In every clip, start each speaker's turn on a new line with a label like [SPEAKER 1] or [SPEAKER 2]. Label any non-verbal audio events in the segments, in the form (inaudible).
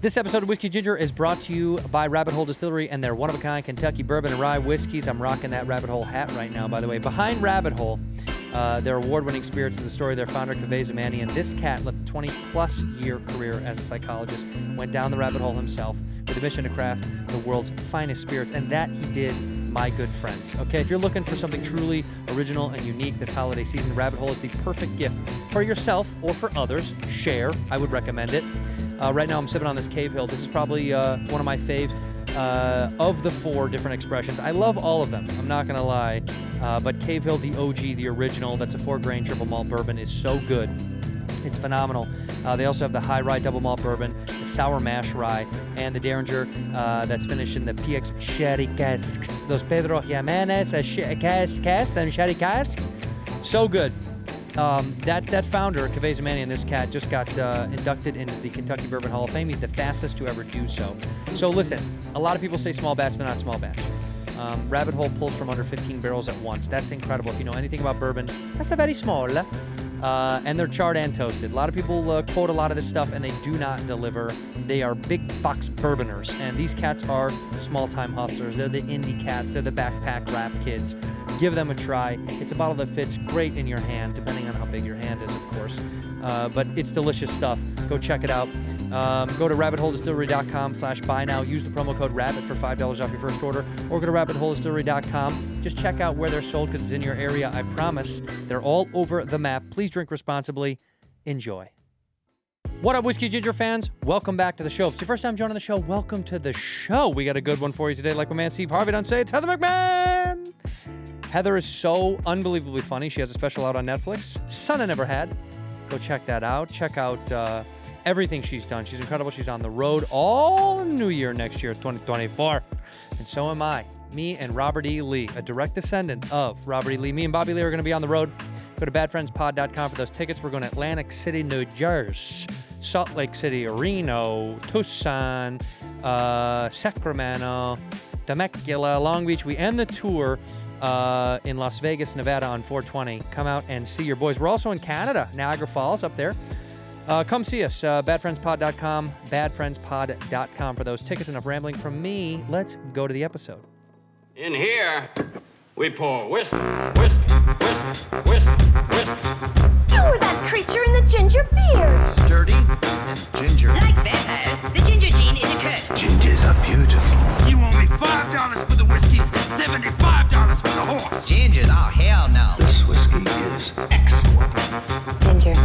[SPEAKER 1] This episode of Whiskey Ginger is brought to you by Rabbit Hole Distillery and their one of a kind Kentucky bourbon and rye whiskeys. I'm rocking that Rabbit Hole hat right now, by the way. Behind Rabbit Hole, uh, their award winning spirits is the story of their founder, Kaveh Zamani, and this cat left a 20 plus year career as a psychologist, went down the rabbit hole himself with a mission to craft the world's finest spirits, and that he did my good friends. Okay, if you're looking for something truly original and unique this holiday season, Rabbit Hole is the perfect gift for yourself or for others. Share, I would recommend it. Uh, right now, I'm sipping on this Cave Hill. This is probably uh, one of my faves uh, of the four different expressions. I love all of them, I'm not gonna lie. Uh, but Cave Hill, the OG, the original, that's a four grain triple malt bourbon, is so good. It's phenomenal. Uh, they also have the high rye double malt bourbon, the sour mash rye, and the Derringer uh, that's finished in the PX sherry casks. Those Pedro Jimenez uh, sh- cas- cas- them sherry casks. So good. Um, that that founder, Cavey Zamani, and this cat just got uh, inducted into the Kentucky Bourbon Hall of Fame. He's the fastest to ever do so. So listen, a lot of people say small batch, they're not small batch. Um, Rabbit Hole pulls from under 15 barrels at once. That's incredible. If you know anything about bourbon, that's a very small. Uh, and they're charred and toasted. A lot of people uh, quote a lot of this stuff, and they do not deliver. They are big box bourboners, and these cats are small-time hustlers. They're the indie cats. They're the backpack rap kids. Give them a try. It's a bottle that fits great in your hand, depending on how big your hand is, of course. Uh, but it's delicious stuff. Go check it out. Um, go to rabbitholedistillery.com slash buy now. Use the promo code rabbit for $5 off your first order. Or go to rabbitholedistillery.com. Just check out where they're sold because it's in your area. I promise they're all over the map. Please drink responsibly. Enjoy. What up, Whiskey Ginger fans? Welcome back to the show. If it's your first time joining the show, welcome to the show. We got a good one for you today. Like my man Steve Harvey on stage, Heather McMahon. Heather is so unbelievably funny. She has a special out on Netflix, Son I Never Had. Go check that out. Check out uh, everything she's done. She's incredible. She's on the road all New Year next year, 2024. And so am I. Me and Robert E. Lee, a direct descendant of Robert E. Lee. Me and Bobby Lee are going to be on the road. Go to badfriendspod.com for those tickets. We're going to Atlantic City, New Jersey, Salt Lake City, Reno, Tucson, uh, Sacramento, Temecula, Long Beach. We end the tour uh, in Las Vegas, Nevada on 420. Come out and see your boys. We're also in Canada, Niagara Falls up there. Uh, come see us, uh, badfriendspod.com, badfriendspod.com for those tickets. Enough rambling from me. Let's go to the episode.
[SPEAKER 2] In here, we pour whisk, whisk, whisk, whisk, whisk.
[SPEAKER 3] You were that creature in the ginger beard.
[SPEAKER 4] sturdy and ginger.
[SPEAKER 5] Like vampires, the ginger gene is a curse.
[SPEAKER 6] Gingers are beautiful.
[SPEAKER 7] You owe me five dollars for the whiskey and seventy-five dollars for the horse.
[SPEAKER 4] Gingers? Oh, hell no.
[SPEAKER 6] This whiskey is excellent.
[SPEAKER 8] Ginger.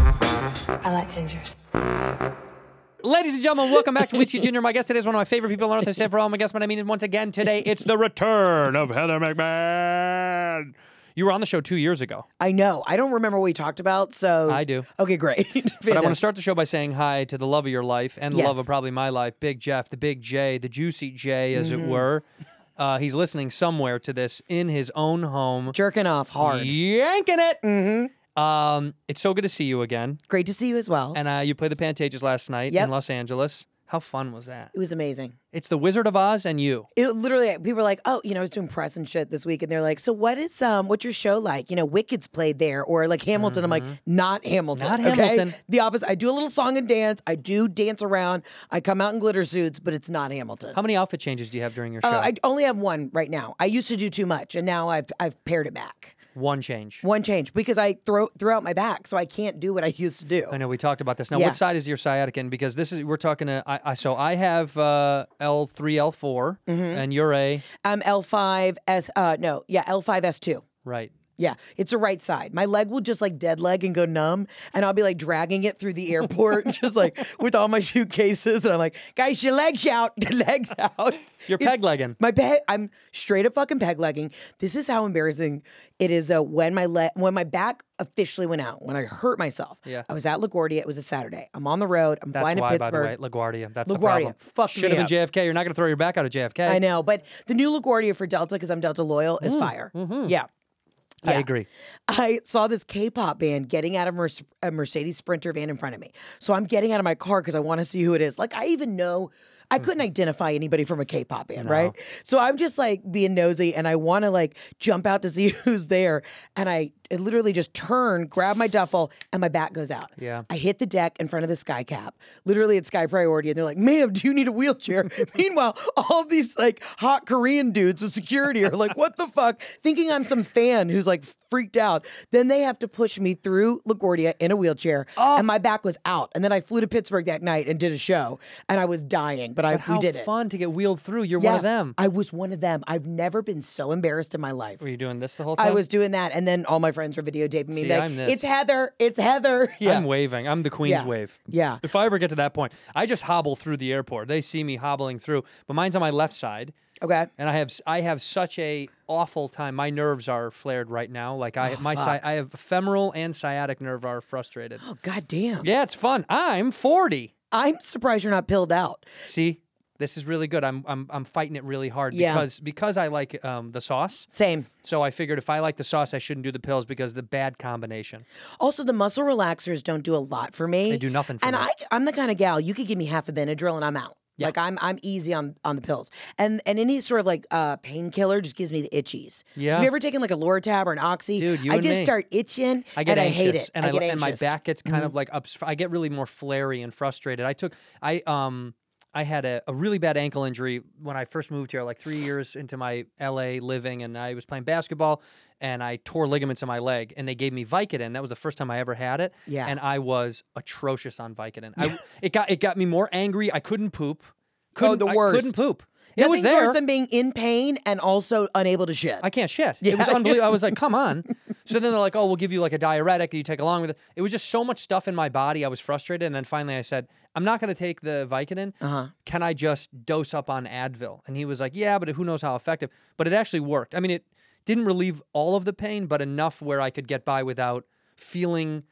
[SPEAKER 8] I like gingers.
[SPEAKER 1] Ladies and gentlemen, welcome back to Whiskey Junior. My guest today is one of my favorite people on earth. I say for all my guests, but I mean it once again today. It's the return of Heather McMahon. You were on the show two years ago.
[SPEAKER 9] I know. I don't remember what we talked about, so
[SPEAKER 1] I do.
[SPEAKER 9] Okay, great. (laughs)
[SPEAKER 1] But I want to start the show by saying hi to the love of your life and the love
[SPEAKER 9] Yes.
[SPEAKER 1] of probably my life, Big Jeff, the Big J, the Juicy J, as
[SPEAKER 9] Mm-hmm.
[SPEAKER 1] it were. Uh, he's listening somewhere to this in his own home,
[SPEAKER 9] jerking off hard.
[SPEAKER 1] yanking it. Mm-hmm. Um, it's so good to see you again.
[SPEAKER 9] Great to see you as well.
[SPEAKER 1] And uh, you played the Pantages last night
[SPEAKER 9] Yep.
[SPEAKER 1] in Los Angeles. How fun was that?
[SPEAKER 9] it was amazing.
[SPEAKER 1] It's the Wizard of Oz and you.
[SPEAKER 9] It literally people were like, "Oh, you know, I was doing press and shit this week," and they're like, "So what is um, what's your show like?" You know, Wicked's played there, or like Hamilton. I'm like, "Not Hamilton,
[SPEAKER 1] Mm-hmm. Not
[SPEAKER 9] okay?
[SPEAKER 1] Hamilton.
[SPEAKER 9] The opposite. I do a little song and dance. I do dance around. I come out in glitter suits, but it's not Hamilton.
[SPEAKER 1] How many outfit changes do you have during your show?
[SPEAKER 9] Uh, I only have one right now. I used to do too much, and now I've I've pared it back.
[SPEAKER 1] One change.
[SPEAKER 9] One change because I throw throw out my back, so I can't do what I used to do.
[SPEAKER 1] I know we talked about this. Now,
[SPEAKER 9] Yeah.
[SPEAKER 1] what side is your sciatic in? Because this is we're talking. To, I, I so I have uh, L three, L 4
[SPEAKER 9] Mm-hmm.
[SPEAKER 1] and you're a
[SPEAKER 9] Um, L5 S. Uh, no, yeah, L5 S2.
[SPEAKER 1] right.
[SPEAKER 9] Yeah, it's the right side. My leg will just like dead leg and go numb, and I'll be like dragging it through the airport, (laughs) just like with all my suitcases, and I'm like, guys, your legs out, (laughs) your legs out.
[SPEAKER 1] You're
[SPEAKER 9] It's-
[SPEAKER 1] peg legging.
[SPEAKER 9] My peg, I'm straight up fucking peg legging. This is how embarrassing it is though. When my leg, when my back officially went out, when I hurt myself.
[SPEAKER 1] Yeah.
[SPEAKER 9] I was at LaGuardia. It was a Saturday. I'm on the road. I'm
[SPEAKER 1] That's
[SPEAKER 9] flying
[SPEAKER 1] why,
[SPEAKER 9] to
[SPEAKER 1] by
[SPEAKER 9] Pittsburgh.
[SPEAKER 1] the way, LaGuardia. That's the
[SPEAKER 9] LaGuardia
[SPEAKER 1] problem.
[SPEAKER 9] fucked
[SPEAKER 1] Should
[SPEAKER 9] me
[SPEAKER 1] have
[SPEAKER 9] up.
[SPEAKER 1] been JFK. You're not going to throw your back out of JFK.
[SPEAKER 9] I know, but the new LaGuardia for Delta, because I'm Delta loyal,
[SPEAKER 1] Mm,
[SPEAKER 9] is fire. Yeah.
[SPEAKER 1] I
[SPEAKER 9] Yeah.
[SPEAKER 1] agree.
[SPEAKER 9] I saw this K-pop band getting out of Mer- a Mercedes Sprinter van in front of me. So I'm getting out of my car because I want to see who it is. Like I even know I couldn't identify anybody from a K-pop band, right? (laughs) So I'm just like being nosy and I want to like jump out to see who's there. And I I literally just turn, grab my duffel, and my back goes out.
[SPEAKER 1] Yeah.
[SPEAKER 9] I hit the deck in front of the sky cap, literally at sky priority, and they're like, ma'am, do you need a wheelchair? (laughs) Meanwhile, all of these like hot Korean dudes with security are like, what the fuck? Thinking I'm some fan who's like freaked out. Then they have to push me through LaGuardia in a wheelchair,
[SPEAKER 1] Oh.
[SPEAKER 9] and my back was out. And then I flew to Pittsburgh that night and did a show, and I was dying, but, I
[SPEAKER 1] How
[SPEAKER 9] we did it.
[SPEAKER 1] fun to get wheeled through. You're one
[SPEAKER 9] Yeah,
[SPEAKER 1] of them.
[SPEAKER 9] I was one of them. I've never been so embarrassed in my life.
[SPEAKER 1] Were you doing this the whole time?
[SPEAKER 9] I was doing that, and then all my friends were videotaping me.
[SPEAKER 1] See,
[SPEAKER 9] like,
[SPEAKER 1] I'm this.
[SPEAKER 9] it's Heather. It's Heather. Yeah.
[SPEAKER 1] I'm waving. I'm the queen's
[SPEAKER 9] Yeah.
[SPEAKER 1] wave.
[SPEAKER 9] Yeah.
[SPEAKER 1] If I ever get to that point, I just hobble through the airport. They see me hobbling through, but mine's on my left side.
[SPEAKER 9] Okay.
[SPEAKER 1] And I have s- I have such a awful time. My nerves are flared right now. Like I my sci- I have femoral and sciatic nerve are (gasps) frustrated.
[SPEAKER 9] God damn.
[SPEAKER 1] yeah, it's fun. I'm 40.
[SPEAKER 9] I'm surprised you're not pilled out.
[SPEAKER 1] See, this is really good. I'm I'm I'm fighting it really hard
[SPEAKER 9] Yeah.
[SPEAKER 1] because because I like um, the sauce.
[SPEAKER 9] Same.
[SPEAKER 1] So I figured if I like the sauce, I shouldn't do the pills because the bad combination.
[SPEAKER 9] Also, the muscle relaxers don't do a lot for me.
[SPEAKER 1] They do nothing for
[SPEAKER 9] and
[SPEAKER 1] me.
[SPEAKER 9] I, I'm the kind of gal you could give me half a Benadryl and I'm out. Like I'm, I'm easy on on the pills, and and any sort of like uh, painkiller just gives me the itchies.
[SPEAKER 1] Yeah.
[SPEAKER 9] Have you ever taken like a Loratab or an Oxy?
[SPEAKER 1] Dude, you
[SPEAKER 9] I
[SPEAKER 1] and
[SPEAKER 9] just
[SPEAKER 1] me.
[SPEAKER 9] start itching.
[SPEAKER 1] I get
[SPEAKER 9] and
[SPEAKER 1] anxious,
[SPEAKER 9] I hate it.
[SPEAKER 1] and
[SPEAKER 9] I get
[SPEAKER 1] lo- and my
[SPEAKER 9] anxious. Mm-hmm.
[SPEAKER 1] back gets kind of like ups. I get really more flary and frustrated. I took I um I had a, a really bad ankle injury when I first moved here, like three years into my LA living, and I was playing basketball and I tore ligaments in my leg, and they gave me Vicodin. That was the first time I ever had it,
[SPEAKER 9] Yeah.
[SPEAKER 1] and I was atrocious on Vicodin. I, it got it got me more angry. I couldn't poop. Couldn't,
[SPEAKER 9] Oh, the
[SPEAKER 1] I couldn't
[SPEAKER 9] worst.
[SPEAKER 1] poop. It was
[SPEAKER 9] Nothing's
[SPEAKER 1] there.
[SPEAKER 9] worse than being in pain and also unable to shit.
[SPEAKER 1] I can't shit. It was
[SPEAKER 9] Yeah. (laughs)
[SPEAKER 1] unbelievable. I was like, come on. So then they're like, oh, we'll give you like a diuretic that you take along with it. It was just so much stuff in my body. I was frustrated. And then finally I said, I'm not going to take the Vicodin. Uh-huh. Can I just dose up on Advil? And he was like, yeah, but who knows how effective. But it actually worked. I mean, it didn't relieve all of the pain, but enough where I could get by without feeling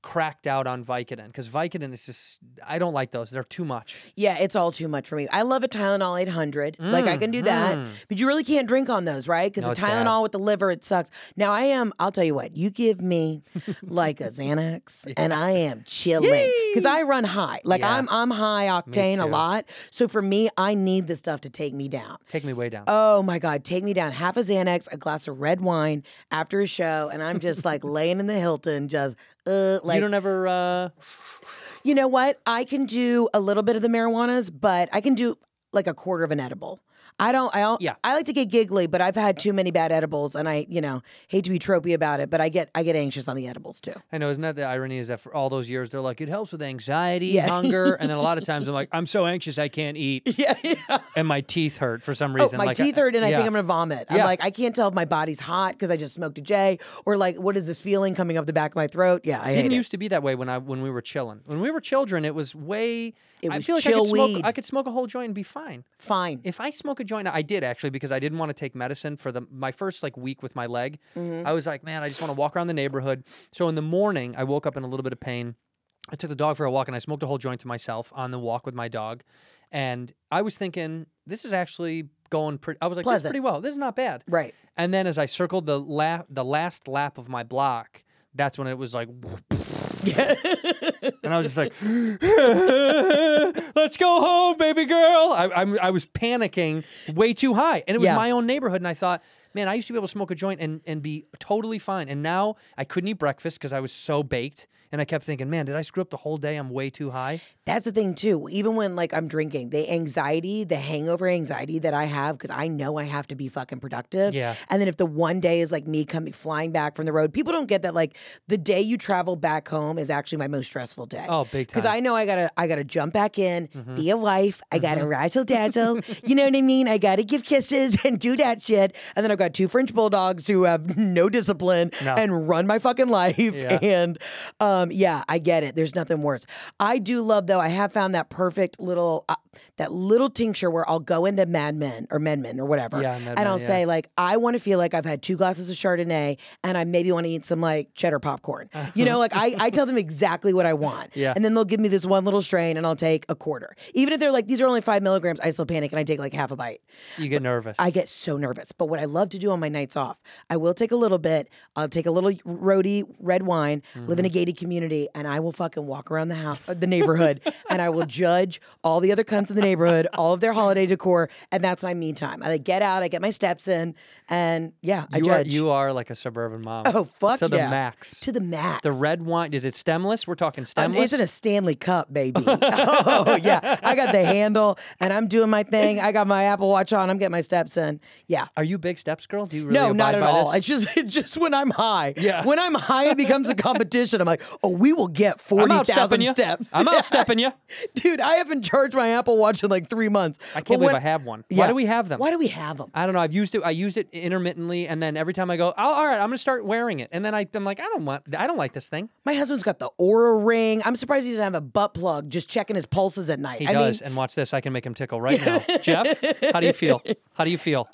[SPEAKER 1] cracked out on Vicodin. Because Vicodin is just, I don't like those. They're too much.
[SPEAKER 9] Yeah, it's all too much for me. I love a Tylenol 800. like I can do that, but you really can't drink on those, right? Because
[SPEAKER 1] Mm. No, it's
[SPEAKER 9] the
[SPEAKER 1] bad.
[SPEAKER 9] Tylenol with the liver, it sucks. Now I am. I'll tell you what. You
[SPEAKER 1] (laughs)
[SPEAKER 9] give me like a Xanax, and I am chilling because I run high. Like
[SPEAKER 1] Yeah.
[SPEAKER 9] I'm I'm high octane a
[SPEAKER 1] too.
[SPEAKER 9] lot. So for me, I need the stuff to take me down.
[SPEAKER 1] Take me way down.
[SPEAKER 9] Oh my God, take me down. Half a Xanax, a glass of red wine after a show, and I'm just like laying in the Hilton, just uh, like
[SPEAKER 1] you don't ever, uh,
[SPEAKER 9] you know what? I can do a little bit of the marijuanas, but I can do like a quarter of an edible. I don't. I don't.
[SPEAKER 1] Yeah.
[SPEAKER 9] I like to get giggly, but I've had too many bad edibles, and I, you know, hate to be tropey about it, but I get I get anxious on the edibles too.
[SPEAKER 1] I know, isn't that the irony? Is that for all those years they're like it helps with anxiety,
[SPEAKER 9] Yeah. (laughs)
[SPEAKER 1] hunger, and then a lot of times I'm like I'm so anxious I can't eat, yeah, and my teeth hurt for some reason.
[SPEAKER 9] Oh, my
[SPEAKER 1] like, uh,
[SPEAKER 9] teeth hurt, and I
[SPEAKER 1] yeah.
[SPEAKER 9] think I'm gonna vomit.
[SPEAKER 1] Yeah.
[SPEAKER 9] I'm like, I can't tell if my body's hot because I just smoked a J, or like, what is this feeling coming up the back of my throat? Yeah, I
[SPEAKER 1] Didn't
[SPEAKER 9] hate
[SPEAKER 1] used to be that way when I when we were chilling. When we were children, it was way.
[SPEAKER 9] It
[SPEAKER 1] I
[SPEAKER 9] was
[SPEAKER 1] feel like I
[SPEAKER 9] chill
[SPEAKER 1] could smoke.
[SPEAKER 9] weed.
[SPEAKER 1] I could smoke a whole joint and be fine.
[SPEAKER 9] it. Fine.
[SPEAKER 1] If I smoke a joint, I did actually because I didn't want to take medicine for the my first like week with my leg.
[SPEAKER 9] Mm-hmm.
[SPEAKER 1] I was like, man, I just want to walk around the neighborhood. So in the morning, I woke up in a little bit of pain. I took the dog for a walk and I smoked a whole joint to myself on the walk with my dog. And I was thinking, this is actually going pretty. I was like, this is
[SPEAKER 9] Pleasant.
[SPEAKER 1] pretty well. This is not bad.
[SPEAKER 9] Right.
[SPEAKER 1] And then as I circled the lap, the last lap of my block, that's when it was like. and I was just like, (laughs) "Let's go home, baby girl." I, I'm, I was panicking way too high, and it was
[SPEAKER 9] Yeah.
[SPEAKER 1] my own neighborhood. And I thought, man, I used to be able to smoke a joint and and be totally fine. And now I couldn't eat breakfast because I was so baked, and I kept thinking, man, did I screw up the whole day? I'm way too high.
[SPEAKER 9] That's the thing too. Even when like I'm drinking, the anxiety, the hangover anxiety that I have because I know I have to be fucking productive.
[SPEAKER 1] Yeah.
[SPEAKER 9] And then if the one day is like me coming flying back from the road, people don't get that like the day you travel back home is actually my most stressful day.
[SPEAKER 1] Oh, big
[SPEAKER 9] Because
[SPEAKER 1] time. Mm-hmm.
[SPEAKER 9] I know I gotta I gotta jump back in, be a wife. I gotta
[SPEAKER 1] (laughs)
[SPEAKER 9] razzle dazzle. you know what I mean? I gotta give kisses (laughs) and do that shit. And then I've got two French bulldogs who have no discipline
[SPEAKER 1] No.
[SPEAKER 9] and run my fucking life. (laughs)
[SPEAKER 1] Yeah.
[SPEAKER 9] And um, yeah, I get it. There's nothing worse. I do love though. I have found that perfect little uh, that little tincture where I'll go into Mad Men or Mad Men or whatever,
[SPEAKER 1] Yeah, Mad Men,
[SPEAKER 9] and I'll
[SPEAKER 1] yeah.
[SPEAKER 9] say like, I want to feel like I've had two glasses of Chardonnay, and I maybe want to eat some like cheddar popcorn. You know, like I I tell them exactly what I want,
[SPEAKER 1] (laughs) Yeah.
[SPEAKER 9] and then they'll give me this one little strain, and I'll take a quarter, even if they're like these are only five milligrams. I still panic and I take like half a bite.
[SPEAKER 1] You get nervous.
[SPEAKER 9] I get so nervous. But what I love to do
[SPEAKER 1] Mm-hmm.
[SPEAKER 9] on my nights off, I will take a little bit. I'll take a little roadie red wine. Live in a gated community and I will fucking walk around the house, the neighborhood, and I will judge all the other cunts in the neighborhood, all of their holiday decor, and that's my me time. I like get out, I get my steps in, and yeah, I
[SPEAKER 1] You are,
[SPEAKER 9] judge.
[SPEAKER 1] you are like a suburban mom.
[SPEAKER 9] oh fuck
[SPEAKER 1] To the
[SPEAKER 9] yeah.
[SPEAKER 1] max.
[SPEAKER 9] to the max,
[SPEAKER 1] The red wine is it stemless? We're talking
[SPEAKER 9] Um,
[SPEAKER 1] stemless.
[SPEAKER 9] it's in a Stanley
[SPEAKER 1] (laughs)
[SPEAKER 9] Cup, baby. oh yeah, I got the handle, and I'm doing my thing. I got my Apple Watch on. I'm getting my steps in. Yeah,
[SPEAKER 1] Are you a big steps girl? Do you really
[SPEAKER 9] no,
[SPEAKER 1] abide
[SPEAKER 9] not at
[SPEAKER 1] by
[SPEAKER 9] all.
[SPEAKER 1] this?
[SPEAKER 9] It's just (laughs) it's just when I'm high.
[SPEAKER 1] Yeah.
[SPEAKER 9] When I'm high, it becomes a competition. I'm like, oh, we will get forty
[SPEAKER 1] I'm outstepping
[SPEAKER 9] thousand
[SPEAKER 1] you.
[SPEAKER 9] steps. (laughs)
[SPEAKER 1] I'm outstepping you.
[SPEAKER 9] Dude, I haven't charged my Apple Watch in like three months.
[SPEAKER 1] I can't believe I have one. Why do we have them?
[SPEAKER 9] Why do we have them?
[SPEAKER 1] I don't know. I've used it. I use it intermittently, and then every time I go, oh, all right, I'm gonna start wearing it, and then I, I'm like, I don't want, I don't like this thing.
[SPEAKER 9] My husband's got the Aura ring. I'm surprised he didn't have a butt plug just checking his pulses at night.
[SPEAKER 1] He
[SPEAKER 9] I
[SPEAKER 1] does,
[SPEAKER 9] mean,
[SPEAKER 1] and watch this. I can make him tickle right
[SPEAKER 9] (laughs)
[SPEAKER 1] now. Jeff, how do you feel? How do you feel?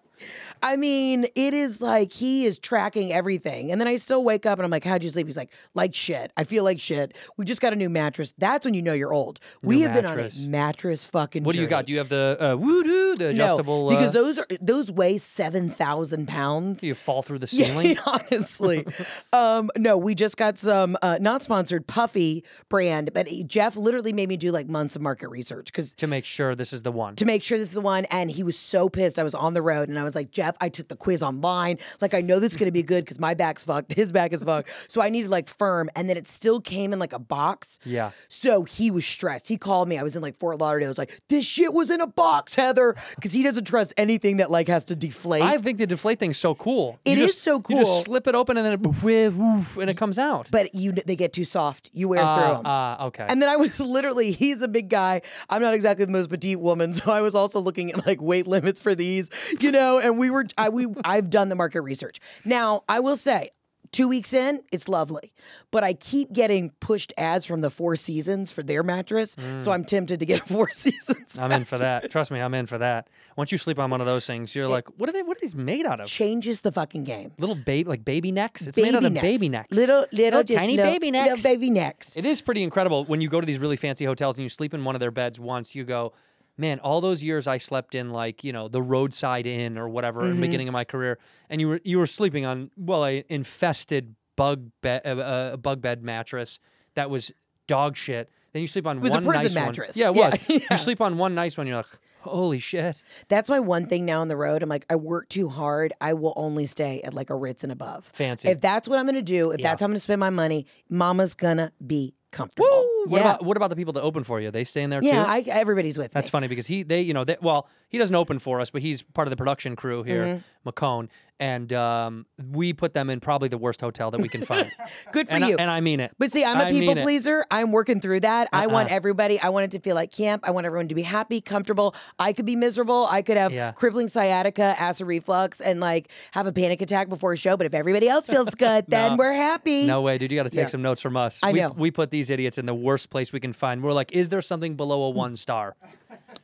[SPEAKER 9] I mean, it is like he is tracking everything. And then I still wake up and I'm like, how'd you sleep? He's like, like shit. I feel like shit. We just got a new mattress. That's when you know you're old. we have
[SPEAKER 1] mattress.
[SPEAKER 9] been on a mattress fucking
[SPEAKER 1] What do you
[SPEAKER 9] journey.
[SPEAKER 1] got? Do you have the uh, woo doo, the adjustable?
[SPEAKER 9] No, because
[SPEAKER 1] uh,
[SPEAKER 9] those are those weigh seven thousand pounds. (laughs)
[SPEAKER 1] you fall through the ceiling.
[SPEAKER 9] honestly. um, no, we just got some uh, not sponsored Puffy brand, but eh, Jeff literally made me do like months of market research because
[SPEAKER 1] To make sure this is the one.
[SPEAKER 9] to make sure this is the one. And he was so pissed. I was on the road and I was like, Jeff, I took the quiz online. Like, I know this is going to be good because my back's fucked. His back is fucked. So I needed like firm. And then it still came in like a box.
[SPEAKER 1] Yeah.
[SPEAKER 9] So he was stressed. He called me. I was in like Fort Lauderdale. I was like, this shit was in a box, Heather. Because he doesn't trust anything that like has to deflate.
[SPEAKER 1] I think the deflate thing's so cool. It
[SPEAKER 9] It
[SPEAKER 1] is
[SPEAKER 9] is so
[SPEAKER 1] You
[SPEAKER 9] cool.
[SPEAKER 1] just slip it open and then it, woof, woof, and it comes out.
[SPEAKER 9] but you, they get too soft. You wear through
[SPEAKER 1] uh,
[SPEAKER 9] them.
[SPEAKER 1] uh, okay.
[SPEAKER 9] And then I was (laughs) literally, he's a big guy. I'm not exactly the most petite woman. (laughs) So I was also looking at like weight limits for these, you know, and we were, I, we, (laughs) I've done the market research. Now I will say, Two weeks in, it's lovely, but I keep getting pushed ads from the Four Seasons for their mattress,
[SPEAKER 1] Mm.
[SPEAKER 9] so I'm tempted to get a (laughs) Four Seasons.
[SPEAKER 1] I'm in for that. Trust me, I'm in for that. Once you sleep on one of those things, you're like, what are they? What are these made out of?
[SPEAKER 9] Changes the fucking game.
[SPEAKER 1] Little baby, like baby necks. It's made out of baby necks.
[SPEAKER 9] little, little, just
[SPEAKER 1] tiny
[SPEAKER 9] little-
[SPEAKER 1] baby
[SPEAKER 9] little
[SPEAKER 1] necks.
[SPEAKER 9] baby necks.
[SPEAKER 1] It is pretty incredible when you go to these really fancy hotels and you sleep in one of their beds once. You go, man, all those years I slept in like you know the roadside inn or whatever
[SPEAKER 9] Mm-hmm.
[SPEAKER 1] in the beginning of my career, and you were you were sleeping on well a infested bug bed uh, uh, bug bed mattress that was dog shit. Then you sleep on
[SPEAKER 9] was a
[SPEAKER 1] one
[SPEAKER 9] prison
[SPEAKER 1] nice
[SPEAKER 9] mattress.
[SPEAKER 1] One. Yeah, it
[SPEAKER 9] Yeah,
[SPEAKER 1] was.
[SPEAKER 9] (laughs) yeah.
[SPEAKER 1] You sleep on one nice one. You're like, holy shit.
[SPEAKER 9] That's my one thing now on the road. I'm like, I work too hard. I will only stay at like a Ritz and above.
[SPEAKER 1] Fancy.
[SPEAKER 9] If that's what I'm gonna do, if that's how I'm gonna spend my money, Mama's gonna be comfortable.
[SPEAKER 1] What
[SPEAKER 9] yeah,
[SPEAKER 1] about what about the people that open for you? They stay in there too.
[SPEAKER 9] yeah. I, everybody's with
[SPEAKER 1] That's
[SPEAKER 9] me.
[SPEAKER 1] funny because he, they, you know, they, well, he doesn't open for us, but he's part of the production crew here,
[SPEAKER 9] Mm-hmm.
[SPEAKER 1] McCone, and um, we put them in probably the worst hotel that we can find.
[SPEAKER 9] Good (laughs) for
[SPEAKER 1] and
[SPEAKER 9] you.
[SPEAKER 1] I, and I mean it.
[SPEAKER 9] but see, I'm a
[SPEAKER 1] I mean
[SPEAKER 9] people
[SPEAKER 1] it. Uh-uh.
[SPEAKER 9] pleaser. I'm working through that. I want everybody. I want it to feel like camp. I want everyone to be happy, comfortable. I could be miserable. I could have
[SPEAKER 1] Yeah.
[SPEAKER 9] crippling sciatica, acid reflux, and like have a panic attack before a show. But if everybody else feels
[SPEAKER 1] (laughs)
[SPEAKER 9] good, then we're happy. (laughs)
[SPEAKER 1] No way, dude. You got to take
[SPEAKER 9] Yeah.
[SPEAKER 1] some notes from us.
[SPEAKER 9] I
[SPEAKER 1] we,
[SPEAKER 9] know.
[SPEAKER 1] We put these idiots in the worst place we can find. We're like, is there something below a one star?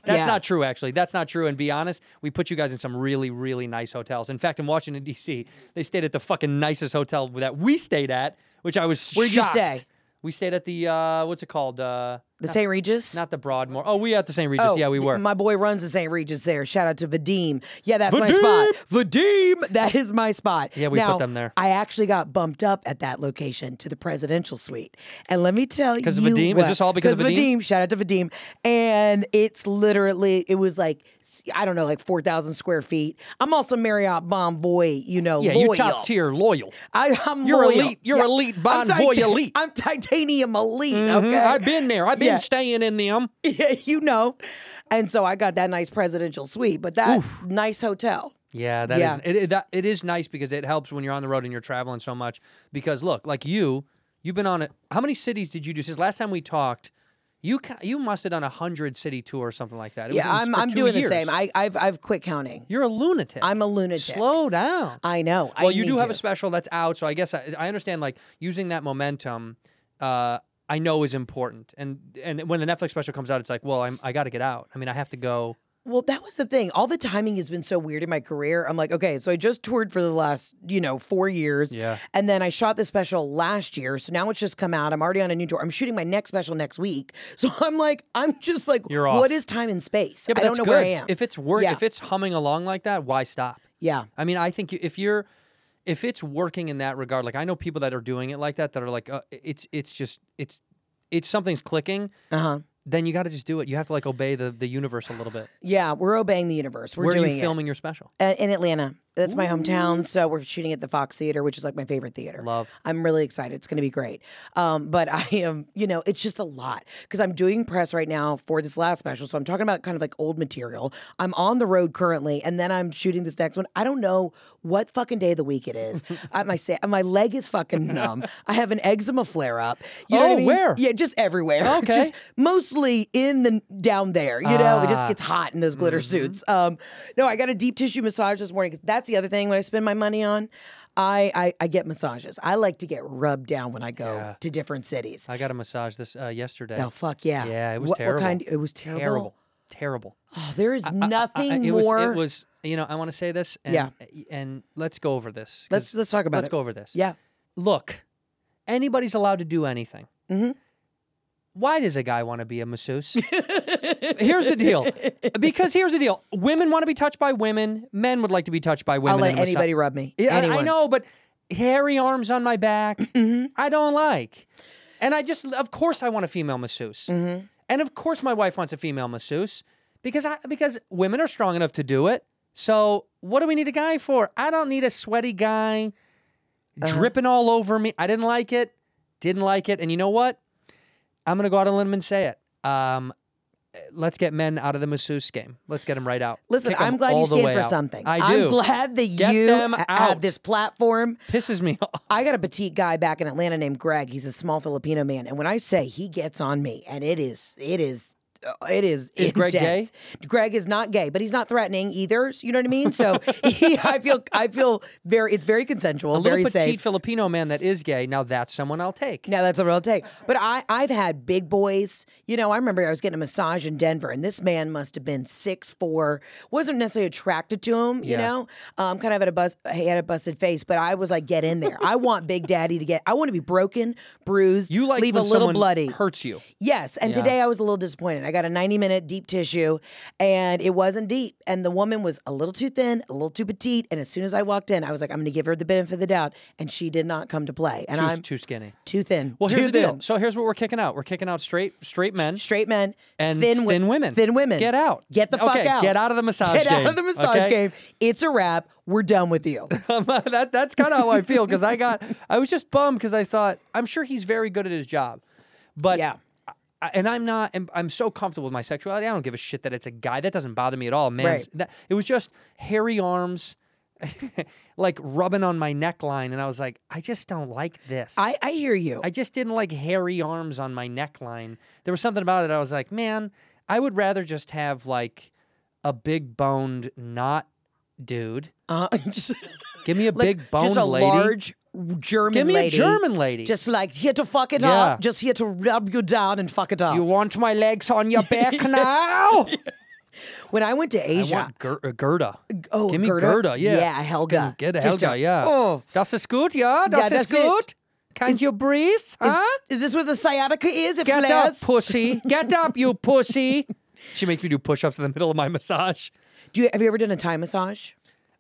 [SPEAKER 1] That's
[SPEAKER 9] Yeah.
[SPEAKER 1] not true, actually. That's not true. And be honest, we put you guys in some really, really nice hotels. In fact, in Washington D.C., they stayed at the fucking nicest hotel that we stayed at, which I was.
[SPEAKER 9] Where'd you
[SPEAKER 1] shocked.
[SPEAKER 9] stay?
[SPEAKER 1] We stayed at the uh, what's it called? Uh,
[SPEAKER 9] the St. Regis.
[SPEAKER 1] Not the Broadmoor. Oh, we at the St. Regis. yeah, we were.
[SPEAKER 9] My boy runs the St. Regis there. Shout out to Vadim. Yeah, that's my
[SPEAKER 1] Vadim!
[SPEAKER 9] spot. Vadim, that is my spot.
[SPEAKER 1] Yeah, we put
[SPEAKER 9] Now,
[SPEAKER 1] them there.
[SPEAKER 9] I actually got bumped up at that location to the presidential suite, and let me tell you,
[SPEAKER 1] 'Cause of Vadim? Is
[SPEAKER 9] what-
[SPEAKER 1] this all because of Vadim?
[SPEAKER 9] Shout out to Vadim, and it's literally it was like I don't know, like four thousand square feet. I'm also Marriott Bonvoy, you know,
[SPEAKER 1] yeah,
[SPEAKER 9] loyal.
[SPEAKER 1] you top tier loyal.
[SPEAKER 9] I, I'm
[SPEAKER 1] You're
[SPEAKER 9] loyal.
[SPEAKER 1] elite- you're elite Bonvoy
[SPEAKER 9] I'm titan-
[SPEAKER 1] elite.
[SPEAKER 9] I'm titanium elite.
[SPEAKER 1] Mhm,
[SPEAKER 9] Okay,
[SPEAKER 1] I've been there. I've been
[SPEAKER 9] Yeah.
[SPEAKER 1] staying in them.
[SPEAKER 9] (laughs) Yeah, you know. And so I got that nice presidential suite, but that nice hotel.
[SPEAKER 1] Yeah, that is
[SPEAKER 9] Yeah.
[SPEAKER 1] it, it- that, it is nice because it helps when you're on the road and you're traveling so much. Because look, like you, you've been on it. How many cities did you do since last time we talked? You ca- you must have done a hundred city tour or something like that. It was
[SPEAKER 9] yeah,
[SPEAKER 1] in-
[SPEAKER 9] I'm
[SPEAKER 1] for
[SPEAKER 9] I'm
[SPEAKER 1] two
[SPEAKER 9] doing
[SPEAKER 1] years.
[SPEAKER 9] the same. I I've I've quit counting.
[SPEAKER 1] you're a lunatic.
[SPEAKER 9] I'm a lunatic.
[SPEAKER 1] Slow down.
[SPEAKER 9] I know. I
[SPEAKER 1] Well, you
[SPEAKER 9] need
[SPEAKER 1] do have
[SPEAKER 9] to.
[SPEAKER 1] a special that's out, so I guess I, I understand. Like using that momentum, uh, I know is important. And and when the Netflix special comes out, it's like, well, I'm, I got to get out. I mean, I have to go.
[SPEAKER 9] Well, that was the thing. All the timing has been so weird in my career. I'm like, okay, so I just toured for the last, you know, four years.
[SPEAKER 1] Yeah.
[SPEAKER 9] And then I shot the special last year. So now it's just come out. I'm already on a new tour. I'm shooting my next special next week. (laughs) So I'm like, I'm just like,
[SPEAKER 1] You're off.
[SPEAKER 9] what is time and space?
[SPEAKER 1] Yeah, but
[SPEAKER 9] I don't
[SPEAKER 1] that's
[SPEAKER 9] know
[SPEAKER 1] good.
[SPEAKER 9] where I am.
[SPEAKER 1] If it's work,
[SPEAKER 9] Yeah.
[SPEAKER 1] if it's humming along like that, why stop?
[SPEAKER 9] yeah.
[SPEAKER 1] I mean, I think you- if you're if it's working in that regard, like I know people that are doing it like that that are like, uh, it's it's just it's it's something's clicking. Uh huh.
[SPEAKER 9] Uh-huh.
[SPEAKER 1] Then you got to just do it. You have to like obey the the universe a little bit.
[SPEAKER 9] Yeah, we're obeying the universe. We're
[SPEAKER 1] Where are
[SPEAKER 9] doing
[SPEAKER 1] you filming your special?
[SPEAKER 9] it Uh, in Atlanta. That's my hometown, so we're shooting at the Fox Theater, which is like my favorite theater.
[SPEAKER 1] Love.
[SPEAKER 9] I'm really excited. It's going to be great. Um, but (laughs) I am, you know, it's just a lot because I'm doing press right now for this last special. So I'm talking about kind of like old material. I'm on the road currently, and then I'm shooting this next one. I don't know what fucking day of the week it
[SPEAKER 1] (laughs)
[SPEAKER 9] is. I, my sa- my leg is fucking numb. I have an eczema flare up. You know what
[SPEAKER 1] Oh,
[SPEAKER 9] I mean?
[SPEAKER 1] where?
[SPEAKER 9] Yeah, just everywhere. (laughs)
[SPEAKER 1] Okay.
[SPEAKER 9] Just mostly in the down there. You know,
[SPEAKER 1] Ah.
[SPEAKER 9] it just gets hot in those glitter
[SPEAKER 1] Mm-hmm.
[SPEAKER 9] suits. Um, no, I got a deep tissue massage this morning 'cause that's the other thing when I spend my money on. I, I I get massages. I like to get rubbed down when I go to different cities.
[SPEAKER 1] I got a massage this uh, yesterday.
[SPEAKER 9] Oh fuck yeah!
[SPEAKER 1] Yeah, it was
[SPEAKER 9] What-
[SPEAKER 1] terrible.
[SPEAKER 9] What kind? It was terrible.
[SPEAKER 1] Terrible. Terrible.
[SPEAKER 9] Oh, there is
[SPEAKER 1] I- I-
[SPEAKER 9] nothing
[SPEAKER 1] I- it
[SPEAKER 9] more.
[SPEAKER 1] Was, it was. You know, I want to say this. And,
[SPEAKER 9] Yeah.
[SPEAKER 1] And let's go over this. 'cause
[SPEAKER 9] Let's- let's talk about
[SPEAKER 1] Let's
[SPEAKER 9] it.
[SPEAKER 1] go over this.
[SPEAKER 9] yeah.
[SPEAKER 1] Look, anybody's allowed to do anything. Mm-hmm. Why does a guy want to be a masseuse? (laughs) here's the deal. Because here's the deal. Women want to be touched by women. Men would like to be touched by women.
[SPEAKER 9] I'll let
[SPEAKER 1] in a massage-
[SPEAKER 9] anybody rub me.
[SPEAKER 1] Yeah, I- I
[SPEAKER 9] Anyone. Mm-hmm.
[SPEAKER 1] know, but hairy arms on my
[SPEAKER 9] (clears throat)
[SPEAKER 1] back, I don't like. And I just, of course, I want a female masseuse,
[SPEAKER 9] Mm-hmm.
[SPEAKER 1] and of course, my wife wants a female masseuse because I because women are strong enough to do it. So what do we need a guy for? I don't need a sweaty guy
[SPEAKER 9] Uh-huh.
[SPEAKER 1] dripping all over me. I didn't like it. Didn't like it. And you know what? I'm gonna go out on a limb and say it. Um, let's get men out of the masseuse game. Let's get them right out.
[SPEAKER 9] Listen,
[SPEAKER 1] Kick 'em
[SPEAKER 9] I'm glad
[SPEAKER 1] all
[SPEAKER 9] you
[SPEAKER 1] the
[SPEAKER 9] stand
[SPEAKER 1] way
[SPEAKER 9] for
[SPEAKER 1] out.
[SPEAKER 9] something.
[SPEAKER 1] I do.
[SPEAKER 9] I'm glad that
[SPEAKER 1] Get
[SPEAKER 9] you
[SPEAKER 1] them
[SPEAKER 9] ha-
[SPEAKER 1] out.
[SPEAKER 9] have this platform.
[SPEAKER 1] Pisses me (laughs) off.
[SPEAKER 9] (laughs) I got a petite guy back in Atlanta named Greg. He's a small Filipino man, and when I say he gets on me, and it is, it is, uh, it is.
[SPEAKER 1] Is Greg
[SPEAKER 9] intense. Greg is not gay, but he's not threatening either. You know what I mean? So (laughs) he, I feel, I feel very. It's very consensual,
[SPEAKER 1] a little
[SPEAKER 9] very
[SPEAKER 1] petite
[SPEAKER 9] safe.
[SPEAKER 1] Filipino man that is gay. Now that's someone I'll take.
[SPEAKER 9] Now that's a real take. But I, I've had big boys. You know, I remember I was getting a massage in Denver, and this man must have been six four. Wasn't necessarily attracted to him. You
[SPEAKER 1] Yeah.
[SPEAKER 9] know, um, kind of had a bus, he had a busted face. But I was like, get in there. I want Big Daddy to get. I want to be broken, bruised.
[SPEAKER 1] you like
[SPEAKER 9] leave
[SPEAKER 1] when
[SPEAKER 9] a little
[SPEAKER 1] someone
[SPEAKER 9] bloody.
[SPEAKER 1] hurts you.
[SPEAKER 9] Yes, and
[SPEAKER 1] Yeah.
[SPEAKER 9] today I was a little disappointed. I got a 90 minute deep tissue and it wasn't deep. And the woman was a little too thin, a little too petite. And as soon as I walked in, I was like, I'm going to give her the benefit of the doubt. And she did not come to play. And
[SPEAKER 1] Too,
[SPEAKER 9] I'm
[SPEAKER 1] too skinny.
[SPEAKER 9] too thin.
[SPEAKER 1] Well, here's
[SPEAKER 9] too
[SPEAKER 1] the deal.
[SPEAKER 9] thin.
[SPEAKER 1] So here's what we're kicking out. We're kicking out straight straight men.
[SPEAKER 9] Straight men
[SPEAKER 1] And
[SPEAKER 9] thin, wo-
[SPEAKER 1] thin women.
[SPEAKER 9] Thin women.
[SPEAKER 1] Get out.
[SPEAKER 9] Get the fuck
[SPEAKER 1] Okay,
[SPEAKER 9] out.
[SPEAKER 1] get out of the massage
[SPEAKER 9] Get
[SPEAKER 1] game,
[SPEAKER 9] out of the massage
[SPEAKER 1] okay?
[SPEAKER 9] game. It's a wrap. We're done
[SPEAKER 1] (laughs)
[SPEAKER 9] with you.
[SPEAKER 1] (laughs) that that's kind of how
[SPEAKER 9] (laughs)
[SPEAKER 1] I feel because I got I was just bummed because I thought I'm sure he's very good at his job, but
[SPEAKER 9] Yeah.
[SPEAKER 1] I- and I'm not. And I'm so comfortable with my sexuality. I don't give a shit that it's a guy. That doesn't bother me at all, man.
[SPEAKER 9] Right.
[SPEAKER 1] That, it was just hairy arms, (laughs) like rubbing on my neckline, and I was like, I just don't like this.
[SPEAKER 9] I, I hear you.
[SPEAKER 1] I just didn't like hairy arms on my neckline. There was something about it. I was like, man, I would rather just have like a big boned, not dude.
[SPEAKER 9] uh, (laughs) just,
[SPEAKER 1] Give me a
[SPEAKER 9] like,
[SPEAKER 1] big boned
[SPEAKER 9] Just a
[SPEAKER 1] lady.
[SPEAKER 9] large German
[SPEAKER 1] Give me
[SPEAKER 9] lady.
[SPEAKER 1] a German lady.
[SPEAKER 9] Just like here to fuck it
[SPEAKER 1] Yeah.
[SPEAKER 9] up, just here to rub you down and fuck it up.
[SPEAKER 1] you want my legs on your
[SPEAKER 9] (laughs)
[SPEAKER 1] back now?
[SPEAKER 9] when I went to
[SPEAKER 1] I
[SPEAKER 9] Asia,
[SPEAKER 1] want Ger- uh, Gerda.
[SPEAKER 9] oh,
[SPEAKER 1] Give me
[SPEAKER 9] Gerda?
[SPEAKER 1] Yeah.
[SPEAKER 9] yeah, Helga,
[SPEAKER 1] Get a
[SPEAKER 9] Just
[SPEAKER 1] Helga. Yeah.
[SPEAKER 9] Oh,
[SPEAKER 1] Das ist gut. Yeah. Das
[SPEAKER 9] that's
[SPEAKER 1] ist
[SPEAKER 9] it.
[SPEAKER 1] gut. Can't you breathe? Huh?
[SPEAKER 9] is this what the sciatica is? It
[SPEAKER 1] Get
[SPEAKER 9] flares.
[SPEAKER 1] up, pussy. Get up, you
[SPEAKER 9] (laughs)
[SPEAKER 1] pussy. She makes me do push ups in the middle of my massage.
[SPEAKER 9] Do you have you ever done a Thai massage?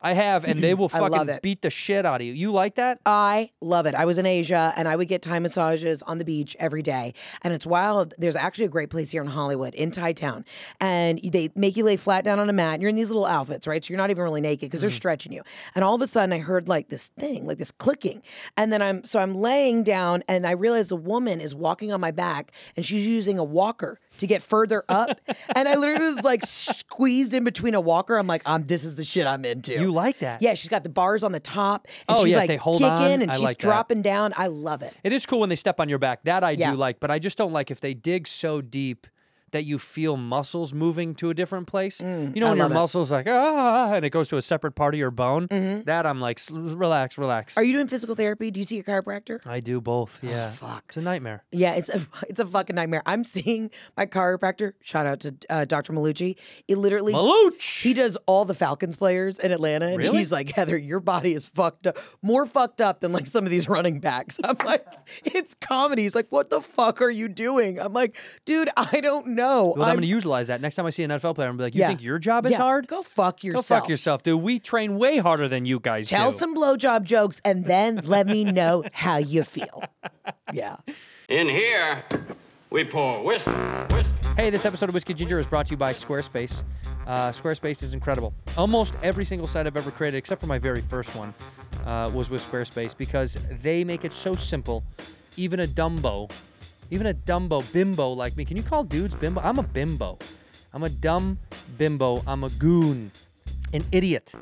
[SPEAKER 1] I have, and they will
[SPEAKER 9] Mm-hmm. I love
[SPEAKER 1] fucking
[SPEAKER 9] it. Uh,
[SPEAKER 1] beat the shit out of you. You like that?
[SPEAKER 9] I love it. I was in Asia and I would get Thai massages on the beach every day. And it's wild. There's actually a great place here in Hollywood, in Thai Town. And they make you lay flat down on a mat. And you're in these little outfits, right? So you're not even really naked because
[SPEAKER 1] Mm.
[SPEAKER 9] they're stretching you. And all of a sudden I heard like this thing, like this clicking. And then I'm, so I'm laying down and I realize a woman is walking on my back and she's using a walker to get further up.
[SPEAKER 1] (laughs)
[SPEAKER 9] and I literally was like squeezed in between a walker. I'm like, I'm, this is the shit I'm into.
[SPEAKER 1] You like that?
[SPEAKER 9] Yeah, she's got the bars on the top. And
[SPEAKER 1] Oh,
[SPEAKER 9] she's
[SPEAKER 1] yeah,
[SPEAKER 9] like
[SPEAKER 1] they hold
[SPEAKER 9] kicking
[SPEAKER 1] on.
[SPEAKER 9] and
[SPEAKER 1] I
[SPEAKER 9] she's
[SPEAKER 1] like that.
[SPEAKER 9] dropping down. I love it.
[SPEAKER 1] It is cool when they step on your back. That I
[SPEAKER 9] Yeah.
[SPEAKER 1] do like, but I just don't like if they dig so deep that you feel muscles moving to a different place. you know, when your
[SPEAKER 9] Mm, love it.
[SPEAKER 1] muscles like ah, and it goes to a separate part of your bone. That I'm like, "S- relax, relax.
[SPEAKER 9] Mm-hmm. Are you Oh, doing physical therapy? Do you see your chiropractor?
[SPEAKER 1] I do both. Yeah. fuck. It's a nightmare.
[SPEAKER 9] Yeah, it's a (laughs) it's a fucking nightmare. I'm seeing my chiropractor. Shout out to uh, Dr. Malucci. It literally
[SPEAKER 1] Maluch.
[SPEAKER 9] He does all the Falcons players in Atlanta, and
[SPEAKER 1] Really?
[SPEAKER 9] he's like, Heather, your body is fucked up, more fucked up than like some of these running (laughs) backs. I'm like, it's comedy. He's like, what the fuck are you doing? I'm like, dude, I don't know.
[SPEAKER 1] Well, I'm,
[SPEAKER 9] I'm-
[SPEAKER 1] going to utilize that next time I see an NFL player. I'm gonna be like, you
[SPEAKER 9] Yeah.
[SPEAKER 1] think your job is
[SPEAKER 9] Yeah.
[SPEAKER 1] hard?
[SPEAKER 9] Go fuck
[SPEAKER 1] Go
[SPEAKER 9] yourself.
[SPEAKER 1] fuck yourself, dude. We train way harder than you guys
[SPEAKER 9] Tell
[SPEAKER 1] do.
[SPEAKER 9] some blowjob jokes and then let me know how you feel. Yeah.
[SPEAKER 2] In here, we pour whiskey, whiskey.
[SPEAKER 1] Hey, this episode of Whiskey Ginger is brought to you by Squarespace. Uh, Squarespace is incredible. Almost every single site I've ever created, except for my very first one, uh, was with Squarespace because they make it so simple. Even a Dumbo, even a Dumbo bimbo like me. Can you call dudes bimbo? I'm a bimbo. I'm a dumb bimbo. I'm a goon, an idiot,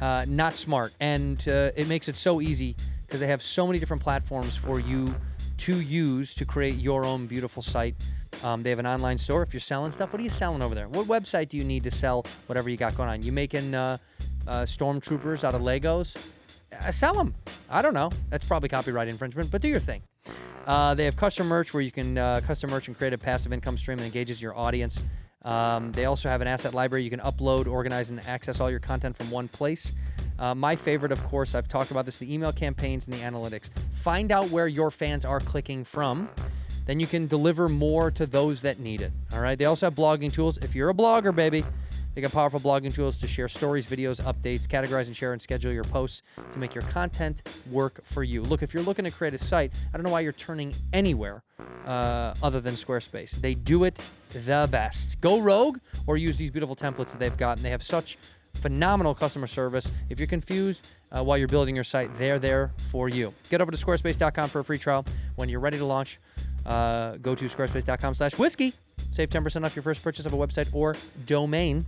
[SPEAKER 1] uh, not smart. And uh, it makes it so easy because they have so many different platforms for you to use to create your own beautiful site. Um, they have an online store. If you're selling stuff, what are you selling over there? What website do you need to sell whatever you got going on? You making uh, uh, stormtroopers out of Legos? Uh, sell them. I don't know. That's probably copyright infringement, but do your thing. Uh, they have custom merch where you can uh, custom merch and create a passive income stream that engages your audience. Um, they also have an asset library. You can upload, organize, and access all your content from one place. Uh, my favorite, of course, I've talked about this the email campaigns and the analytics. Find out where your fans are clicking from. Then you can deliver more to those that need it. All right. They also have blogging tools. If you're a blogger, baby, they got powerful blogging tools to share stories, videos, updates, categorize and share and schedule your posts to make your content work for you. Look, if you're looking to create a site, I don't know why you're turning anywhere uh, other than Squarespace. They do it the best. Go rogue or use these beautiful templates that they've got, and they have such phenomenal customer service. If you're confused uh, while you're building your site, they're there for you. Get over to squarespace.com for a free trial. When you're ready to launch, uh, go to squarespace.com slash whiskey. Save 10% off your first purchase of a website or domain.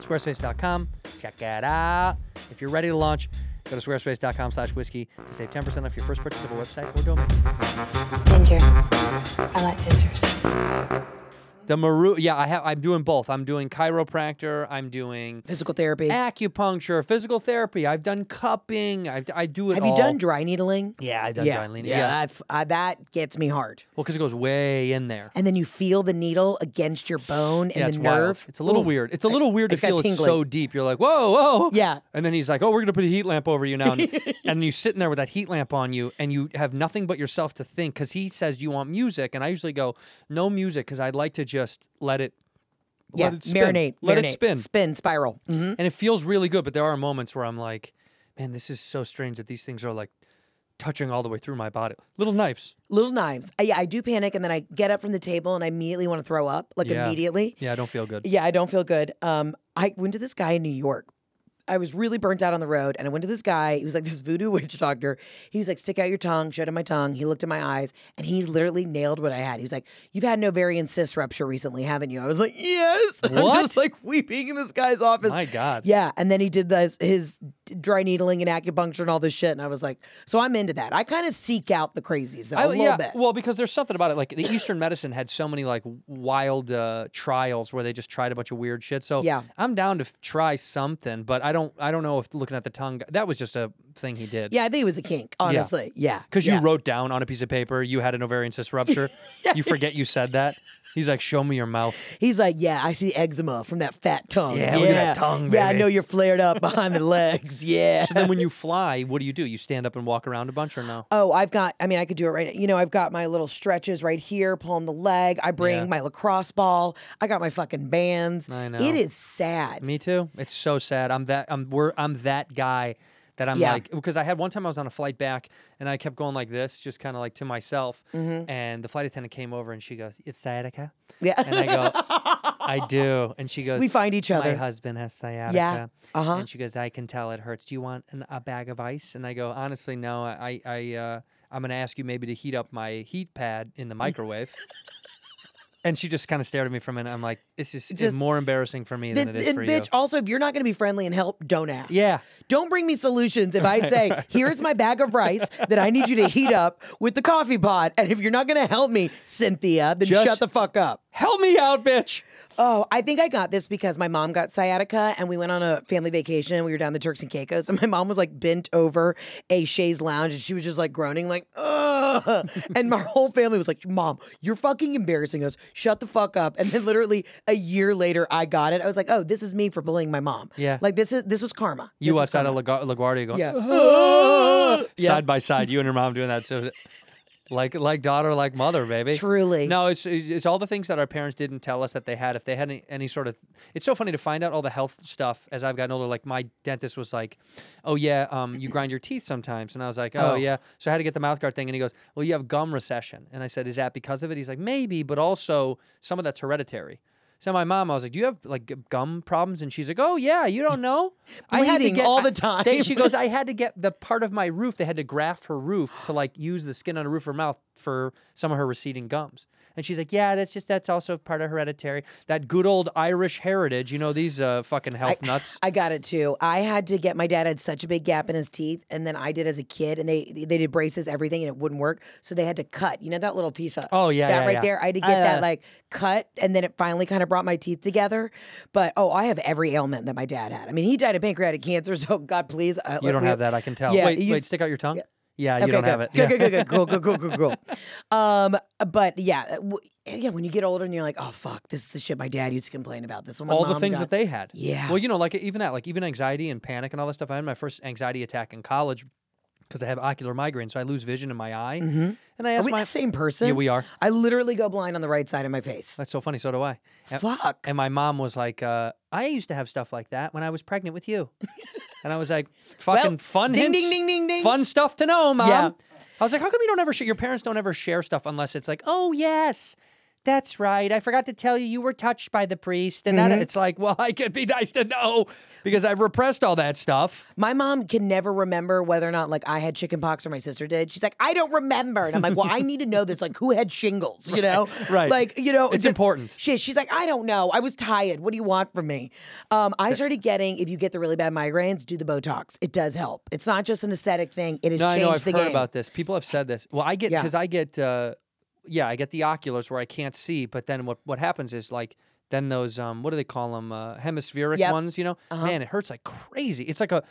[SPEAKER 1] Squarespace.com. Check it out. If you're ready to launch, go to squarespace.com slash whiskey to save 10% off your first purchase of a website or domain.
[SPEAKER 8] Ginger. I like gingers.
[SPEAKER 1] The maroon, yeah, I have. I'm doing both. I'm doing chiropractor. I'm doing
[SPEAKER 9] Physical therapy.
[SPEAKER 1] acupuncture, physical therapy. I've done cupping. I've, I do it.
[SPEAKER 9] Have you done
[SPEAKER 1] all.
[SPEAKER 9] dry needling?
[SPEAKER 1] Yeah, I've done dry needling.
[SPEAKER 9] Yeah,
[SPEAKER 1] Yeah.
[SPEAKER 9] that's- I- that gets me hard.
[SPEAKER 1] Well, because it goes way in there.
[SPEAKER 9] And then you feel the needle against your bone and
[SPEAKER 1] yeah,
[SPEAKER 9] the
[SPEAKER 1] it's wild.
[SPEAKER 9] nerve.
[SPEAKER 1] It's a little
[SPEAKER 9] Ooh.
[SPEAKER 1] weird. It's a little weird to
[SPEAKER 9] it's got
[SPEAKER 1] feel it's
[SPEAKER 9] tingly.
[SPEAKER 1] so deep. You're like, whoa, whoa.
[SPEAKER 9] Yeah.
[SPEAKER 1] And then he's like, oh, we're gonna put a heat lamp over you now,
[SPEAKER 9] (laughs)
[SPEAKER 1] and, and you're sitting there with that heat lamp on you, and you have nothing but yourself to think. Because he says you want music, and I usually go, no music, because I'd like to just let it.
[SPEAKER 9] Yeah,
[SPEAKER 1] let it spin.
[SPEAKER 9] marinate.
[SPEAKER 1] Let
[SPEAKER 9] marinate,
[SPEAKER 1] it spin.
[SPEAKER 9] Spin, spiral. Mhm.
[SPEAKER 1] and it feels really good. But there are moments where I'm like, man, this is so strange that these things are like touching all the way through my body. Little knives.
[SPEAKER 9] Little knives. I, yeah, I do panic and then I get up from the table and I immediately want to throw up, like
[SPEAKER 1] Yeah.
[SPEAKER 9] immediately.
[SPEAKER 1] Yeah, I don't feel good.
[SPEAKER 9] Yeah, I don't feel good. Um, I went to this guy in New York. I was really burnt out on the road, and I went to this guy. He was like this voodoo (laughs) witch doctor. He was like, "Stick out your tongue." Showed him my tongue. He looked at my eyes, and he literally nailed what I had. He was like, "You've had an ovarian cyst rupture recently, haven't you?" I was like, "Yes." (laughs) And
[SPEAKER 1] What?
[SPEAKER 9] I'm just like weeping in this guy's office.
[SPEAKER 1] My God.
[SPEAKER 9] Yeah, and then he did this, his dry needling and acupuncture and all this shit, and I was like, "So I'm into that." I kind of seek out the crazies though, a
[SPEAKER 1] I-
[SPEAKER 9] little
[SPEAKER 1] yeah,
[SPEAKER 9] bit.
[SPEAKER 1] well, because there's something about it. Like the Eastern medicine had so many like wild uh, trials where they just tried a bunch of weird shit. So
[SPEAKER 9] Yeah.
[SPEAKER 1] I'm down to f- try something, but I don't. I don't know if looking at the tongue that was just a thing he did.
[SPEAKER 9] yeah, I think it was a kink, honestly. Yeah,
[SPEAKER 1] because
[SPEAKER 9] yeah.
[SPEAKER 1] you wrote down on a piece of paper you had an ovarian
[SPEAKER 9] (laughs)
[SPEAKER 1] cyst rupture. You forget you said that. He's like, show me your mouth.
[SPEAKER 9] He's like, yeah, I see eczema from that fat tongue.
[SPEAKER 1] Yeah, look at that tongue,
[SPEAKER 9] Yeah, I
[SPEAKER 1] baby."
[SPEAKER 9] know you're flared up
[SPEAKER 1] (laughs)
[SPEAKER 9] behind the legs. Yeah.
[SPEAKER 1] So then when you fly, what do you do? You stand up and walk around a bunch or no?
[SPEAKER 9] (laughs) Oh, I've got. I mean, I could do it right. You know, I've got my little stretches right here, pulling the leg. I bring
[SPEAKER 1] Yeah.
[SPEAKER 9] my lacrosse ball. I got my fucking bands.
[SPEAKER 1] I know.
[SPEAKER 9] It is sad.
[SPEAKER 1] Me too. It's so sad. I'm that. I'm. We're. I'm that guy. That I'm
[SPEAKER 9] Yeah.
[SPEAKER 1] like because I had one time I was on a flight back and I kept going like this, just kind of like to myself. And the flight attendant came over and she goes, "It's sciatica."
[SPEAKER 9] Mm-hmm. Yeah.
[SPEAKER 1] And I go,
[SPEAKER 9] (laughs)
[SPEAKER 1] "I do." And she goes,
[SPEAKER 9] We find each
[SPEAKER 1] My
[SPEAKER 9] other."
[SPEAKER 1] husband has sciatica.
[SPEAKER 9] Uh-huh.
[SPEAKER 1] And she goes, "I can tell it hurts. Do you want an, a bag of ice?" And I go, "Honestly, no. I I uh, I'm gonna ask you maybe to heat up my heat pad in the
[SPEAKER 9] (laughs)
[SPEAKER 1] microwave." And she just kind of stared at me for a minute. I'm like, this is
[SPEAKER 9] Just-
[SPEAKER 1] more embarrassing for me than
[SPEAKER 9] Then-
[SPEAKER 1] it is
[SPEAKER 9] and
[SPEAKER 1] for you.
[SPEAKER 9] bitch, also, if you're not going to be friendly and help, don't ask.
[SPEAKER 1] oh, Yeah.
[SPEAKER 9] Don't bring me solutions if I say,
[SPEAKER 1] (laughs)
[SPEAKER 9] here's my bag of rice that I need you to heat up with the coffee pot. And if you're not going to help me, Cynthia, then
[SPEAKER 1] Just-
[SPEAKER 9] shut the fuck up.
[SPEAKER 1] Help me out, bitch.
[SPEAKER 9] Oh, I think I got this because my mom got sciatica and we went on a family vacation. We were down the Turks and Caicos and (laughs) my mom was like bent over a chaise lounge and she was just like groaning, like, ugh. and my whole family was like, Mom, you're fucking embarrassing us. Shut the fuck up. And then literally a year later, I got it. I was like, oh, this is me for bullying my mom.
[SPEAKER 1] Yeah.
[SPEAKER 9] Like this is this was karma.
[SPEAKER 1] You
[SPEAKER 9] This was
[SPEAKER 1] outside
[SPEAKER 9] karma.
[SPEAKER 1] of Lagu- LaGuardia going,
[SPEAKER 9] Yeah.
[SPEAKER 1] "Ah,"
[SPEAKER 9] Yeah.
[SPEAKER 1] side by side, you and your mom doing that. So like like daughter, like mother, baby.
[SPEAKER 9] Truly.
[SPEAKER 1] No, it's it's it's all the things that our parents didn't tell us that they had. If they had any, any sort of, it's so funny to find out all the health stuff as I've gotten older. Like my dentist was like, "Oh yeah, um, you grind your teeth sometimes," and I was like, "Oh,
[SPEAKER 9] Oh.
[SPEAKER 1] yeah." So I had to get the mouth guard thing, and he goes, "Well, you have gum recession," and I said, "Is that because of it?" He's like, "Maybe, but also some of that's hereditary." So my mom, I was like, "Do you have like g- gum problems?" And she's like, "Oh yeah, you don't know." I had to
[SPEAKER 9] Bleeding
[SPEAKER 1] get
[SPEAKER 9] all
[SPEAKER 1] I-
[SPEAKER 9] the time.
[SPEAKER 1] they- she
[SPEAKER 9] (laughs)
[SPEAKER 1] goes, I had to get the part of my roof. They had to graft her roof to like use the skin on the roof of her mouth for some of her receding gums. And she's like, Yeah, that's just that's also part of hereditary. That good old Irish heritage. You know these uh, fucking health
[SPEAKER 9] (laughs)
[SPEAKER 1] nuts.
[SPEAKER 9] I got it too. I had to get my dad had such a big gap in his teeth, and then I did as a kid, and they they did braces, everything, and it wouldn't work, so they had to cut. You know that little piece of
[SPEAKER 1] Oh, yeah,
[SPEAKER 9] that
[SPEAKER 1] yeah,
[SPEAKER 9] right
[SPEAKER 1] yeah.
[SPEAKER 9] there. I had to get
[SPEAKER 1] I, uh,
[SPEAKER 9] that like cut, and then it finally kind of brought my teeth together. But oh, I have every ailment that my dad had. I mean, he died of pancreatic cancer, (laughs) so God please. Uh,
[SPEAKER 1] you don't have that. I can tell.
[SPEAKER 9] Yeah,
[SPEAKER 1] wait,
[SPEAKER 9] you-
[SPEAKER 1] wait, stick out your tongue. Yeah, you don't
[SPEAKER 9] good.
[SPEAKER 1] have it.
[SPEAKER 9] Good,
[SPEAKER 1] Yeah.
[SPEAKER 9] good, good, good, cool, cool, cool, cool,
[SPEAKER 1] (laughs)
[SPEAKER 9] cool. Um, but yeah, w- yeah. When you get older and you're like, oh fuck, this is the shit my dad used to complain about. This one,
[SPEAKER 1] all the things that they had.
[SPEAKER 9] Yeah.
[SPEAKER 1] Well, you know, like even that, like even anxiety and panic and all that stuff. I had my first anxiety attack in college because I have ocular migraine, so I lose vision in my eye. And I
[SPEAKER 9] Mm-hmm. Are
[SPEAKER 1] asked
[SPEAKER 9] we
[SPEAKER 1] my
[SPEAKER 9] the same person?
[SPEAKER 1] Yeah, we are. Oh,
[SPEAKER 9] I literally go blind on the right side of my face.
[SPEAKER 1] That's so funny. So do I. And-
[SPEAKER 9] Fuck.
[SPEAKER 1] And my mom was like, uh, I used to have stuff like that when I was pregnant with you. and I was
[SPEAKER 9] (laughs)
[SPEAKER 1] like, fucking fun
[SPEAKER 9] ding,
[SPEAKER 1] hints,
[SPEAKER 9] ding, ding, ding, ding.
[SPEAKER 1] Fun stuff to know, mom.
[SPEAKER 9] Yeah.
[SPEAKER 1] I was like, how come you don't ever share, your parents don't ever share stuff unless it's like, oh, yes, that's right. I forgot to tell you, you were touched by the priest. And
[SPEAKER 9] Mm-hmm.
[SPEAKER 1] that, it's like, well, (laughs) I could be nice to know because I've repressed all that stuff.
[SPEAKER 9] My mom can never remember whether or not like I had chicken pox or my sister did. She's like, I don't remember. And I'm like, well, I need to know this. Like, who had shingles? You know?
[SPEAKER 1] (laughs) right.
[SPEAKER 9] Like, you know,
[SPEAKER 1] It's
[SPEAKER 9] the-
[SPEAKER 1] important.
[SPEAKER 9] She, she's like, I don't know. I was tired. What do you want from me? Um, I started getting, if you get the really bad migraines, do the Botox. It does help. It's not just an aesthetic thing. It has
[SPEAKER 1] No, I
[SPEAKER 9] changed
[SPEAKER 1] know. I've
[SPEAKER 9] the
[SPEAKER 1] heard
[SPEAKER 9] game.
[SPEAKER 1] about this. People have said this. Well, I get
[SPEAKER 9] Yeah.
[SPEAKER 1] because I get, uh, yeah, I get the oculars where I can't see. But then what what happens is like then those um what do they call them uh, hemispheric
[SPEAKER 9] Yep. Uh-huh.
[SPEAKER 1] ones? You know, man, it hurts like crazy. It's like a,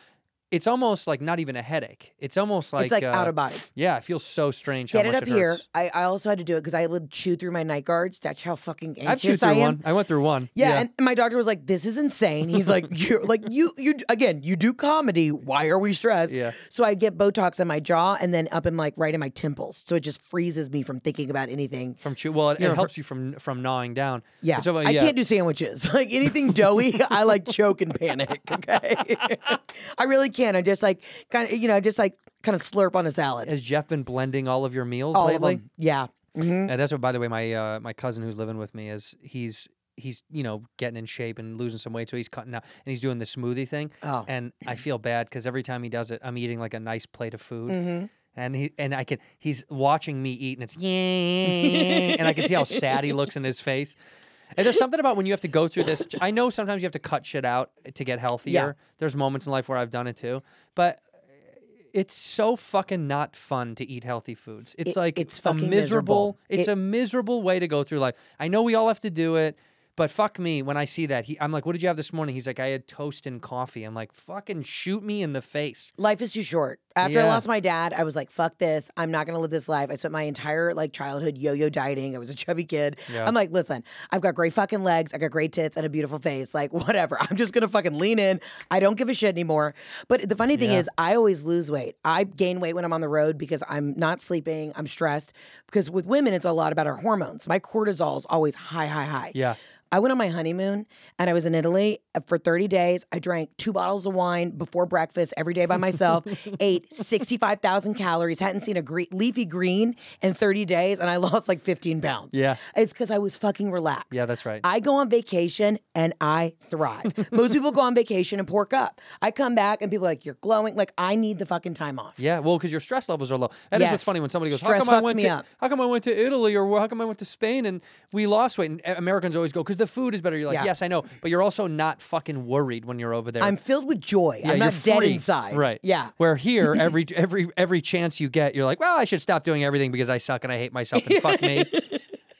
[SPEAKER 1] it's almost like not even a headache. It's almost like
[SPEAKER 9] It's like
[SPEAKER 1] uh,
[SPEAKER 9] out of body.
[SPEAKER 1] Yeah, it feels so strange.
[SPEAKER 9] Get
[SPEAKER 1] how
[SPEAKER 9] it
[SPEAKER 1] much
[SPEAKER 9] up here.
[SPEAKER 1] hurts.
[SPEAKER 9] I, I also had to do it because I would chew through my night guards. That's how fucking
[SPEAKER 1] I've
[SPEAKER 9] anxious
[SPEAKER 1] chewed through
[SPEAKER 9] I am.
[SPEAKER 1] one. I went through one.
[SPEAKER 9] Yeah, and my doctor was like, "This is insane."
[SPEAKER 1] (laughs)
[SPEAKER 9] He's like, "You like you you again, you do comedy. Why are we stressed?"
[SPEAKER 1] Yeah.
[SPEAKER 9] So I get Botox in my jaw and then up in like right in my temples, so it just freezes me from thinking about anything.
[SPEAKER 1] from chew. Well, it, it
[SPEAKER 9] know, for-
[SPEAKER 1] helps you from from gnawing down.
[SPEAKER 9] yeah.
[SPEAKER 1] And so, uh,
[SPEAKER 9] I can't do sandwiches. (laughs) Like anything doughy, (laughs) I like choke and panic. (laughs) Okay, I really can. I just like kind of you know just like kind of slurp on a salad.
[SPEAKER 1] Has Jeff been blending all of your meals
[SPEAKER 9] All
[SPEAKER 1] lately?
[SPEAKER 9] of them. Yeah.
[SPEAKER 1] And that's what, by the way, my uh, my cousin who's living with me is he's he's you know getting in shape and losing some weight, so he's cutting out and he's doing the smoothie thing.
[SPEAKER 9] Oh.
[SPEAKER 1] and I feel bad because every time he does it, I'm eating like a nice plate of food. And he and I can he's watching me eat and it's yeah and I can see how sad he looks in his face. And there's something about when you have to go through this. I know sometimes you have to cut shit out to get healthier. There's moments in life where I've done it too, but it's so fucking not fun to eat healthy foods. It's
[SPEAKER 9] It-
[SPEAKER 1] like
[SPEAKER 9] it's
[SPEAKER 1] a
[SPEAKER 9] fucking miserable.
[SPEAKER 1] It's
[SPEAKER 9] It-
[SPEAKER 1] a miserable way to go through life. I know we all have to do it, but fuck me when I see that. He, I'm like, "What did you have this morning?" He's like, "I had toast and coffee." I'm like, "Fucking shoot me in the face."
[SPEAKER 9] Life is too short. After I
[SPEAKER 1] Yeah.
[SPEAKER 9] lost my dad, I was like, fuck this. I'm not gonna live this life. I spent my entire like childhood yo-yo dieting. I was a chubby kid. I'm like, listen, I've got great fucking legs, I got great tits and a beautiful face. Like, (laughs) whatever. I'm just gonna fucking lean in. I don't give a shit anymore. But the funny thing
[SPEAKER 1] Yeah.
[SPEAKER 9] is, I always lose weight. I gain weight when I'm on the road because I'm not sleeping, I'm stressed. Because with women, it's a lot about our hormones. My cortisol is always high, high, high.
[SPEAKER 1] Yeah.
[SPEAKER 9] I went on my honeymoon and I was in Italy uh, for 30 days. I drank two bottles of wine before breakfast every day by myself,
[SPEAKER 1] (laughs)
[SPEAKER 9] ate 65,000 calories, hadn't seen a gre- leafy green in 30 days, and I (laughs) lost like 15 pounds.
[SPEAKER 1] Yeah.
[SPEAKER 9] It's because I was fucking relaxed.
[SPEAKER 1] Yeah, that's right.
[SPEAKER 9] I go on vacation and I
[SPEAKER 1] (laughs)
[SPEAKER 9] thrive. Most people go on vacation and pork up. I come back and people are like, you're glowing. Like, I need the fucking time off.
[SPEAKER 1] Yeah, well, because your stress levels are low. That is
[SPEAKER 9] Yes.
[SPEAKER 1] what's funny when somebody goes,
[SPEAKER 9] Stress
[SPEAKER 1] "How come I
[SPEAKER 9] fucks
[SPEAKER 1] went
[SPEAKER 9] me
[SPEAKER 1] to
[SPEAKER 9] up.
[SPEAKER 1] How come I went to Italy or how come I went to Spain and we lost weight?" And uh, Americans always go, "Because the food is better." You're like,
[SPEAKER 9] Yeah.
[SPEAKER 1] "Yes, I know," but you're also not fucking worried when you're over there.
[SPEAKER 9] I'm filled with joy.
[SPEAKER 1] Yeah,
[SPEAKER 9] I'm
[SPEAKER 1] you're
[SPEAKER 9] not dead
[SPEAKER 1] free.
[SPEAKER 9] inside.
[SPEAKER 1] Right.
[SPEAKER 9] Yeah.
[SPEAKER 1] Where
[SPEAKER 9] (laughs)
[SPEAKER 1] here, every every every chance you get, you're like, well, I should stop doing everything because I suck and I hate myself and fuck
[SPEAKER 9] (laughs)
[SPEAKER 1] me.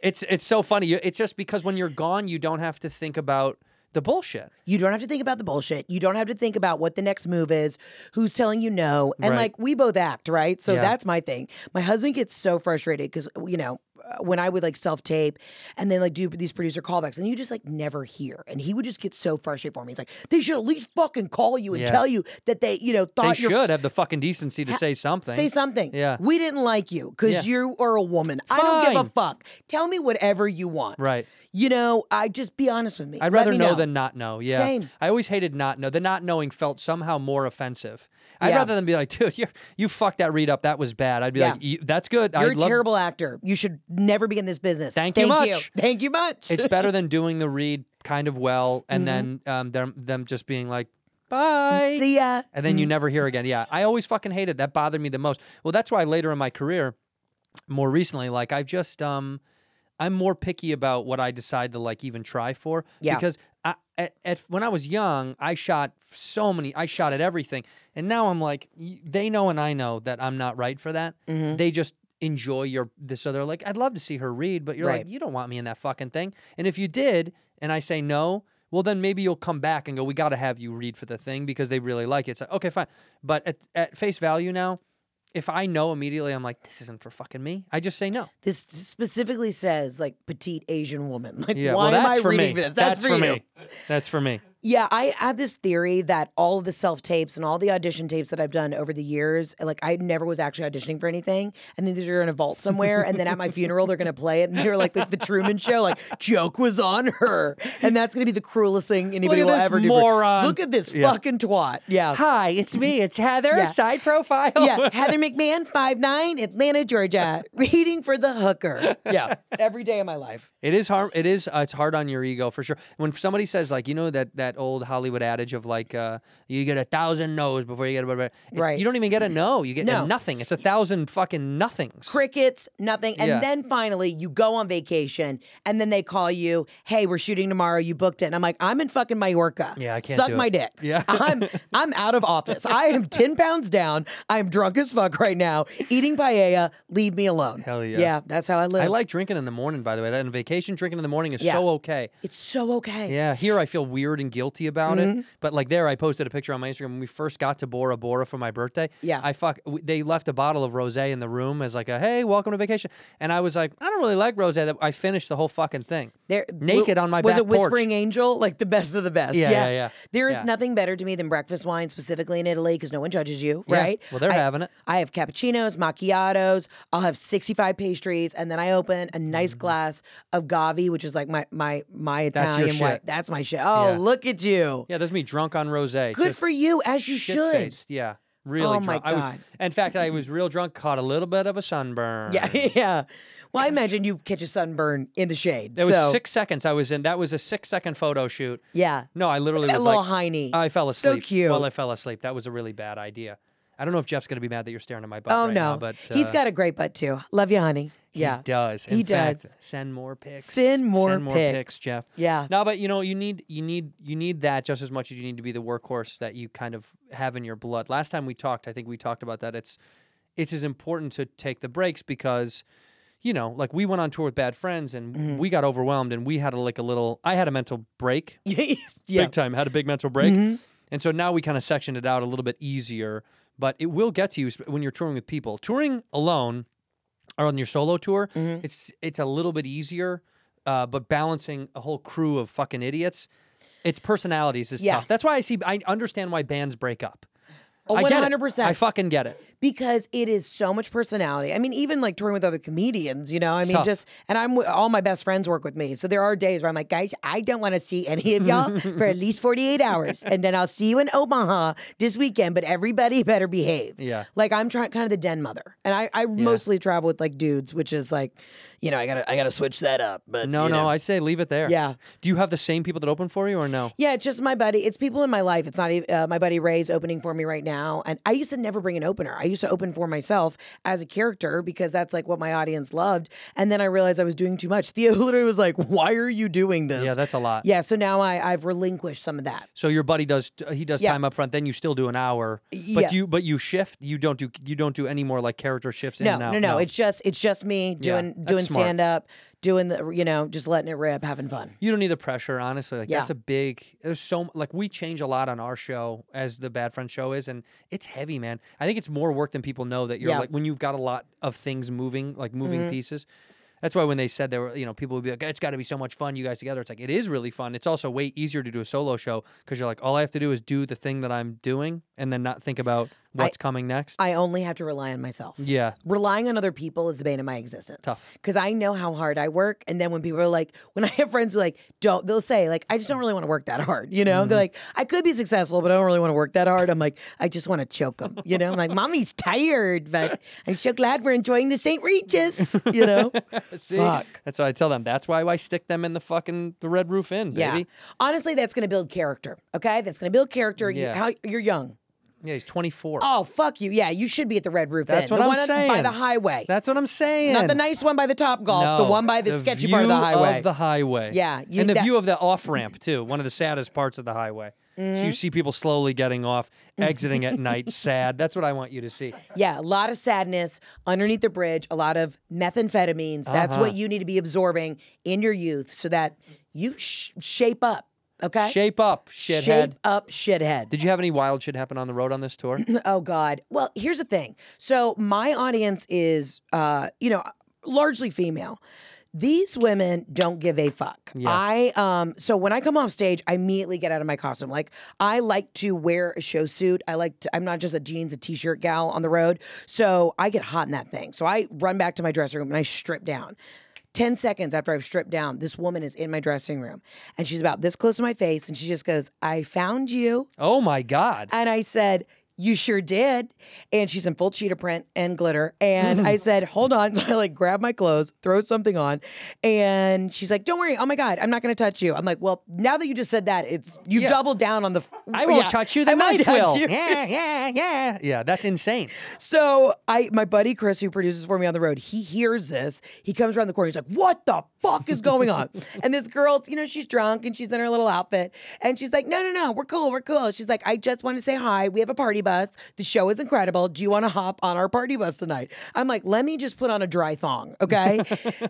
[SPEAKER 1] It's it's so funny. You- It's just because when you're gone, you don't have to think about the bullshit.
[SPEAKER 9] You don't have to think about the bullshit. You don't have to think about what the next move is, who's telling you no. And
[SPEAKER 1] Right.
[SPEAKER 9] like we both act, right? So
[SPEAKER 1] Yeah.
[SPEAKER 9] that's my thing. My husband gets so frustrated because, you know, uh, when I would like self tape and then like do these producer callbacks, and you just like never hear. And he would just get so frustrated for me. He's like, they should at least fucking call you and
[SPEAKER 1] Yeah.
[SPEAKER 9] tell you that they, you know,
[SPEAKER 1] They
[SPEAKER 9] thought Uh, you're
[SPEAKER 1] should have the fucking decency to say something.
[SPEAKER 9] Say something.
[SPEAKER 1] Yeah.
[SPEAKER 9] We didn't like you because
[SPEAKER 1] Yeah.
[SPEAKER 9] you are a woman. I don't give a
[SPEAKER 1] Fine.
[SPEAKER 9] fuck. Tell me whatever you want.
[SPEAKER 1] Right.
[SPEAKER 9] You know, I just be honest with me.
[SPEAKER 1] I'd
[SPEAKER 9] Let
[SPEAKER 1] rather
[SPEAKER 9] me
[SPEAKER 1] know, than not know. Yeah.
[SPEAKER 9] Same.
[SPEAKER 1] I always hated not know. The not knowing felt somehow more offensive. I'd
[SPEAKER 9] Yeah.
[SPEAKER 1] rather than be like, dude, you you fucked that read up. That was bad. I'd be
[SPEAKER 9] Yeah.
[SPEAKER 1] like, "You- that's good.
[SPEAKER 9] You're
[SPEAKER 1] I'd
[SPEAKER 9] a
[SPEAKER 1] love-
[SPEAKER 9] terrible actor. You should never be in this business.
[SPEAKER 1] Thank you much.
[SPEAKER 9] Thank you much.
[SPEAKER 1] It's better than doing the read kind of well and then um, them, them just being like, bye.
[SPEAKER 9] (laughs) Mm-hmm. See Mm. ya.
[SPEAKER 1] and then you never hear again. Yeah, I always fucking hated that. Bothered me the most. Well, that's why later in my career, more recently, like I've just um, I'm more picky about what I decide to like even try for.
[SPEAKER 9] Yeah.
[SPEAKER 1] Because I at, at when I was young, I shot so many. I shot at everything, and now I'm like, y- they know and I know that I'm not right for that.
[SPEAKER 9] Mm-hmm.
[SPEAKER 1] They just enjoy your this so they're like i'd love to see her read but you're
[SPEAKER 9] Right.
[SPEAKER 1] like you don't want me in that fucking thing and if you did and i say no well then maybe you'll come back and go we got to have you read for the thing because they really like it so okay fine but at, at face value now if i know immediately i'm like this isn't for fucking me i just say no
[SPEAKER 9] This specifically says like petite Asian woman. Like,
[SPEAKER 1] yeah well
[SPEAKER 9] why
[SPEAKER 1] that's
[SPEAKER 9] am I
[SPEAKER 1] for
[SPEAKER 9] reading
[SPEAKER 1] me
[SPEAKER 9] this? That's, for, you.
[SPEAKER 1] me that's for me
[SPEAKER 9] Yeah, I had this theory that all of the self tapes and all the audition tapes that I've done over the years, like I never was actually auditioning for anything. And then these are in a vault somewhere. And then
[SPEAKER 1] (laughs)
[SPEAKER 9] at my funeral, they're going to play it. And they're like, like the Truman Show, like, joke was on her. And that's going to be the cruelest thing anybody
[SPEAKER 1] at
[SPEAKER 9] will
[SPEAKER 1] this
[SPEAKER 9] ever do. for-
[SPEAKER 1] moron.
[SPEAKER 9] Look at this
[SPEAKER 1] Yeah.
[SPEAKER 9] fucking twat. Yeah.
[SPEAKER 1] hi it's me it's heather
[SPEAKER 9] Yeah.
[SPEAKER 1] side profile (laughs)
[SPEAKER 9] Yeah, Heather McMahon, five nine, Atlanta, Georgia, reading for the hooker. Yeah, every day of my life.
[SPEAKER 1] It is harm. It is. Uh, it's hard on your ego for sure. When somebody says like, you know that that old Hollywood adage of like, uh, you get a thousand no's before you get a blah, blah, blah. It's-
[SPEAKER 9] Right.
[SPEAKER 1] You don't even get a no. You get a
[SPEAKER 9] No.
[SPEAKER 1] nothing. It's a thousand fucking nothings.
[SPEAKER 9] crickets, nothing. And
[SPEAKER 1] Yeah.
[SPEAKER 9] then finally, you go on vacation, and then they call you, "Hey, we're shooting tomorrow. You booked it." And I'm like, "I'm in fucking Mallorca.
[SPEAKER 1] Yeah, I can't
[SPEAKER 9] suck
[SPEAKER 1] do
[SPEAKER 9] my
[SPEAKER 1] it."
[SPEAKER 9] dick.
[SPEAKER 1] Yeah.
[SPEAKER 9] (laughs) I'm I'm out of office.
[SPEAKER 1] (laughs)
[SPEAKER 9] I am ten pounds down. I'm drunk as fuck right now, eating paella. Leave me alone.
[SPEAKER 1] Hell yeah.
[SPEAKER 9] Yeah, that's how I live.
[SPEAKER 1] I like drinking in the morning. By the way, that on vacation drinking in the morning is
[SPEAKER 9] Yeah.
[SPEAKER 1] so okay.
[SPEAKER 9] It's so okay.
[SPEAKER 1] Yeah, here I feel weird and guilty about
[SPEAKER 9] Mm-hmm.
[SPEAKER 1] it. But like there, I posted a picture on my Instagram when we first got to Bora Bora for my birthday.
[SPEAKER 9] Yeah.
[SPEAKER 1] I fuck. w- They left a bottle of rosé in the room as like a hey, welcome to vacation. And I was like, I don't really like rosé. That I finished the whole fucking thing
[SPEAKER 9] There,
[SPEAKER 1] naked on my
[SPEAKER 9] was
[SPEAKER 1] back
[SPEAKER 9] it Whispering
[SPEAKER 1] porch.
[SPEAKER 9] Angel? Like the best of the best.
[SPEAKER 1] Yeah, yeah, yeah.
[SPEAKER 9] There is
[SPEAKER 1] Yeah.
[SPEAKER 9] nothing better to me than breakfast wine, specifically in Italy, because no one judges you,
[SPEAKER 1] Yeah.
[SPEAKER 9] right?
[SPEAKER 1] Well, they're
[SPEAKER 9] I-
[SPEAKER 1] having it.
[SPEAKER 9] I have cappuccinos, macchiatos. I'll have sixty-five pastries, and then I open a nice glass of Gavi, which is like my my my
[SPEAKER 1] Mm-hmm. That's your
[SPEAKER 9] Italian wine.
[SPEAKER 1] shit.
[SPEAKER 9] That's my shit. Oh,
[SPEAKER 1] Yeah.
[SPEAKER 9] look at you.
[SPEAKER 1] Yeah, there's me drunk on rosé.
[SPEAKER 9] Good
[SPEAKER 1] just
[SPEAKER 9] for you, as you should.
[SPEAKER 1] shit-faced. Yeah, really.
[SPEAKER 9] Oh my
[SPEAKER 1] drunk. I was-
[SPEAKER 9] God.
[SPEAKER 1] in fact, I was real drunk. Caught a little bit of a sunburn.
[SPEAKER 9] (laughs) Yeah, (laughs) yeah. Well, I imagine you catch a sunburn in the shade.
[SPEAKER 1] It was
[SPEAKER 9] so,
[SPEAKER 1] six seconds. I was in. That was a six-second photo shoot.
[SPEAKER 9] Yeah.
[SPEAKER 1] No, I literally
[SPEAKER 9] A
[SPEAKER 1] was
[SPEAKER 9] little
[SPEAKER 1] like,
[SPEAKER 9] hiney.
[SPEAKER 1] I fell
[SPEAKER 9] So
[SPEAKER 1] asleep.
[SPEAKER 9] cute.
[SPEAKER 1] Well, I fell asleep. That was a really bad idea. I don't know if Jeff's going to be mad that you're staring at my butt.
[SPEAKER 9] Oh
[SPEAKER 1] right
[SPEAKER 9] no,
[SPEAKER 1] now, but
[SPEAKER 9] he's
[SPEAKER 1] uh,
[SPEAKER 9] got a great butt too. Love you, honey. Yeah,
[SPEAKER 1] He does.
[SPEAKER 9] He
[SPEAKER 1] In fact,
[SPEAKER 9] does.
[SPEAKER 1] Send more pics.
[SPEAKER 9] Send more
[SPEAKER 1] send more
[SPEAKER 9] pics.
[SPEAKER 1] Jeff.
[SPEAKER 9] Yeah.
[SPEAKER 1] No, but you know, you need you need you need that just as much as you need to be the workhorse that you kind of have in your blood. Last time we talked, I think we talked about that. It's it's as important to take the breaks because you know, like we went on tour with Bad Friends and
[SPEAKER 9] Mm-hmm.
[SPEAKER 1] we got overwhelmed and we had a, like a little I had a mental break
[SPEAKER 9] (laughs) yeah. Mm-hmm.
[SPEAKER 1] big time. Had a big mental break, and so now we kind of sectioned it out a little bit easier. But it will get to you sp- when you're touring with people. Touring alone or on your solo tour,
[SPEAKER 9] Mm-hmm.
[SPEAKER 1] it's it's a little bit easier. Uh, but balancing a whole crew of fucking idiots, its personalities is
[SPEAKER 9] Yeah.
[SPEAKER 1] tough. That's why I see. I understand why bands break up.
[SPEAKER 9] Oh,
[SPEAKER 1] I get it.
[SPEAKER 9] 100%.
[SPEAKER 1] I fucking get it.
[SPEAKER 9] because it is so much personality. I mean, even like touring with other comedians, you know, I mean,
[SPEAKER 1] tough.
[SPEAKER 9] just and I'm wi- all my best friends work with me, so there are days where I'm like, guys, I don't want to see any of
[SPEAKER 1] (laughs)
[SPEAKER 9] y'all for at least 48 hours, and then I'll see you in Omaha this weekend. But everybody better behave.
[SPEAKER 1] Yeah.
[SPEAKER 9] like I'm trying kind of the den mother, and I I mostly travel with like dudes, which is like, you know, I gotta I gotta switch that up. But
[SPEAKER 1] No,
[SPEAKER 9] you
[SPEAKER 1] no,
[SPEAKER 9] know.
[SPEAKER 1] I say leave it there.
[SPEAKER 9] Yeah.
[SPEAKER 1] Do you have the same people that open for you or no?
[SPEAKER 9] Yeah, it's just my buddy. It's people in my life. It's not even uh, my buddy Ray's opening for me right now. And I used to never bring an opener. I used to open for myself as a character because that's like what my audience loved. And then I realized I was doing too much. (laughs) Theo literally was like, "Why are you doing this?"
[SPEAKER 1] Yeah, that's a lot.
[SPEAKER 9] Yeah, so now I I've relinquished some of that.
[SPEAKER 1] So your buddy does he does
[SPEAKER 9] Yeah.
[SPEAKER 1] time up front, then you still do an hour, but
[SPEAKER 9] Yeah.
[SPEAKER 1] you but you shift. You don't do you don't do any more like character shifts in
[SPEAKER 9] No,
[SPEAKER 1] and
[SPEAKER 9] no,
[SPEAKER 1] out.
[SPEAKER 9] no, It's just it's just me
[SPEAKER 1] Yeah,
[SPEAKER 9] doing
[SPEAKER 1] that's
[SPEAKER 9] doing
[SPEAKER 1] smart.
[SPEAKER 9] stand up, doing the you know just letting it rip, having fun.
[SPEAKER 1] you don't need the pressure, honestly. Like
[SPEAKER 9] Yeah.
[SPEAKER 1] that's a big. There's so like we change a lot on our show as the Bad Friend show is, and it's heavy, man. I think it's more work than people know that you're
[SPEAKER 9] Yeah. Mm-hmm.
[SPEAKER 1] like when you've got a lot of things moving, like moving pieces. That's why when they said there were, you know, people would be like, it's got to be so much fun, you guys together. It's like, it is really fun. It's also way easier to do a solo show because you're like, all I have to do is do the thing that I'm doing and then not think about what's coming next.
[SPEAKER 9] I only have to rely on myself.
[SPEAKER 1] yeah.
[SPEAKER 9] Relying on other people is the bane of my existence. Because I know how hard I work. And then when people are like, when I have friends who like, don't, they'll say, like, I just don't really want to work that hard. You
[SPEAKER 1] Mm-hmm.
[SPEAKER 9] know, they're like, I could be successful, but I don't really want to work that hard. I'm like, I just want to choke them. You know, I'm like, mommy's tired, but I'm so glad we're enjoying the St. Regis.
[SPEAKER 1] (laughs)
[SPEAKER 9] You know?
[SPEAKER 1] See?
[SPEAKER 9] Fuck.
[SPEAKER 1] That's what I tell them. That's why I stick them in the fucking the Red Roof Inn,
[SPEAKER 9] yeah.
[SPEAKER 1] baby.
[SPEAKER 9] Honestly, that's going to build character. Okay. That's going to build character. You-
[SPEAKER 1] Yeah.
[SPEAKER 9] how, you're young.
[SPEAKER 1] Yeah, he's 24.
[SPEAKER 9] Oh, fuck you. Yeah. You should be at the Red Roof.
[SPEAKER 1] That's what
[SPEAKER 9] Inn. the
[SPEAKER 1] I'm
[SPEAKER 9] one on-
[SPEAKER 1] saying.
[SPEAKER 9] By the highway.
[SPEAKER 1] That's what I'm saying.
[SPEAKER 9] Not the nice one by the top golf, the
[SPEAKER 1] No,
[SPEAKER 9] one by the, sketchy part of the
[SPEAKER 1] view
[SPEAKER 9] highway.
[SPEAKER 1] Of the highway.
[SPEAKER 9] Yeah, you-
[SPEAKER 1] and the
[SPEAKER 9] that-
[SPEAKER 1] view of the off ramp too. One of the saddest parts of the highway. So
[SPEAKER 9] Mm-hmm.
[SPEAKER 1] you see people slowly getting off, exiting at
[SPEAKER 9] (laughs)
[SPEAKER 1] night, sad. That's what I want you to see.
[SPEAKER 9] yeah, a lot of sadness underneath the bridge, a lot of methamphetamines. That's
[SPEAKER 1] Uh-huh.
[SPEAKER 9] what you need to be absorbing in your youth so that you sh- shape up, okay?
[SPEAKER 1] Shape up,
[SPEAKER 9] Shape
[SPEAKER 1] shithead.
[SPEAKER 9] up, shithead.
[SPEAKER 1] Did you have any wild shit happen on the road on this
[SPEAKER 9] (coughs)
[SPEAKER 1] tour? (coughs)
[SPEAKER 9] Oh God. Well, here's the thing. So my audience is, uh, you know, largely female. These women don't give a fuck. I um so when I come off stage, I immediately get out of my costume. Like I like to wear a show suit. I like to, I'm not just a jeans, a t-shirt gal on the road. So I get hot in that thing. So I run back to my dressing room and I strip down. 10 seconds after I've stripped down, this woman is in my dressing room and she's about this close to my face and she just goes, I found you.
[SPEAKER 1] oh my god.
[SPEAKER 9] And I said, You sure did. And she's in full cheetah print and glitter. And
[SPEAKER 1] (laughs)
[SPEAKER 9] I said, Hold on. (laughs) So I like grab my clothes, throw something on. And she's like, Don't worry. Oh my God, I'm not going to touch you. I'm like, Well, now that you just said that, it's you
[SPEAKER 1] Yeah.
[SPEAKER 9] double down on the. f-
[SPEAKER 1] I won't
[SPEAKER 9] yeah,
[SPEAKER 1] touch you. The
[SPEAKER 9] I might
[SPEAKER 1] knife
[SPEAKER 9] touch
[SPEAKER 1] will.
[SPEAKER 9] you.
[SPEAKER 1] Yeah, yeah, yeah, yeah. That's insane.
[SPEAKER 9] So I, my buddy Chris, who produces for me on the road, he hears this. He comes around the corner. He's like, "What the fuck is going on?" and this girl, you know, she's drunk and she's in her little outfit, and she's like, "No, no, no, we're cool, we're cool." She's like, "I just want to say hi. We have a party bus. The show is incredible. Do you want to hop on our party bus tonight?" I'm like, "Let me just put on a dry thong, okay?"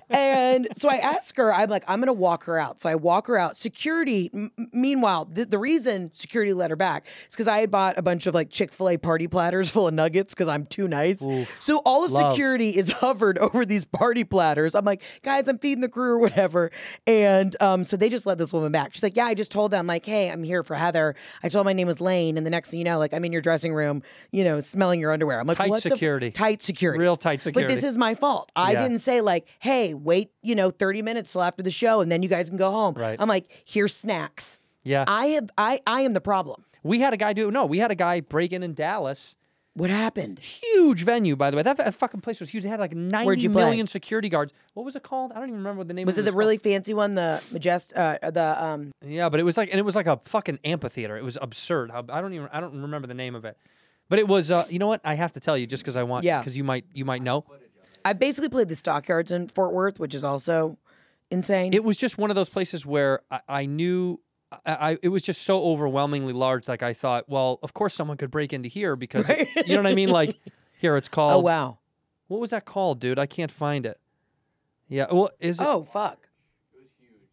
[SPEAKER 9] and so I ask her. I'm like, "I'm gonna walk her out." So I walk her out. Security. M- meanwhile, th- the reason security let her back is because I had bought a bunch of like Chick Fil A party platters full of nuggets because I'm too nice. so all of
[SPEAKER 1] Love.
[SPEAKER 9] security is (laughs) hovered over these party platters. I'm like, guys, I'm feeding the crew or whatever. And um, so they just let this woman back. She's like, yeah, I just told them like, hey, I'm here for Heather. I told them my name was Lane, and the next thing you know, like I'm in your dressing room, you know, smelling your underwear. I'm like,
[SPEAKER 1] Tight
[SPEAKER 9] what the f-"
[SPEAKER 1] security.
[SPEAKER 9] tight security,
[SPEAKER 1] Real tight
[SPEAKER 9] But this
[SPEAKER 1] security.
[SPEAKER 9] is is my fault. I
[SPEAKER 1] Yeah.
[SPEAKER 9] didn't say like, hey, wait, you know, 30 minutes till after the show and then you guys can go home.
[SPEAKER 1] Right. Uh.
[SPEAKER 9] I'm like, here's snacks.
[SPEAKER 1] Yeah.
[SPEAKER 9] I have I I am the problem.
[SPEAKER 1] we had a guy do no. We had a guy break in in Dallas.
[SPEAKER 9] What happened?
[SPEAKER 1] Huge venue, by the way. That, that fucking place was huge. It had like
[SPEAKER 9] Where'd
[SPEAKER 1] ninety
[SPEAKER 9] you play?
[SPEAKER 1] million security guards. What was it called? I don't even remember what the name.
[SPEAKER 9] Was
[SPEAKER 1] of
[SPEAKER 9] it the
[SPEAKER 1] called.
[SPEAKER 9] really fancy one, the majest uh the um
[SPEAKER 1] Yeah, but it was like, and it was like a fucking amphitheater. It was absurd. How I don't even, I don't remember the name of it, but it was. Uh, you know what? I have to tell you just because I want.
[SPEAKER 9] Yeah.
[SPEAKER 1] Because you might, you might know.
[SPEAKER 9] I basically played the stockyards in Fort Worth, which is also insane.
[SPEAKER 1] It was just one of those places where I, I knew. I, I it was just so overwhelmingly large. Like I thought, well, of course someone could break into here because it- you know what I mean. Like here,
[SPEAKER 9] (laughs)
[SPEAKER 1] it's called.
[SPEAKER 9] oh wow.
[SPEAKER 1] What was that called, dude? I can't find it. Yeah. Well, is it?
[SPEAKER 9] Oh fuck.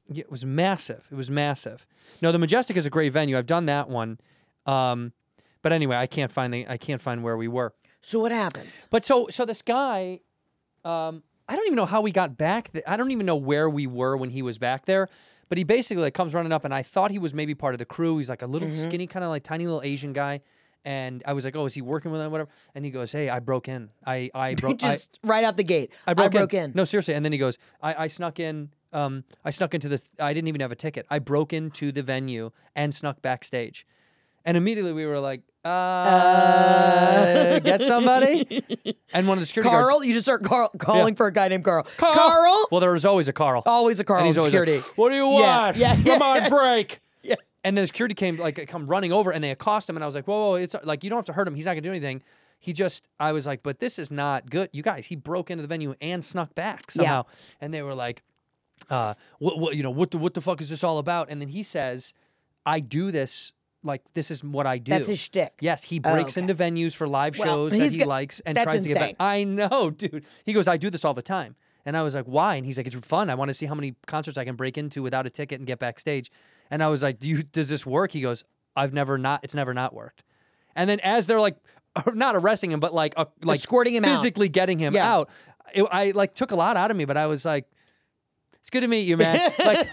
[SPEAKER 1] Yeah, it was massive. It was massive. No, the Majestic is a great venue. I've done that one. Um, but anyway, I can't find the I can't find where we were.
[SPEAKER 9] So what happens?
[SPEAKER 1] But so so this guy, um, I don't even know how we got back. Th- I don't even know where we were when he was back there. But he basically like comes running up, and I thought he was maybe part of the crew. He's like a little
[SPEAKER 9] Mm-hmm.
[SPEAKER 1] skinny, kind of like tiny little Asian guy. And I was like, "Oh, is he working with them? Whatever." And he goes, "Hey, I broke in. I
[SPEAKER 9] (laughs)
[SPEAKER 1] I broke. I,
[SPEAKER 9] Just right out the gate.
[SPEAKER 1] I broke,
[SPEAKER 9] in.
[SPEAKER 1] No, seriously. And then he goes, I, I snuck in. Um, I snuck into the. I didn't even have a ticket. I broke into the venue and snuck backstage, and immediately we were like, uh, get somebody. and one of the security
[SPEAKER 9] Carl,
[SPEAKER 1] guards,
[SPEAKER 9] you just start Carl, calling for a guy named Carl.
[SPEAKER 1] Carl.
[SPEAKER 9] Carl?
[SPEAKER 1] Well, there was always a Carl.
[SPEAKER 9] Always a Carl
[SPEAKER 1] And he's
[SPEAKER 9] in
[SPEAKER 1] always like,
[SPEAKER 9] security.
[SPEAKER 1] what do you
[SPEAKER 9] Yeah,
[SPEAKER 1] want?
[SPEAKER 9] yeah,
[SPEAKER 1] Come
[SPEAKER 9] yeah. (laughs)
[SPEAKER 1] on, break.
[SPEAKER 9] Yeah.
[SPEAKER 1] And then the security came like come running over and they accost him and I was like, whoa, whoa, it's like you don't have to hurt him. He's not gonna do anything. He just I was like, but this is not good. You guys, he broke into the venue and snuck back somehow. And they were like, uh, what, what you know, what the what the fuck is this all about? And then he says, I do this like this is what I do.
[SPEAKER 9] That's his shtick.
[SPEAKER 1] Yes, he breaks
[SPEAKER 9] Oh, okay.
[SPEAKER 1] into venues for live
[SPEAKER 9] Well,
[SPEAKER 1] shows that
[SPEAKER 9] he's
[SPEAKER 1] he
[SPEAKER 9] go-
[SPEAKER 1] likes and
[SPEAKER 9] that's
[SPEAKER 1] tries to get
[SPEAKER 9] insane.
[SPEAKER 1] back. I know, (laughs) dude. He goes, I do this all the time. And I was like, why? And he's like, it's fun. I want to see how many concerts I can break into without a ticket and get backstage. And I was like, do you, does this work? He goes, I've never not, it's never not worked. And then as they're like, (laughs) not arresting him, but like, uh, like
[SPEAKER 9] Escorting him out.
[SPEAKER 1] physically getting him
[SPEAKER 9] Yeah.
[SPEAKER 1] out, it, I like took a lot out of me, but I was like, it's good to meet you, man.
[SPEAKER 9] (laughs)
[SPEAKER 1] Like,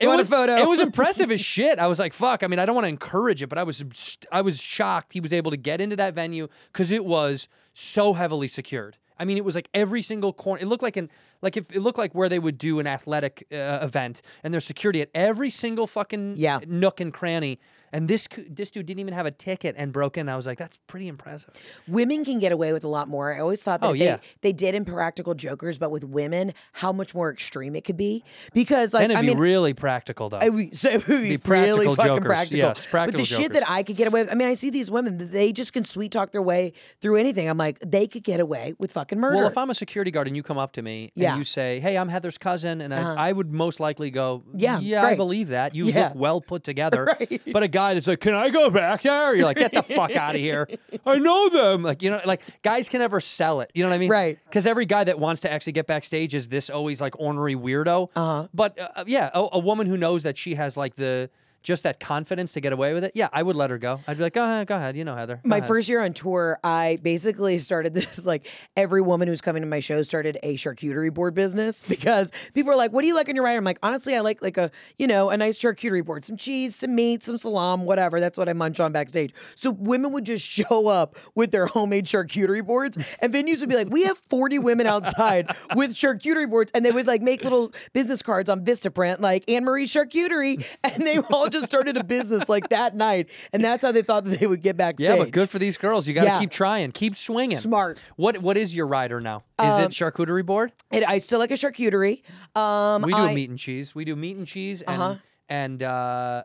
[SPEAKER 1] it
[SPEAKER 9] want a
[SPEAKER 1] was
[SPEAKER 9] photo?
[SPEAKER 1] it was
[SPEAKER 9] (laughs)
[SPEAKER 1] impressive as shit. I was like, fuck. I mean, I don't want to encourage it, but I was st- I was shocked he was able to get into that venue because it was so heavily secured. I mean, it was like every single corner. It looked like an like if it looked like where they would do an athletic uh, event, and there's security at every single fucking
[SPEAKER 9] Yeah.
[SPEAKER 1] nook and cranny. And this c- this dude didn't even have a ticket and broke in. I was like, that's pretty impressive.
[SPEAKER 9] Women can get away with a lot more. I always thought that
[SPEAKER 1] Oh,
[SPEAKER 9] if
[SPEAKER 1] yeah.
[SPEAKER 9] they, they did in Practical Jokers, but with women, how much more extreme it could be. Because like
[SPEAKER 1] And it'd
[SPEAKER 9] I
[SPEAKER 1] be
[SPEAKER 9] (laughs) mean,
[SPEAKER 1] really practical though.
[SPEAKER 9] it would, so it would be,
[SPEAKER 1] practical
[SPEAKER 9] really fucking
[SPEAKER 1] jokers.
[SPEAKER 9] practical.
[SPEAKER 1] Yes, practical
[SPEAKER 9] but the shit
[SPEAKER 1] jokers.
[SPEAKER 9] that I could get away with, I mean, I see these women, they just can sweet talk their way through anything. I'm like, they could get away with fucking murder.
[SPEAKER 1] Well, if I'm a security guard and you come up to me
[SPEAKER 9] Yeah. Uh-huh.
[SPEAKER 1] and you say, "Hey, I'm Heather's cousin," and I, I would most likely go,
[SPEAKER 9] Yeah,
[SPEAKER 1] yeah, I
[SPEAKER 9] great.
[SPEAKER 1] believe that. You
[SPEAKER 9] Yeah.
[SPEAKER 1] look well put together."
[SPEAKER 9] (laughs) Right.
[SPEAKER 1] But a guy that's like, "Can I go back there?" You're like, "Get the fuck out of
[SPEAKER 9] (laughs)
[SPEAKER 1] here! I know them." Like you know, like guys can never sell it. You know what I mean?
[SPEAKER 9] Right.
[SPEAKER 1] Because every guy that wants to actually get backstage is this always like ornery weirdo. Uh-huh. But uh, yeah, a, a woman who knows that she has like the. Just that confidence to get away with it. Yeah, I would let her go. I'd be like, go ahead, go ahead. You know, Heather. Go
[SPEAKER 9] my
[SPEAKER 1] ahead."
[SPEAKER 9] first year on tour, I basically started (laughs) this like every woman who's coming to my show started a charcuterie board business (laughs) because people are like, "What do you like on your rider?" I'm like, "Honestly, I like like a you know a nice charcuterie board, some cheese, some meat, some salam, whatever. That's what I munch on backstage." So women would just (laughs) show up with their homemade charcuterie boards, and venues would be like, "We have 40 women outside (laughs) with charcuterie boards," and they would like make little business cards on Vistaprint, like Anne Marie Charcuterie, (laughs) and they all just started a business like that night, and that's how they thought that they would get backstage.
[SPEAKER 1] Yeah, but good for these girls. You got to
[SPEAKER 9] Yeah.
[SPEAKER 1] keep trying, keep swinging.
[SPEAKER 9] Smart. Um,
[SPEAKER 1] What What is your rider now? Is it charcuterie board?
[SPEAKER 9] It, I still like a charcuterie. Um,
[SPEAKER 1] We do
[SPEAKER 9] I- Uh-huh.
[SPEAKER 1] meat and cheese. We do meat and cheese and and uh,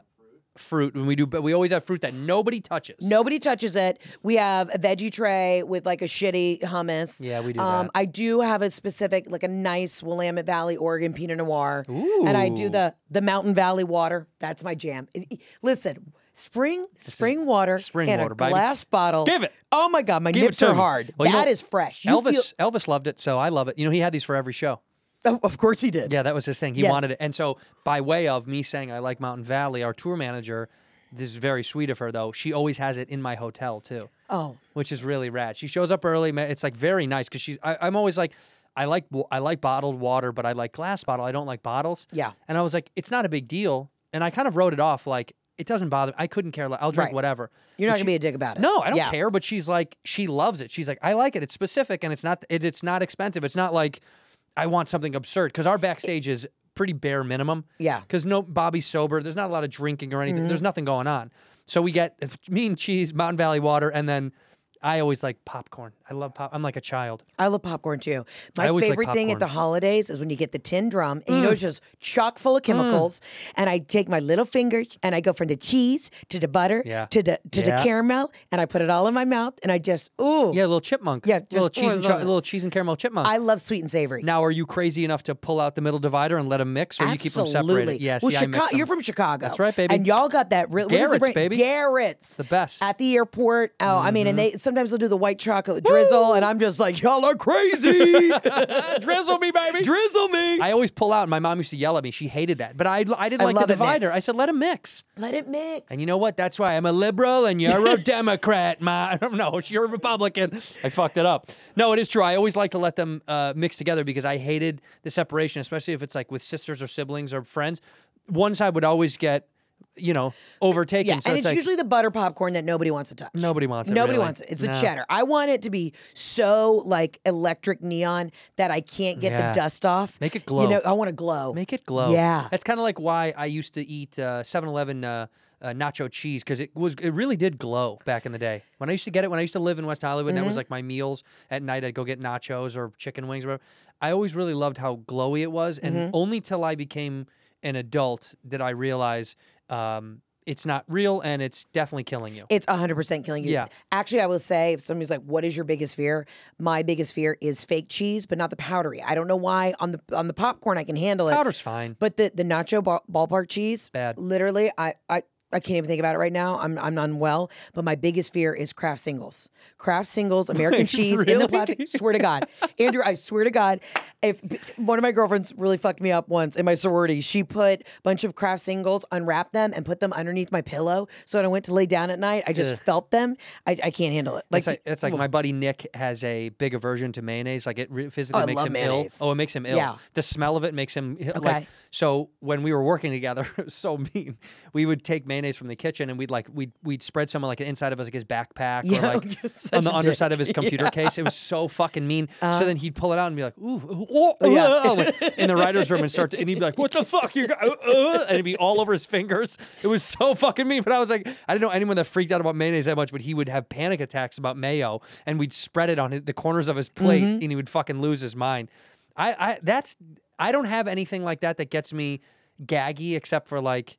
[SPEAKER 1] fruit. And we do, but we always have fruit that nobody touches.
[SPEAKER 9] Nobody touches it. We have a veggie tray with like a shitty hummus.
[SPEAKER 1] Yeah, we do
[SPEAKER 9] Um,
[SPEAKER 1] that.
[SPEAKER 9] I do have a specific, like a nice Willamette Valley, Oregon Pinot Noir, and I do
[SPEAKER 1] Ooh.
[SPEAKER 9] the the Mountain Valley water. That's my jam. I- I- Listen, spring spring water
[SPEAKER 1] spring
[SPEAKER 9] and
[SPEAKER 1] water,
[SPEAKER 9] a
[SPEAKER 1] baby.
[SPEAKER 9] glass bottle.
[SPEAKER 1] Give it.
[SPEAKER 9] Oh my god, my
[SPEAKER 1] Give it
[SPEAKER 9] nips
[SPEAKER 1] to
[SPEAKER 9] are
[SPEAKER 1] me.
[SPEAKER 9] hard. That
[SPEAKER 1] Well,
[SPEAKER 9] is
[SPEAKER 1] you know,
[SPEAKER 9] fresh. You
[SPEAKER 1] Elvis Elvis loved it, so I love it. You know, he had these for every show.
[SPEAKER 9] feel- oh, of course he did.
[SPEAKER 1] Yeah, that was his thing. He
[SPEAKER 9] Yeah.
[SPEAKER 1] wanted it. And so, by way of me saying I like Mountain Valley, our tour manager, this is very sweet of her though. She always has it in my hotel too.
[SPEAKER 9] Oh.
[SPEAKER 1] which is really rad. She shows up early. ma- It's like very nice because she's. I, I'm always like. I like wa- I like bottled water, but I like glass bottle. I don't like bottles.
[SPEAKER 9] Yeah.
[SPEAKER 1] And I was like, it's not a big deal. And I kind of wrote it off like it doesn't bother. I couldn't care. le- I'll drink
[SPEAKER 9] Right.
[SPEAKER 1] whatever.
[SPEAKER 9] You're
[SPEAKER 1] But
[SPEAKER 9] not gonna
[SPEAKER 1] she-
[SPEAKER 9] be a dick about it.
[SPEAKER 1] no, I don't
[SPEAKER 9] Yeah.
[SPEAKER 1] care. But she's like, she loves it. She's like, I like it. It's specific and it's not it, it's not expensive. It's not like I want something absurd because our backstage is pretty bare minimum.
[SPEAKER 9] Yeah. Mm-hmm.
[SPEAKER 1] Because no, Bobby's sober. There's not a lot of drinking or anything. There's nothing going on. So we get meat and cheese, Mountain Valley water, and then I always like popcorn. I love pop. I'm like a child.
[SPEAKER 9] I love popcorn too.
[SPEAKER 1] I
[SPEAKER 9] My
[SPEAKER 1] always like
[SPEAKER 9] favorite thing at the
[SPEAKER 1] popcorn. Mm.
[SPEAKER 9] holidays is when you get the tin drum and you know it's just chock full of chemicals. And I take my little finger and I go from the cheese to the butter
[SPEAKER 1] Yeah.
[SPEAKER 9] to the to
[SPEAKER 1] Yeah.
[SPEAKER 9] the caramel and I put it all in my mouth and I just ooh
[SPEAKER 1] Yeah, a little chipmunk.
[SPEAKER 9] Yeah,
[SPEAKER 1] little
[SPEAKER 9] just- oh,
[SPEAKER 1] cheese and
[SPEAKER 9] I
[SPEAKER 1] cho-
[SPEAKER 9] love it.
[SPEAKER 1] little cheese and caramel chipmunk.
[SPEAKER 9] I love sweet and savory.
[SPEAKER 1] now, are you crazy enough to pull out the middle divider and let them mix, or
[SPEAKER 9] Absolutely.
[SPEAKER 1] you keep them separated? Yes,
[SPEAKER 9] well,
[SPEAKER 1] yeah, I mix
[SPEAKER 9] Chica-
[SPEAKER 1] them.
[SPEAKER 9] you're from Chicago.
[SPEAKER 1] That's right, baby.
[SPEAKER 9] And y'all got that real what is the
[SPEAKER 1] Garrett's,
[SPEAKER 9] brand?
[SPEAKER 1] baby.
[SPEAKER 9] Garrett's,
[SPEAKER 1] the best. Mm-hmm.
[SPEAKER 9] at the airport. Oh, I mean, and they sometimes they'll do the white chocolate drizzle, and I'm just like, y'all are crazy.
[SPEAKER 1] (laughs) drizzle me, baby.
[SPEAKER 9] drizzle me.
[SPEAKER 1] I always pull out. And my mom used to yell at me. She hated that, but I, I didn't
[SPEAKER 9] I
[SPEAKER 1] like the
[SPEAKER 9] love it
[SPEAKER 1] divider.
[SPEAKER 9] mixed.
[SPEAKER 1] I said, let them mix.
[SPEAKER 9] Let it mix.
[SPEAKER 1] And you know what? That's why I'm a liberal and you're
[SPEAKER 9] (laughs)
[SPEAKER 1] a Democrat. Ma, (laughs) I don't know. You're a Republican. I fucked it up. No, it is true. I always like to let them uh, mix together because I hated the separation, especially if it's like with sisters or siblings or friends. One side would always get, you know, overtaken.
[SPEAKER 9] Yeah,
[SPEAKER 1] so
[SPEAKER 9] and
[SPEAKER 1] it's,
[SPEAKER 9] it's,
[SPEAKER 1] like,
[SPEAKER 9] usually the butter popcorn that nobody wants to touch.
[SPEAKER 1] Nobody wants it,
[SPEAKER 9] Nobody
[SPEAKER 1] really.
[SPEAKER 9] wants it. It's
[SPEAKER 1] No.
[SPEAKER 9] a cheddar. I want it to be so like electric neon that I can't get
[SPEAKER 1] Yeah.
[SPEAKER 9] the dust off.
[SPEAKER 1] Make it glow.
[SPEAKER 9] You know, I want to glow.
[SPEAKER 1] Make it glow.
[SPEAKER 9] Yeah.
[SPEAKER 1] That's kind of like why I used to eat 7 Eleven uh, uh, nacho cheese because it was it really did glow back in the day. When I used to get it, when I used to live in West Hollywood, that was like my meals at night. I'd go get nachos or chicken wings or whatever. I always really loved how glowy it was. And only till I became an adult did I realize um, it's not real and it's definitely killing you.
[SPEAKER 9] It's 100% killing you.
[SPEAKER 1] Yeah.
[SPEAKER 9] Actually, I will say if somebody's like, "What is your biggest fear?" My biggest fear is fake cheese, but not the powdery. I don't know why on the on the popcorn I can handle it.
[SPEAKER 1] Powder's fine.
[SPEAKER 9] But the the nacho ball, ballpark cheese,
[SPEAKER 1] Bad.
[SPEAKER 9] Literally, I I I can't even think about it right now. I'm I'm unwell, but my biggest fear is craft singles.
[SPEAKER 1] (laughs)
[SPEAKER 9] Craft singles, American cheese in
[SPEAKER 1] really?
[SPEAKER 9] the plastic. Swear to God, Andrew, I swear to God, if one of my girlfriends really fucked me up once in my sorority, she put a bunch of craft singles, unwrapped them, and put them underneath my pillow. So when I went to lay down at night, I just felt them. I, I can't handle it. Like
[SPEAKER 1] It's like, it's like my buddy Nick has a big aversion to mayonnaise. Like it re- physically
[SPEAKER 9] I
[SPEAKER 1] makes
[SPEAKER 9] love
[SPEAKER 1] him
[SPEAKER 9] mayonnaise.
[SPEAKER 1] ill. Oh, it makes him ill.
[SPEAKER 9] Yeah.
[SPEAKER 1] The smell of it makes him ill.
[SPEAKER 9] Okay.
[SPEAKER 1] like. So when we were working together, (laughs) it was so mean. We would take mayonnaise from the kitchen and we'd like we'd we'd spread someone like inside of us like his backpack or
[SPEAKER 9] Yeah, (laughs) you're
[SPEAKER 1] like
[SPEAKER 9] such
[SPEAKER 1] on the
[SPEAKER 9] a
[SPEAKER 1] underside
[SPEAKER 9] dick. Uh.
[SPEAKER 1] of his computer case. It was so fucking
[SPEAKER 9] (laughs)
[SPEAKER 1] mean. so then he'd pull it out and be like, ooh, ooh, oh,
[SPEAKER 9] Yeah.
[SPEAKER 1] uh,
[SPEAKER 9] (laughs)
[SPEAKER 1] like, in the writer's room and start to, and he'd be like, what the fuck, you got, uh, uh," and it'd be all over his fingers. It was so fucking mean. But I was like, I didn't know anyone that freaked out about mayonnaise that much, but he would have panic attacks about mayo and we'd spread it on his- the corners of his plate
[SPEAKER 9] Mm-hmm.
[SPEAKER 1] and he would fucking lose his mind. I, I, that's, I don't have anything like that that gets me gaggy except for like,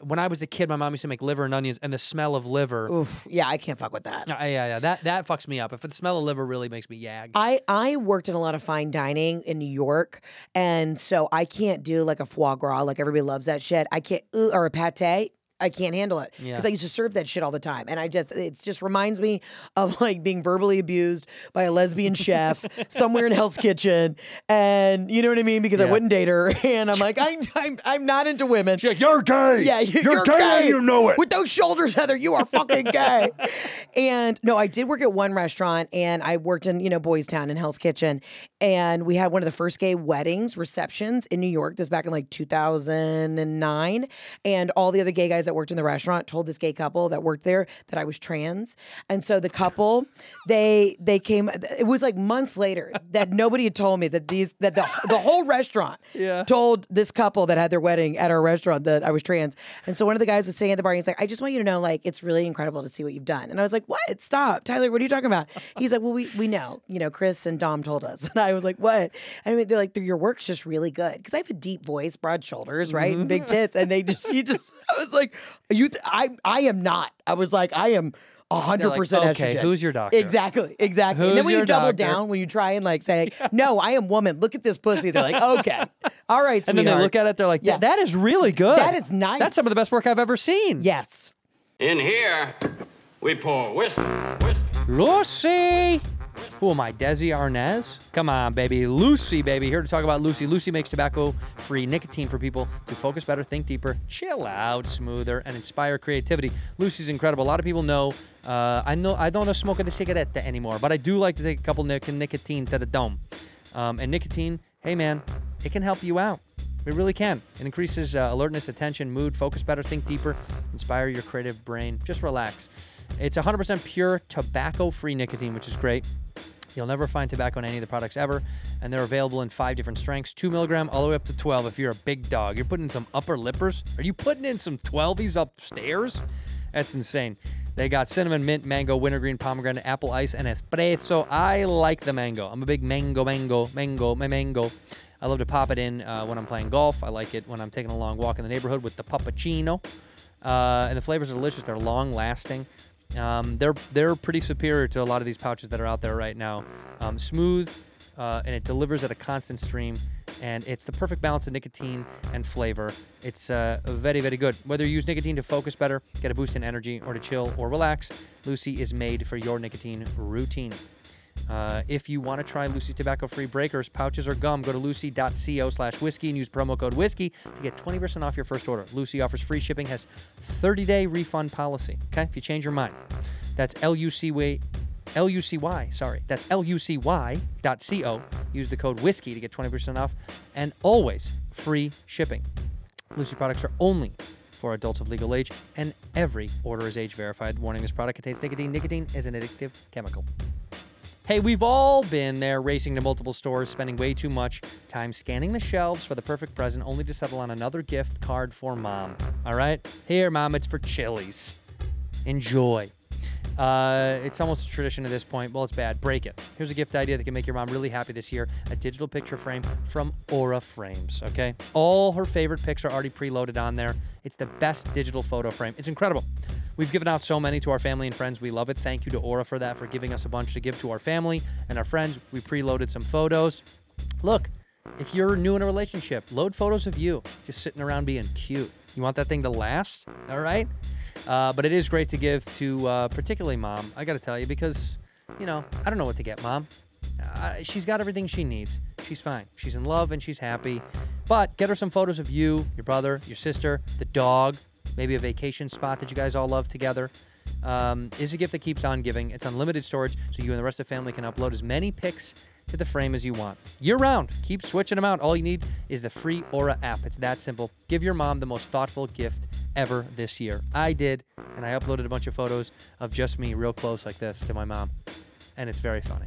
[SPEAKER 1] when I was a kid, my mom used to make liver and onions, and the smell of liver.
[SPEAKER 9] yeah, I can't fuck with that.
[SPEAKER 1] Yeah, yeah, yeah. That that fucks me up. If the smell of liver really makes me yag.
[SPEAKER 9] I, I worked in a lot of fine dining in New York, and so I can't do like a foie gras, like everybody loves that shit. I can't, ooh, or a pate. I can't handle it because I used to serve that shit all the time, and I just it just reminds me of (laughs) like being verbally abused by a
[SPEAKER 1] (laughs)
[SPEAKER 9] lesbian chef somewhere in Hell's Kitchen, and you know what I mean because I wouldn't date her, (laughs) and I'm like I'm I'm, I'm not into women.
[SPEAKER 1] She's like, you're gay.
[SPEAKER 9] Yeah, you- you're,
[SPEAKER 1] gay and you know it.
[SPEAKER 9] With those shoulders, Heather, you
[SPEAKER 1] (laughs)
[SPEAKER 9] are fucking gay. and no, I did work at one restaurant, and I worked in you know Boys Town in Hell's Kitchen, and we had one of the first gay weddings receptions in New York. This back in like 2009, and all the other gay guys that worked in the restaurant told this gay couple that worked there that I was trans, and so the couple, they they came. It was like months later that nobody had told me that these that the (laughs) the whole restaurant
[SPEAKER 1] Yeah.
[SPEAKER 9] told this couple that had their wedding at our restaurant that I was trans. And so one of the guys was sitting at the bar and he's like, I just want you to know, like, it's really incredible to see what you've done. And I was like, What? Stop. Tyler, what are you talking about? He's like, Well, we, we know. You know, Chris and Dom told us. (laughs) And I was like, What? And I mean, they're like, Your work's just really good. Because I have a deep voice, broad shoulders, right? And
[SPEAKER 1] Mm-hmm.
[SPEAKER 9] big tits. And they just, you just, (laughs) I was like, You, th- I, I am not. I was like, I am. 100%
[SPEAKER 1] okay,
[SPEAKER 9] estrogen.
[SPEAKER 1] who's your doctor?
[SPEAKER 9] Exactly, exactly. and
[SPEAKER 1] Who's
[SPEAKER 9] then when
[SPEAKER 1] your
[SPEAKER 9] you double
[SPEAKER 1] doctor?
[SPEAKER 9] down, when you try and like say,
[SPEAKER 1] (laughs)
[SPEAKER 9] "No, I am woman. Look at this pussy." They're like, "Okay, all right."
[SPEAKER 1] and then they
[SPEAKER 9] sweetheart."
[SPEAKER 1] look at it, they're like,
[SPEAKER 9] Yeah.
[SPEAKER 1] that is really good.
[SPEAKER 9] That is nice.
[SPEAKER 1] That's some of the best work I've ever seen.
[SPEAKER 9] Yes.
[SPEAKER 2] In here, we pour whiskey, whiskey.
[SPEAKER 1] Lucy. Who am I? Desi Arnaz? Come on, baby. Lucy, baby. Here to talk about Lucy. Lucy makes tobacco free nicotine for people to focus better, think deeper, chill out smoother, and inspire creativity. Lucy's incredible. A lot of people know. Uh, I know I don't smoke a cigarette anymore, but I do like to take a couple nic- nicotine to the dome. Um, and nicotine, hey man, it can help you out. It really can. It increases uh, alertness, attention, mood, focus better, think deeper, inspire your creative brain. Just relax. It's 100% pure tobacco free nicotine, which is great. You'll never find tobacco in any of the products ever, and they're available in five different strengths 2 milligram all the way up to 12 if you're a big dog. You're putting in some upper lippers? Are you putting in some 12s upstairs? That's insane. They got cinnamon, mint, mango, wintergreen, pomegranate, apple ice, and espresso. I like the mango. I'm a big mango, mango, mango, my mango. I love to pop it in uh, when I'm playing golf. I like it when I'm taking a long walk in the neighborhood with the puppuccino. Uh, and the flavors are delicious. They're long lasting. Um, they're they're pretty superior to a lot of these pouches that are out there right now. Um, smooth, uh, and it delivers at a constant stream, and it's the perfect balance of nicotine and flavor. It's uh, very very good. Whether you use nicotine to focus better, get a boost in energy, or to chill or relax, Lucy is made for your nicotine routine. Uh, if you want to try Lucy's tobacco free breakers, pouches, or gum, go to lucy.co slash whiskey and use promo code whiskey to get 20% off your first order. Lucy offers free shipping, has 30 day refund policy. Okay, if you change your mind, that's L U C Y. L U C Y, sorry. That's L U C Y dot C O. Use the code whiskey to get 20% off and always free shipping. Lucy products are only for adults of legal age and every order is age verified. Warning this product contains nicotine. Nicotine is an addictive chemical. Hey, we've all been there racing to multiple stores, spending way too much time scanning the shelves for the perfect present, only to settle on another gift card for mom. All right? Here, mom, it's for Chili's. Enjoy. Uh, it's almost a tradition at this point. Well, it's bad. Break it. Here's a gift idea that can make your mom really happy this year a digital picture frame from Aura Frames. Okay? All her favorite pics are already preloaded on there. It's the best digital photo frame. It's incredible. We've given out so many to our family and friends. We love it. Thank you to Aura for that, for giving us a bunch to give to our family and our friends. We preloaded some photos. Look, if you're new in a relationship, load photos of you just sitting around being cute. You want that thing to last, all right? Uh, but it is great to give to uh, particularly mom. I got to tell you because you know I don't know what to get mom. Uh, she's got everything she needs. She's fine. She's in love and she's happy. But get her some photos of you, your brother, your sister, the dog, maybe a vacation spot that you guys all love together. Um, is a gift that keeps on giving. It's unlimited storage, so you and the rest of the family can upload as many pics to the frame as you want. Year round, keep switching them out. All you need is the free Aura app. It's that simple. Give your mom the most thoughtful gift ever this year. I did, and I uploaded a bunch of photos of just me real close like this to my mom, and it's very funny.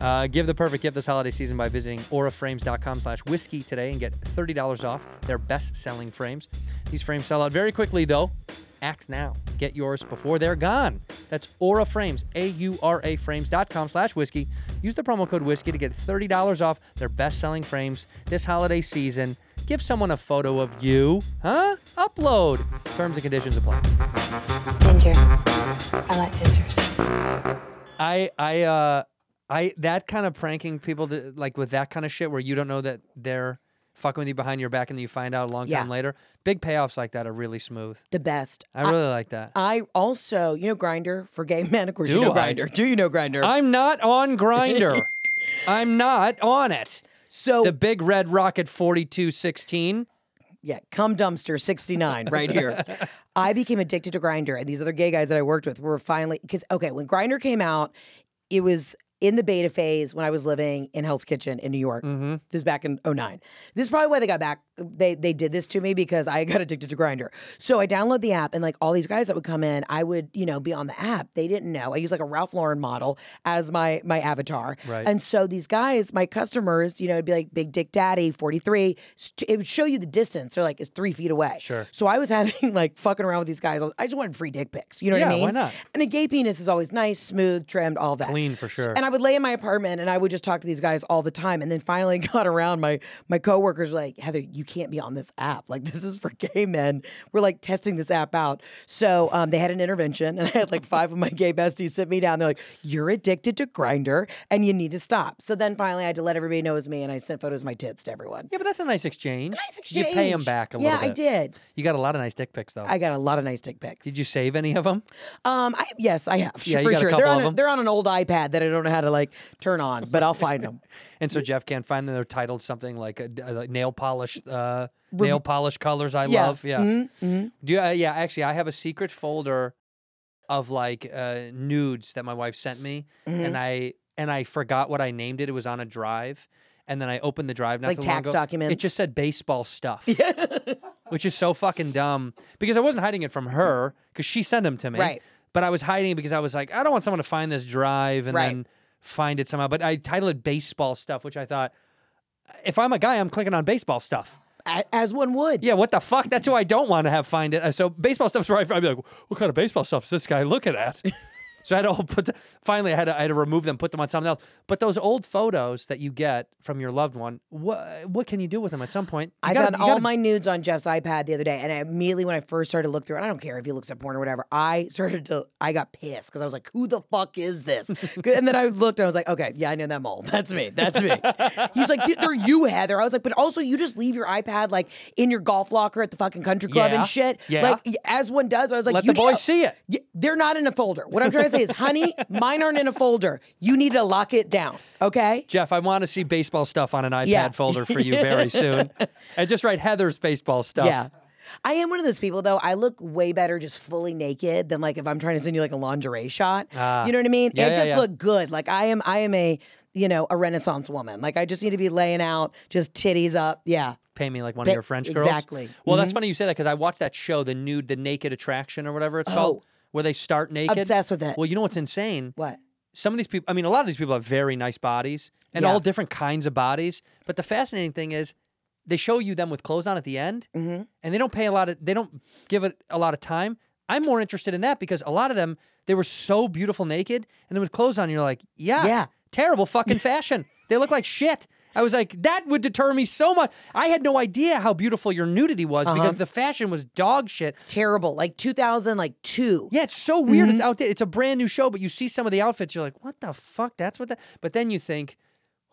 [SPEAKER 1] Uh, give the perfect gift this holiday season by visiting auraframes.com slash whiskey today and get $30 off their best-selling frames. These frames sell out very quickly, though. Act now. Get yours before they're gone. That's Aura Frames, A-U-R-A frames.com slash whiskey. Use the promo code whiskey to get $30 off their best-selling frames this holiday season. Give someone a photo of you, huh? Upload. Terms and conditions apply.
[SPEAKER 8] Ginger. I like gingers.
[SPEAKER 1] I I uh I that kind of pranking people to, like with that kind of shit where you don't know that they're fucking with you behind your back and you find out a long
[SPEAKER 9] Yeah. Uh,
[SPEAKER 1] time later. Big payoffs like that are really smooth.
[SPEAKER 9] The best.
[SPEAKER 1] I really like that.
[SPEAKER 9] I also, you know, Grinder for gay men. Of course, you
[SPEAKER 1] Do
[SPEAKER 9] know
[SPEAKER 1] I?
[SPEAKER 9] Grinder. Do you know Grinder?
[SPEAKER 1] I'm not on Grinder.
[SPEAKER 9] (laughs)
[SPEAKER 1] I'm not on it.
[SPEAKER 9] So
[SPEAKER 1] The big red rocket 4216.
[SPEAKER 9] yeah, cum dumpster 69 right here. I became addicted to Grinder and these other gay guys that I worked with were finally because okay, when Grinder came out, it was in the beta phase when I was living in Hell's Kitchen in New York. This is back in 09. This is probably why they got back they they did this to me because I (laughs) got addicted to Grinder. So I download the app and like all these guys that would come in, I would, you know, be on the app. They didn't know. I used like a Ralph Lauren model as my my avatar.
[SPEAKER 1] Right.
[SPEAKER 9] And so these guys, my customers, you know, it'd be like Big Dick Daddy, 43. St- It would show you the distance. They're like, it's three feet away.
[SPEAKER 1] Sure.
[SPEAKER 9] So I was (laughs) having like fucking around with these guys. I just wanted free dick pics. You know what I
[SPEAKER 1] Yeah,
[SPEAKER 9] mean?
[SPEAKER 1] why not?
[SPEAKER 9] And a gay penis is always nice, smooth, trimmed, all that.
[SPEAKER 1] Clean for sure.
[SPEAKER 9] And I would lay in my apartment and I would just talk to these guys all the time. And then finally (laughs) got around my my coworkers were like, Heather, you can't be on this app. Like this is for gay men. We're like testing this app out. So um, they had an intervention and I had like five of my gay besties sit me down. They're like, You're addicted to grinder and you need to stop. So then finally I had to let everybody know it was me and I sent photos of my tits to everyone.
[SPEAKER 1] Yeah, but that's a nice exchange.
[SPEAKER 9] Nice
[SPEAKER 1] You pay them
[SPEAKER 9] exchange.
[SPEAKER 1] back a
[SPEAKER 9] Yeah,
[SPEAKER 1] little bit.
[SPEAKER 9] I did.
[SPEAKER 1] You got a lot of nice dick pics though.
[SPEAKER 9] I got a lot of nice dick pics.
[SPEAKER 1] Did you save any of them?
[SPEAKER 9] Um, I, yes, I have.
[SPEAKER 1] Yeah, you
[SPEAKER 9] for
[SPEAKER 1] got a
[SPEAKER 9] sure.
[SPEAKER 1] couple
[SPEAKER 9] they're on
[SPEAKER 1] of 'em.
[SPEAKER 9] they're on an old iPad that I don't know how to like turn on, but I'll find them.
[SPEAKER 1] And so Jeff can't find them. They're titled something like uh, d- uh, like nail polish, uh, nail polish colors I
[SPEAKER 9] Yeah. Mm-hmm,
[SPEAKER 1] love. Yeah. Do you, uh, yeah. Actually, I have a secret folder of like uh, nudes that my wife sent me,
[SPEAKER 9] Mm-hmm.
[SPEAKER 1] and I and I forgot what I named it. It was on a drive, and then I opened the drive. Not
[SPEAKER 9] like
[SPEAKER 1] too long
[SPEAKER 9] tax
[SPEAKER 1] ago. It
[SPEAKER 9] documents.
[SPEAKER 1] just said baseball stuff.
[SPEAKER 9] (laughs)
[SPEAKER 1] Yeah. which is so fucking dumb because I wasn't hiding it from her because she sent them to me.
[SPEAKER 9] Right.
[SPEAKER 1] But I was hiding it because I was like, I don't want someone to find this drive and
[SPEAKER 9] Right.
[SPEAKER 1] then find it somehow. But I titled it baseball stuff, which I thought, if I'm a guy, I'm clicking on baseball stuff.
[SPEAKER 9] A- As one would.
[SPEAKER 1] Yeah, what the fuck? That's who I don't want to have find it. Uh, So baseball stuff's right. I'd be like, what kind of baseball stuff is this guy looking
[SPEAKER 9] (laughs)
[SPEAKER 1] at? so I had to all put. The, finally, I had to I had to remove them, put them on something else. But those old photos that you get from your loved one, what what can you do with them at some point? You
[SPEAKER 9] I
[SPEAKER 1] gotta-
[SPEAKER 9] found
[SPEAKER 1] you
[SPEAKER 9] all
[SPEAKER 1] gotta-
[SPEAKER 9] my nudes on Jeff's iPad the other day, and I immediately when I first started to look through, it, I don't care if he looks at porn or whatever, I started to, I got pissed because I was like, "Who the fuck
[SPEAKER 1] (laughs)
[SPEAKER 9] is this?" and then I looked, and I was like, "Okay, yeah, I know that mole. (laughs) That's me. That's
[SPEAKER 1] (laughs)
[SPEAKER 9] me." He's like, "They're you, Heather." I was like, "But also, you just leave your iPad like in your golf locker at the fucking country club
[SPEAKER 1] Yeah.
[SPEAKER 9] and shit,
[SPEAKER 1] Yeah.
[SPEAKER 9] like y- as one does." But I was like,
[SPEAKER 1] Let
[SPEAKER 9] "You
[SPEAKER 1] the
[SPEAKER 9] need
[SPEAKER 1] boys
[SPEAKER 9] to-
[SPEAKER 1] see it."
[SPEAKER 9] Y- They're not in a folder. What I'm trying to say is, honey, mine aren't in a folder. You need to lock it down, okay?"
[SPEAKER 1] Jeff, I want to see baseball stuff on an iPad
[SPEAKER 9] Yeah.
[SPEAKER 1] folder for
[SPEAKER 9] (laughs)
[SPEAKER 1] you very soon. and just write Heather's baseball stuff.
[SPEAKER 9] Yeah. I am one of those people though. I look way better just fully naked than like if I'm trying to send you like a lingerie shot. you know what I mean?
[SPEAKER 1] Ah. Yeah,
[SPEAKER 9] it
[SPEAKER 1] yeah,
[SPEAKER 9] just
[SPEAKER 1] yeah.
[SPEAKER 9] look good. Like I am I am a, you know, a renaissance woman. Like I just need to be laying out, just titties up. Yeah.
[SPEAKER 1] Pay me like one
[SPEAKER 9] Ba-
[SPEAKER 1] of your French girls.
[SPEAKER 9] exactly. Mm-hmm.
[SPEAKER 1] Well, that's funny you say that because I watched that show, the nude, the naked attraction or whatever it's called, where they start naked.
[SPEAKER 9] Oh. Obsessed with it.
[SPEAKER 1] Well, you know what's insane?
[SPEAKER 9] What?
[SPEAKER 1] Some of these people, I mean, a lot of these people have very nice bodies and
[SPEAKER 9] Yeah.
[SPEAKER 1] all different kinds of bodies. But the fascinating thing is, they show you them with clothes on at the end,
[SPEAKER 9] Mm-hmm.
[SPEAKER 1] and they don't pay a lot of, they don't give it a lot of time. I'm more interested in that because a lot of them, they were so beautiful naked, and then with clothes on, you're like, yeah,
[SPEAKER 9] Yeah.
[SPEAKER 1] terrible
[SPEAKER 9] (laughs)
[SPEAKER 1] fucking fashion. they look like shit. I was like, that would deter me so much. I had no idea how beautiful your nudity was
[SPEAKER 9] Uh-huh.
[SPEAKER 1] because the fashion was dog shit.
[SPEAKER 9] Terrible. Like 2000 like 2.
[SPEAKER 1] Yeah, it's so weird.
[SPEAKER 9] Mm-hmm.
[SPEAKER 1] It's out there. It's a brand new show, but you see some of the outfits, you're like, what the fuck? That's what that. But then you think,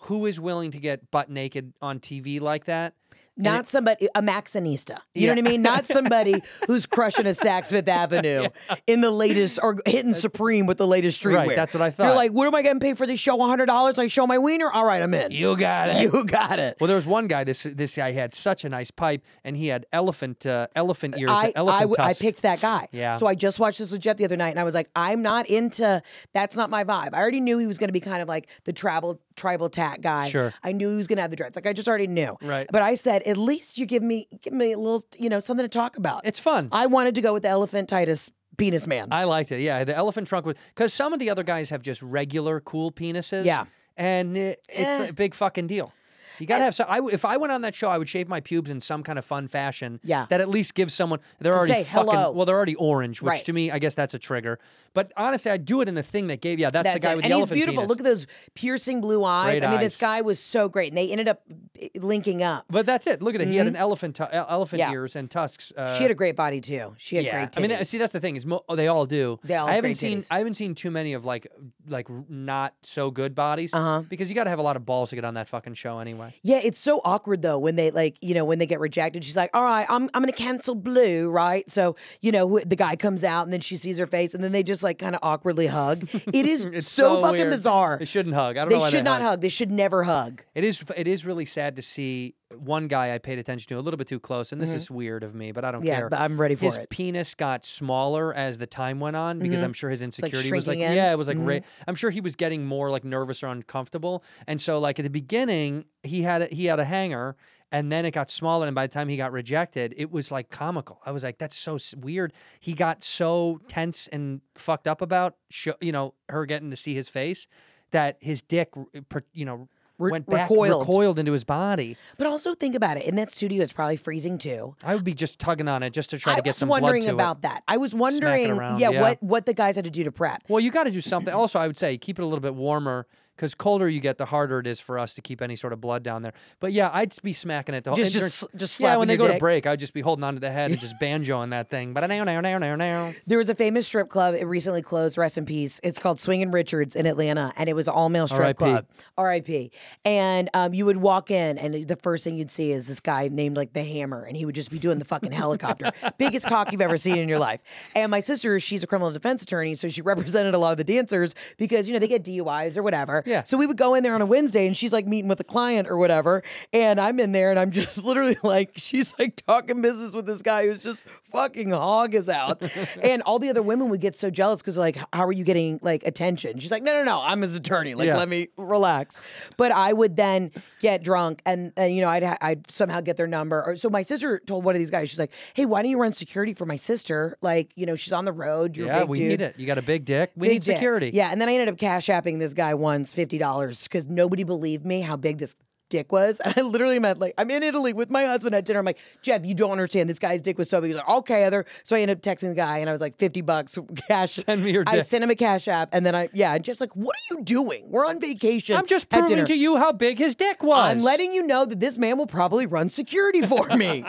[SPEAKER 1] who is willing to get butt naked on TV like that?
[SPEAKER 9] Not somebody, a Maxinista. You know what I
[SPEAKER 1] (laughs)
[SPEAKER 9] mean? Not somebody who's crushing a Saks Fifth Avenue in the latest or hitting Supreme with the latest streetwear.
[SPEAKER 1] Right, that's what I
[SPEAKER 9] They're
[SPEAKER 1] thought.
[SPEAKER 9] like, what am I getting paid for this show? $100? I show my wiener? All right, I'm in.
[SPEAKER 1] You got it.
[SPEAKER 9] (laughs) You got it.
[SPEAKER 1] Well, there was one guy. This this guy had such a nice pipe, and he had elephant uh, elephant ears,
[SPEAKER 9] I,
[SPEAKER 1] and elephant
[SPEAKER 9] I, w- I
[SPEAKER 1] tusks.
[SPEAKER 9] picked that guy.
[SPEAKER 1] Yeah.
[SPEAKER 9] So I just watched this with Jeff the other night, and I was like, I'm not into. That's not my vibe. I already knew he was going to be kind of like the tribal tribal tat guy.
[SPEAKER 1] Sure.
[SPEAKER 9] I knew he was going to have the dreads. Like I just already knew.
[SPEAKER 1] Right.
[SPEAKER 9] But I said, at least you give me give me a little, you know, something to talk about.
[SPEAKER 1] It's fun.
[SPEAKER 9] I wanted to go with the elephant Titus penis man.
[SPEAKER 1] I liked it. Yeah, the elephant trunk was because some of the other guys have just regular cool penises.
[SPEAKER 9] Yeah.
[SPEAKER 1] and it, it's
[SPEAKER 9] Eh.
[SPEAKER 1] a big fucking deal. You gotta have some. I, w- if I went on that show, I would shave my pubes in some kind of fun fashion.
[SPEAKER 9] Yeah.
[SPEAKER 1] that at least gives someone they're already
[SPEAKER 9] say
[SPEAKER 1] fucking
[SPEAKER 9] hello.
[SPEAKER 1] well, they're already orange, which
[SPEAKER 9] Right.
[SPEAKER 1] to me, I guess that's a trigger. But honestly, I do it in a thing that gave yeah, that's, the
[SPEAKER 9] That's
[SPEAKER 1] guy
[SPEAKER 9] it.
[SPEAKER 1] with
[SPEAKER 9] and
[SPEAKER 1] the
[SPEAKER 9] he's
[SPEAKER 1] elephant
[SPEAKER 9] beautiful.
[SPEAKER 1] penis.
[SPEAKER 9] Look at those piercing blue eyes.
[SPEAKER 1] Great
[SPEAKER 9] I mean, this
[SPEAKER 1] eyes.
[SPEAKER 9] guy was so great, and they ended up eh, linking up.
[SPEAKER 1] But that's it. Look at it. He had an elephant tu- el- elephant
[SPEAKER 9] Mm-hmm. Yeah.
[SPEAKER 1] ears and tusks. Uh,
[SPEAKER 9] she had a great body too. She had great.
[SPEAKER 1] I
[SPEAKER 9] Titties.
[SPEAKER 1] mean, see, that's the thing is mo- oh, they all do.
[SPEAKER 9] They all
[SPEAKER 1] I
[SPEAKER 9] have
[SPEAKER 1] haven't
[SPEAKER 9] great
[SPEAKER 1] seen.
[SPEAKER 9] titties.
[SPEAKER 1] I haven't seen too many of like like r- not so good bodies
[SPEAKER 9] Uh-huh.
[SPEAKER 1] because you got to have a lot of balls to get on that fucking show anyway.
[SPEAKER 9] Yeah, it's so awkward though when they like, you know, when they get rejected. She's like, "All right, I'm I'm going to cancel blue, right?" So, you know, wh- the guy comes out and then she sees her face and then they just like kind of awkwardly hug. It
[SPEAKER 1] (laughs)
[SPEAKER 9] is
[SPEAKER 1] It's
[SPEAKER 9] so, fucking
[SPEAKER 1] weird.
[SPEAKER 9] bizarre.
[SPEAKER 1] They shouldn't hug. I don't know
[SPEAKER 9] They
[SPEAKER 1] why
[SPEAKER 9] should
[SPEAKER 1] they
[SPEAKER 9] not hug. They should never hug.
[SPEAKER 1] It is. It is really sad to see one guy I paid attention to a little bit too close, and this is weird of me, but I don't
[SPEAKER 9] Mm-hmm. Yeah,
[SPEAKER 1] care.
[SPEAKER 9] but I'm ready for
[SPEAKER 1] his
[SPEAKER 9] it. Mm-hmm.
[SPEAKER 1] penis got smaller as the time went on because I'm sure his insecurity was like,
[SPEAKER 9] shrinking in. Mm-hmm.
[SPEAKER 1] yeah, it was like. Ra- I'm sure he was getting more like nervous or uncomfortable, and so like at the beginning he had a, he had a hanger. And then it got smaller, and by the time he got rejected, it was like comical. I was like, "That's so s- weird." He got so tense and fucked up about, sh- you know, her getting to see his face, that his dick, r- per- you know,
[SPEAKER 9] Re-
[SPEAKER 1] went back,
[SPEAKER 9] recoiled.
[SPEAKER 1] recoiled into his body.
[SPEAKER 9] But also think about it. In that studio it's probably freezing too.
[SPEAKER 1] I would be just tugging on it just to try
[SPEAKER 9] I
[SPEAKER 1] to get
[SPEAKER 9] was
[SPEAKER 1] some
[SPEAKER 9] wondering
[SPEAKER 1] blood to
[SPEAKER 9] about
[SPEAKER 1] it.
[SPEAKER 9] that. I was wondering
[SPEAKER 1] around,
[SPEAKER 9] yeah,
[SPEAKER 1] yeah.
[SPEAKER 9] what what the guys had to do to prep.
[SPEAKER 1] Well, you got to do something. Also, I would say keep it a little bit warmer because colder you get, the harder it is for us to keep any sort of blood down there. But yeah, I'd be smacking it the whole
[SPEAKER 9] Just-
[SPEAKER 1] it
[SPEAKER 9] just
[SPEAKER 1] turns-
[SPEAKER 9] sl- just
[SPEAKER 1] yeah. When
[SPEAKER 9] slapping
[SPEAKER 1] they
[SPEAKER 9] your
[SPEAKER 1] go to
[SPEAKER 9] dick.
[SPEAKER 1] break, I'd just be holding onto the head and
[SPEAKER 9] (laughs)
[SPEAKER 1] just banjoing that thing. But now, now, now, now, now.
[SPEAKER 9] There was a famous strip club. It recently closed. Rest in peace. It's called Swingin' Richards in Atlanta, and it was an all male strip
[SPEAKER 1] R.I.P..
[SPEAKER 9] club. R.I.P. And um, you would walk in, and the first thing you'd see is this guy named like the Hammer, and he would just be doing the fucking helicopter, biggest cock you've ever seen in your life. And my sister, she's a criminal defense attorney, so she (laughs) represented a lot of the dancers because you know they get DUIs or whatever.
[SPEAKER 1] Yeah.
[SPEAKER 9] So we would go in there on a Wednesday, and she's like meeting with a client or whatever, and I'm in there, and I'm just (laughs) literally like, she's like talking business with this guy who's just fucking hog is out. and all the other women would get so jealous because like, how are you getting like attention? She's like, no, no, no, I'm his attorney. Like,
[SPEAKER 1] Yeah.
[SPEAKER 9] let me relax. But I would then get drunk and, and you know, I'd, ha- I'd somehow get their number. Or so my sister told one of these guys, she's like, hey, why don't you run security for my sister? Like, you know, she's on the road. (laughs) You're a
[SPEAKER 1] Yeah,
[SPEAKER 9] big
[SPEAKER 1] we
[SPEAKER 9] dude.
[SPEAKER 1] need it. You got a big dick. We
[SPEAKER 9] Big
[SPEAKER 1] need
[SPEAKER 9] dick.
[SPEAKER 1] security.
[SPEAKER 9] Yeah, and then I ended up cash apping this guy once fifty dollars because nobody believed me how big this dick was. (laughs) And I literally meant like I'm in Italy with my husband at dinner. I'm like, Jeff, you don't understand. This guy's dick was so big. He's like, okay, other. So I ended up texting the guy and I was like, fifty bucks (laughs) cash.
[SPEAKER 1] Send me your
[SPEAKER 9] I
[SPEAKER 1] dick.
[SPEAKER 9] sent him a cash app and then I yeah, and Jeff's like, what are you doing? We're on vacation.
[SPEAKER 1] I'm just
[SPEAKER 9] at
[SPEAKER 1] proving
[SPEAKER 9] dinner.
[SPEAKER 1] to you how big his dick was.
[SPEAKER 9] I'm letting you know that this man will probably run security for
[SPEAKER 1] (laughs)
[SPEAKER 9] me.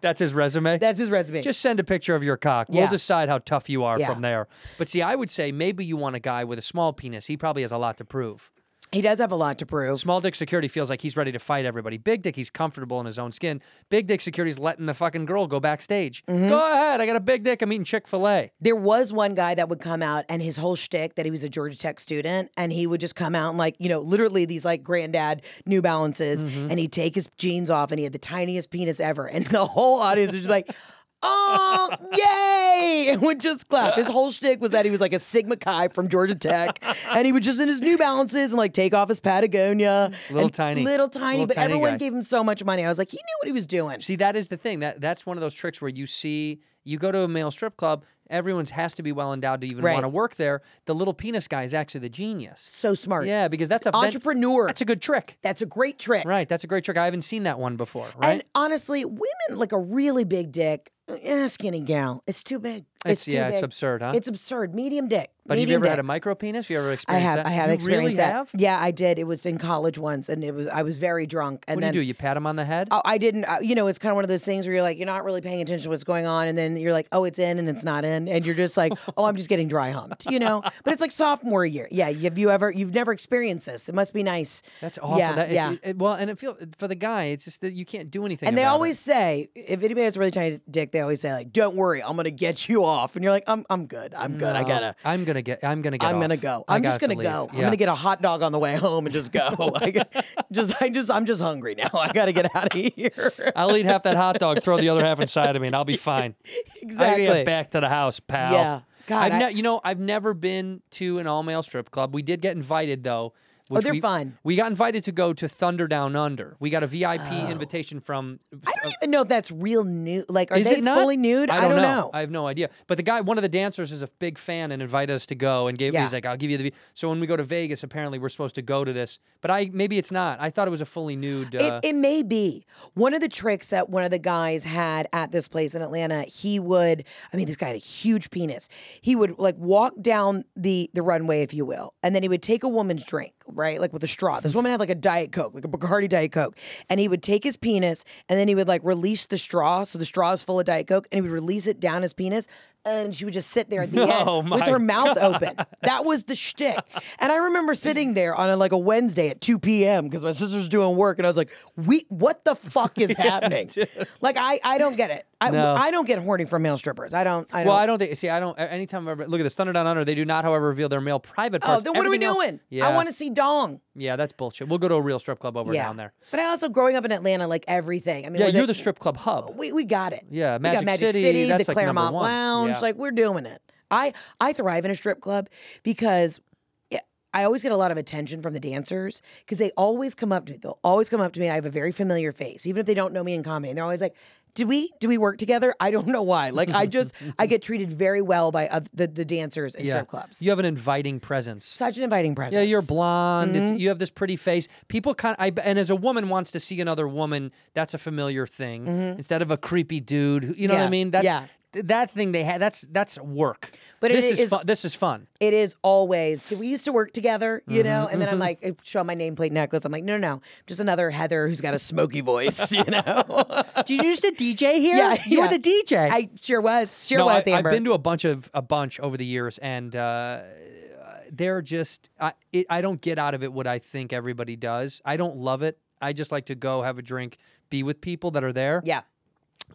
[SPEAKER 1] That's his resume.
[SPEAKER 9] That's his resume.
[SPEAKER 1] Just send a picture of your cock. We'll
[SPEAKER 9] Yeah.
[SPEAKER 1] decide how tough you are
[SPEAKER 9] Yeah.
[SPEAKER 1] from there. But see, I would say maybe you want a guy with a small penis. He probably has a lot to prove.
[SPEAKER 9] he does have a lot to prove.
[SPEAKER 1] Small dick security feels like he's ready to fight everybody. Big dick, he's comfortable in his own skin. Big dick security's letting the fucking girl go backstage.
[SPEAKER 9] Mm-hmm.
[SPEAKER 1] Go ahead, I got a big dick. I'm eating Chick fil A.
[SPEAKER 9] There was one guy that would come out and his whole shtick that he was a Georgia Tech student and he would just come out and like, you know, literally these like granddad New Balances
[SPEAKER 1] Mm-hmm.
[SPEAKER 9] and he'd take his jeans off and he had the tiniest penis ever. And the whole audience was just like, (laughs) oh, yay! (laughs) And would just clap. His whole shtick was that he was like a Sigma Chi from
[SPEAKER 1] (laughs)
[SPEAKER 9] Georgia Tech and he was just in his New Balances and like take off his Patagonia.
[SPEAKER 1] Little
[SPEAKER 9] and
[SPEAKER 1] tiny.
[SPEAKER 9] Little tiny.
[SPEAKER 1] Little
[SPEAKER 9] but
[SPEAKER 1] tiny
[SPEAKER 9] everyone
[SPEAKER 1] guy.
[SPEAKER 9] gave him so much money. I was like, he knew what he was doing.
[SPEAKER 1] See, that is the thing. That that's one of those tricks where you see you go to a male strip club, everyone's has to be well endowed to even
[SPEAKER 9] Right.
[SPEAKER 1] want to work there. The little penis guy is actually the genius.
[SPEAKER 9] so smart.
[SPEAKER 1] Yeah, because that's a that-
[SPEAKER 9] Entrepreneur.
[SPEAKER 1] that's a good trick.
[SPEAKER 9] That's a great trick.
[SPEAKER 1] Right, that's a great trick. I haven't seen that one before. Right.
[SPEAKER 9] And honestly, women like a really big dick, eh, skinny gal. It's too big.
[SPEAKER 1] It's,
[SPEAKER 9] too
[SPEAKER 1] yeah, it's
[SPEAKER 9] big.
[SPEAKER 1] absurd, huh?
[SPEAKER 9] It's absurd. Medium dick.
[SPEAKER 1] but have you
[SPEAKER 9] Medium
[SPEAKER 1] ever had a
[SPEAKER 9] dick.
[SPEAKER 1] micro penis? You ever
[SPEAKER 9] I
[SPEAKER 1] experienced
[SPEAKER 9] have.
[SPEAKER 1] that?
[SPEAKER 9] I have
[SPEAKER 1] you
[SPEAKER 9] experienced
[SPEAKER 1] really
[SPEAKER 9] that.
[SPEAKER 1] Have?
[SPEAKER 9] Yeah, I did. It was in college once, and it was. I was very drunk. And
[SPEAKER 1] What do you
[SPEAKER 9] then
[SPEAKER 1] do? You pat him on the head?
[SPEAKER 9] Oh, I didn't. Uh, you know, it's kind of one of those things where you're like, you're not really paying attention to what's going on, and then you're like, oh, it's in, and it's not in, and you're
[SPEAKER 1] (laughs)
[SPEAKER 9] just like, oh, I'm just getting dry humped, you know. But it's like sophomore year. Yeah, have you ever? You've never experienced this. It must be nice.
[SPEAKER 1] That's awful.
[SPEAKER 9] Yeah,
[SPEAKER 1] that, it's,
[SPEAKER 9] yeah.
[SPEAKER 1] it- well, and it feel for the guy, it's just that you can't do anything.
[SPEAKER 9] and they
[SPEAKER 1] about it.
[SPEAKER 9] always say, if anybody has a really tiny dick, they always say like, don't worry, I'm gonna get you off, and you're like, I'm, I'm good, I'm good, I
[SPEAKER 1] No,
[SPEAKER 9] gotta.
[SPEAKER 1] I'm gonna get. I'm gonna get.
[SPEAKER 9] I'm gonna
[SPEAKER 1] off.
[SPEAKER 9] go.
[SPEAKER 1] I
[SPEAKER 9] I'm just
[SPEAKER 1] got to
[SPEAKER 9] gonna
[SPEAKER 1] leave.
[SPEAKER 9] go. I'm
[SPEAKER 1] Yeah.
[SPEAKER 9] gonna get a hot dog on the way home
[SPEAKER 1] (laughs)
[SPEAKER 9] and just go. (laughs) Like, just I just I'm just hungry now. I gotta get out of
[SPEAKER 1] (laughs)
[SPEAKER 9] here.
[SPEAKER 1] I'll eat half that hot dog, throw the other half inside of me, and
[SPEAKER 9] (laughs)
[SPEAKER 1] I'll be fine. I gotta
[SPEAKER 9] Exactly.
[SPEAKER 1] get back to the house, pal.
[SPEAKER 9] Yeah.
[SPEAKER 1] I've
[SPEAKER 9] God, I-
[SPEAKER 1] ne- you know, I've never been to an all male strip club. We did get invited though. which
[SPEAKER 9] Oh, they're
[SPEAKER 1] we,
[SPEAKER 9] fun.
[SPEAKER 1] We got invited to go to Thunder Down Under. We got a VIP invitation from.
[SPEAKER 9] Oh. I don't even know if that's real nude. Like, are
[SPEAKER 1] Is
[SPEAKER 9] they
[SPEAKER 1] it not?
[SPEAKER 9] fully nude?
[SPEAKER 1] I don't, know. I have no idea. But the guy, one of the dancers, is a big fan and invited us to go and gave.
[SPEAKER 9] Yeah.
[SPEAKER 1] He's like, "I'll give you the." v-" So when we go to Vegas, apparently we're supposed to go to this, but I maybe it's not. I thought it was a fully nude. Uh,
[SPEAKER 9] it, it may be one of the tricks that one of the guys had at this place in Atlanta. He would, I mean, this guy had a huge penis. He would like walk down the the runway, if you will, and then he would take a woman's drink, right, like with a straw. This woman had like a diet coke, like a Bacardi diet coke, and he would take his penis and then he would like release the straw, so the straw is full of diet coke, and he would release it down his penis, and she would just sit there at the
[SPEAKER 1] (laughs) Oh,
[SPEAKER 9] end with
[SPEAKER 1] my (laughs)
[SPEAKER 9] her mouth open. That was the shtick. And I remember sitting there on a, like a Wednesday at 2 p.m. because my sister's doing work, and I was like, "We, what the
[SPEAKER 1] (laughs)
[SPEAKER 9] fuck is happening? Like, I, I don't get it. I,
[SPEAKER 1] No.
[SPEAKER 9] I don't get horny from male strippers. I don't. I don't.
[SPEAKER 1] Well, I don't think. See, I don't. a- Anytime I ever look at this Thunder Down Under, they do not, however, reveal their male private
[SPEAKER 9] Oh,
[SPEAKER 1] parts.
[SPEAKER 9] then what are we
[SPEAKER 1] Everything else-
[SPEAKER 9] doing?
[SPEAKER 1] yeah,
[SPEAKER 9] I want to see dong.
[SPEAKER 1] Yeah, that's bullshit. We'll go to a real strip club over
[SPEAKER 9] Yeah,
[SPEAKER 1] down there.
[SPEAKER 9] But I also growing up in Atlanta, like everything. I mean,
[SPEAKER 1] Yeah,
[SPEAKER 9] we're
[SPEAKER 1] you're the strip club hub.
[SPEAKER 9] We, we got it.
[SPEAKER 1] Yeah,
[SPEAKER 9] we
[SPEAKER 1] Magic
[SPEAKER 9] got Magic
[SPEAKER 1] City,
[SPEAKER 9] City,
[SPEAKER 1] that's,
[SPEAKER 9] the
[SPEAKER 1] like, number
[SPEAKER 9] Claremont
[SPEAKER 1] one.
[SPEAKER 9] Lounge.
[SPEAKER 1] Yeah.
[SPEAKER 9] Like we're doing it. I I thrive in a strip club because yeah, I always get a lot of attention from the dancers because they always come up to me. They'll always come up to me. I have a very familiar face, even if they don't know me in comedy. And they're always like. Do we do we work together? I don't know why. Like
[SPEAKER 1] (laughs)
[SPEAKER 9] I just I get treated very well by oth- the, the dancers in
[SPEAKER 1] yeah.
[SPEAKER 9] strip clubs.
[SPEAKER 1] You have an inviting presence.
[SPEAKER 9] Such an inviting
[SPEAKER 1] Yeah,
[SPEAKER 9] presence.
[SPEAKER 1] you're blonde.
[SPEAKER 9] Mm-hmm.
[SPEAKER 1] It's, you have this pretty face. People kind of, and as a woman wants to see another woman, that's a familiar thing instead of a creepy dude. who- You know what I
[SPEAKER 9] Mm-hmm. Yeah,
[SPEAKER 1] mean? That's
[SPEAKER 9] yeah.
[SPEAKER 1] th- that thing they had. That's that's work.
[SPEAKER 9] But it
[SPEAKER 1] this is
[SPEAKER 9] is-
[SPEAKER 1] fun. This is fun.
[SPEAKER 9] It is always. "Do we used to work together,
[SPEAKER 1] Mm-hmm,
[SPEAKER 9] you know? And then I'm like, I show my nameplate necklace. I'm like, no, no, no, just another Heather who's got a smoky voice, (laughs) you know?
[SPEAKER 1] (laughs) Do you use the DJ here?
[SPEAKER 9] yeah. I sure was. Sure
[SPEAKER 1] no,
[SPEAKER 9] was,
[SPEAKER 1] I,
[SPEAKER 9] Amber.
[SPEAKER 1] I've been to a bunch of a bunch over the years, and uh, they're just I it, I don't get out of it what I think everybody does. I don't love it. I just like to go have a drink, be with people that are there.
[SPEAKER 9] yeah.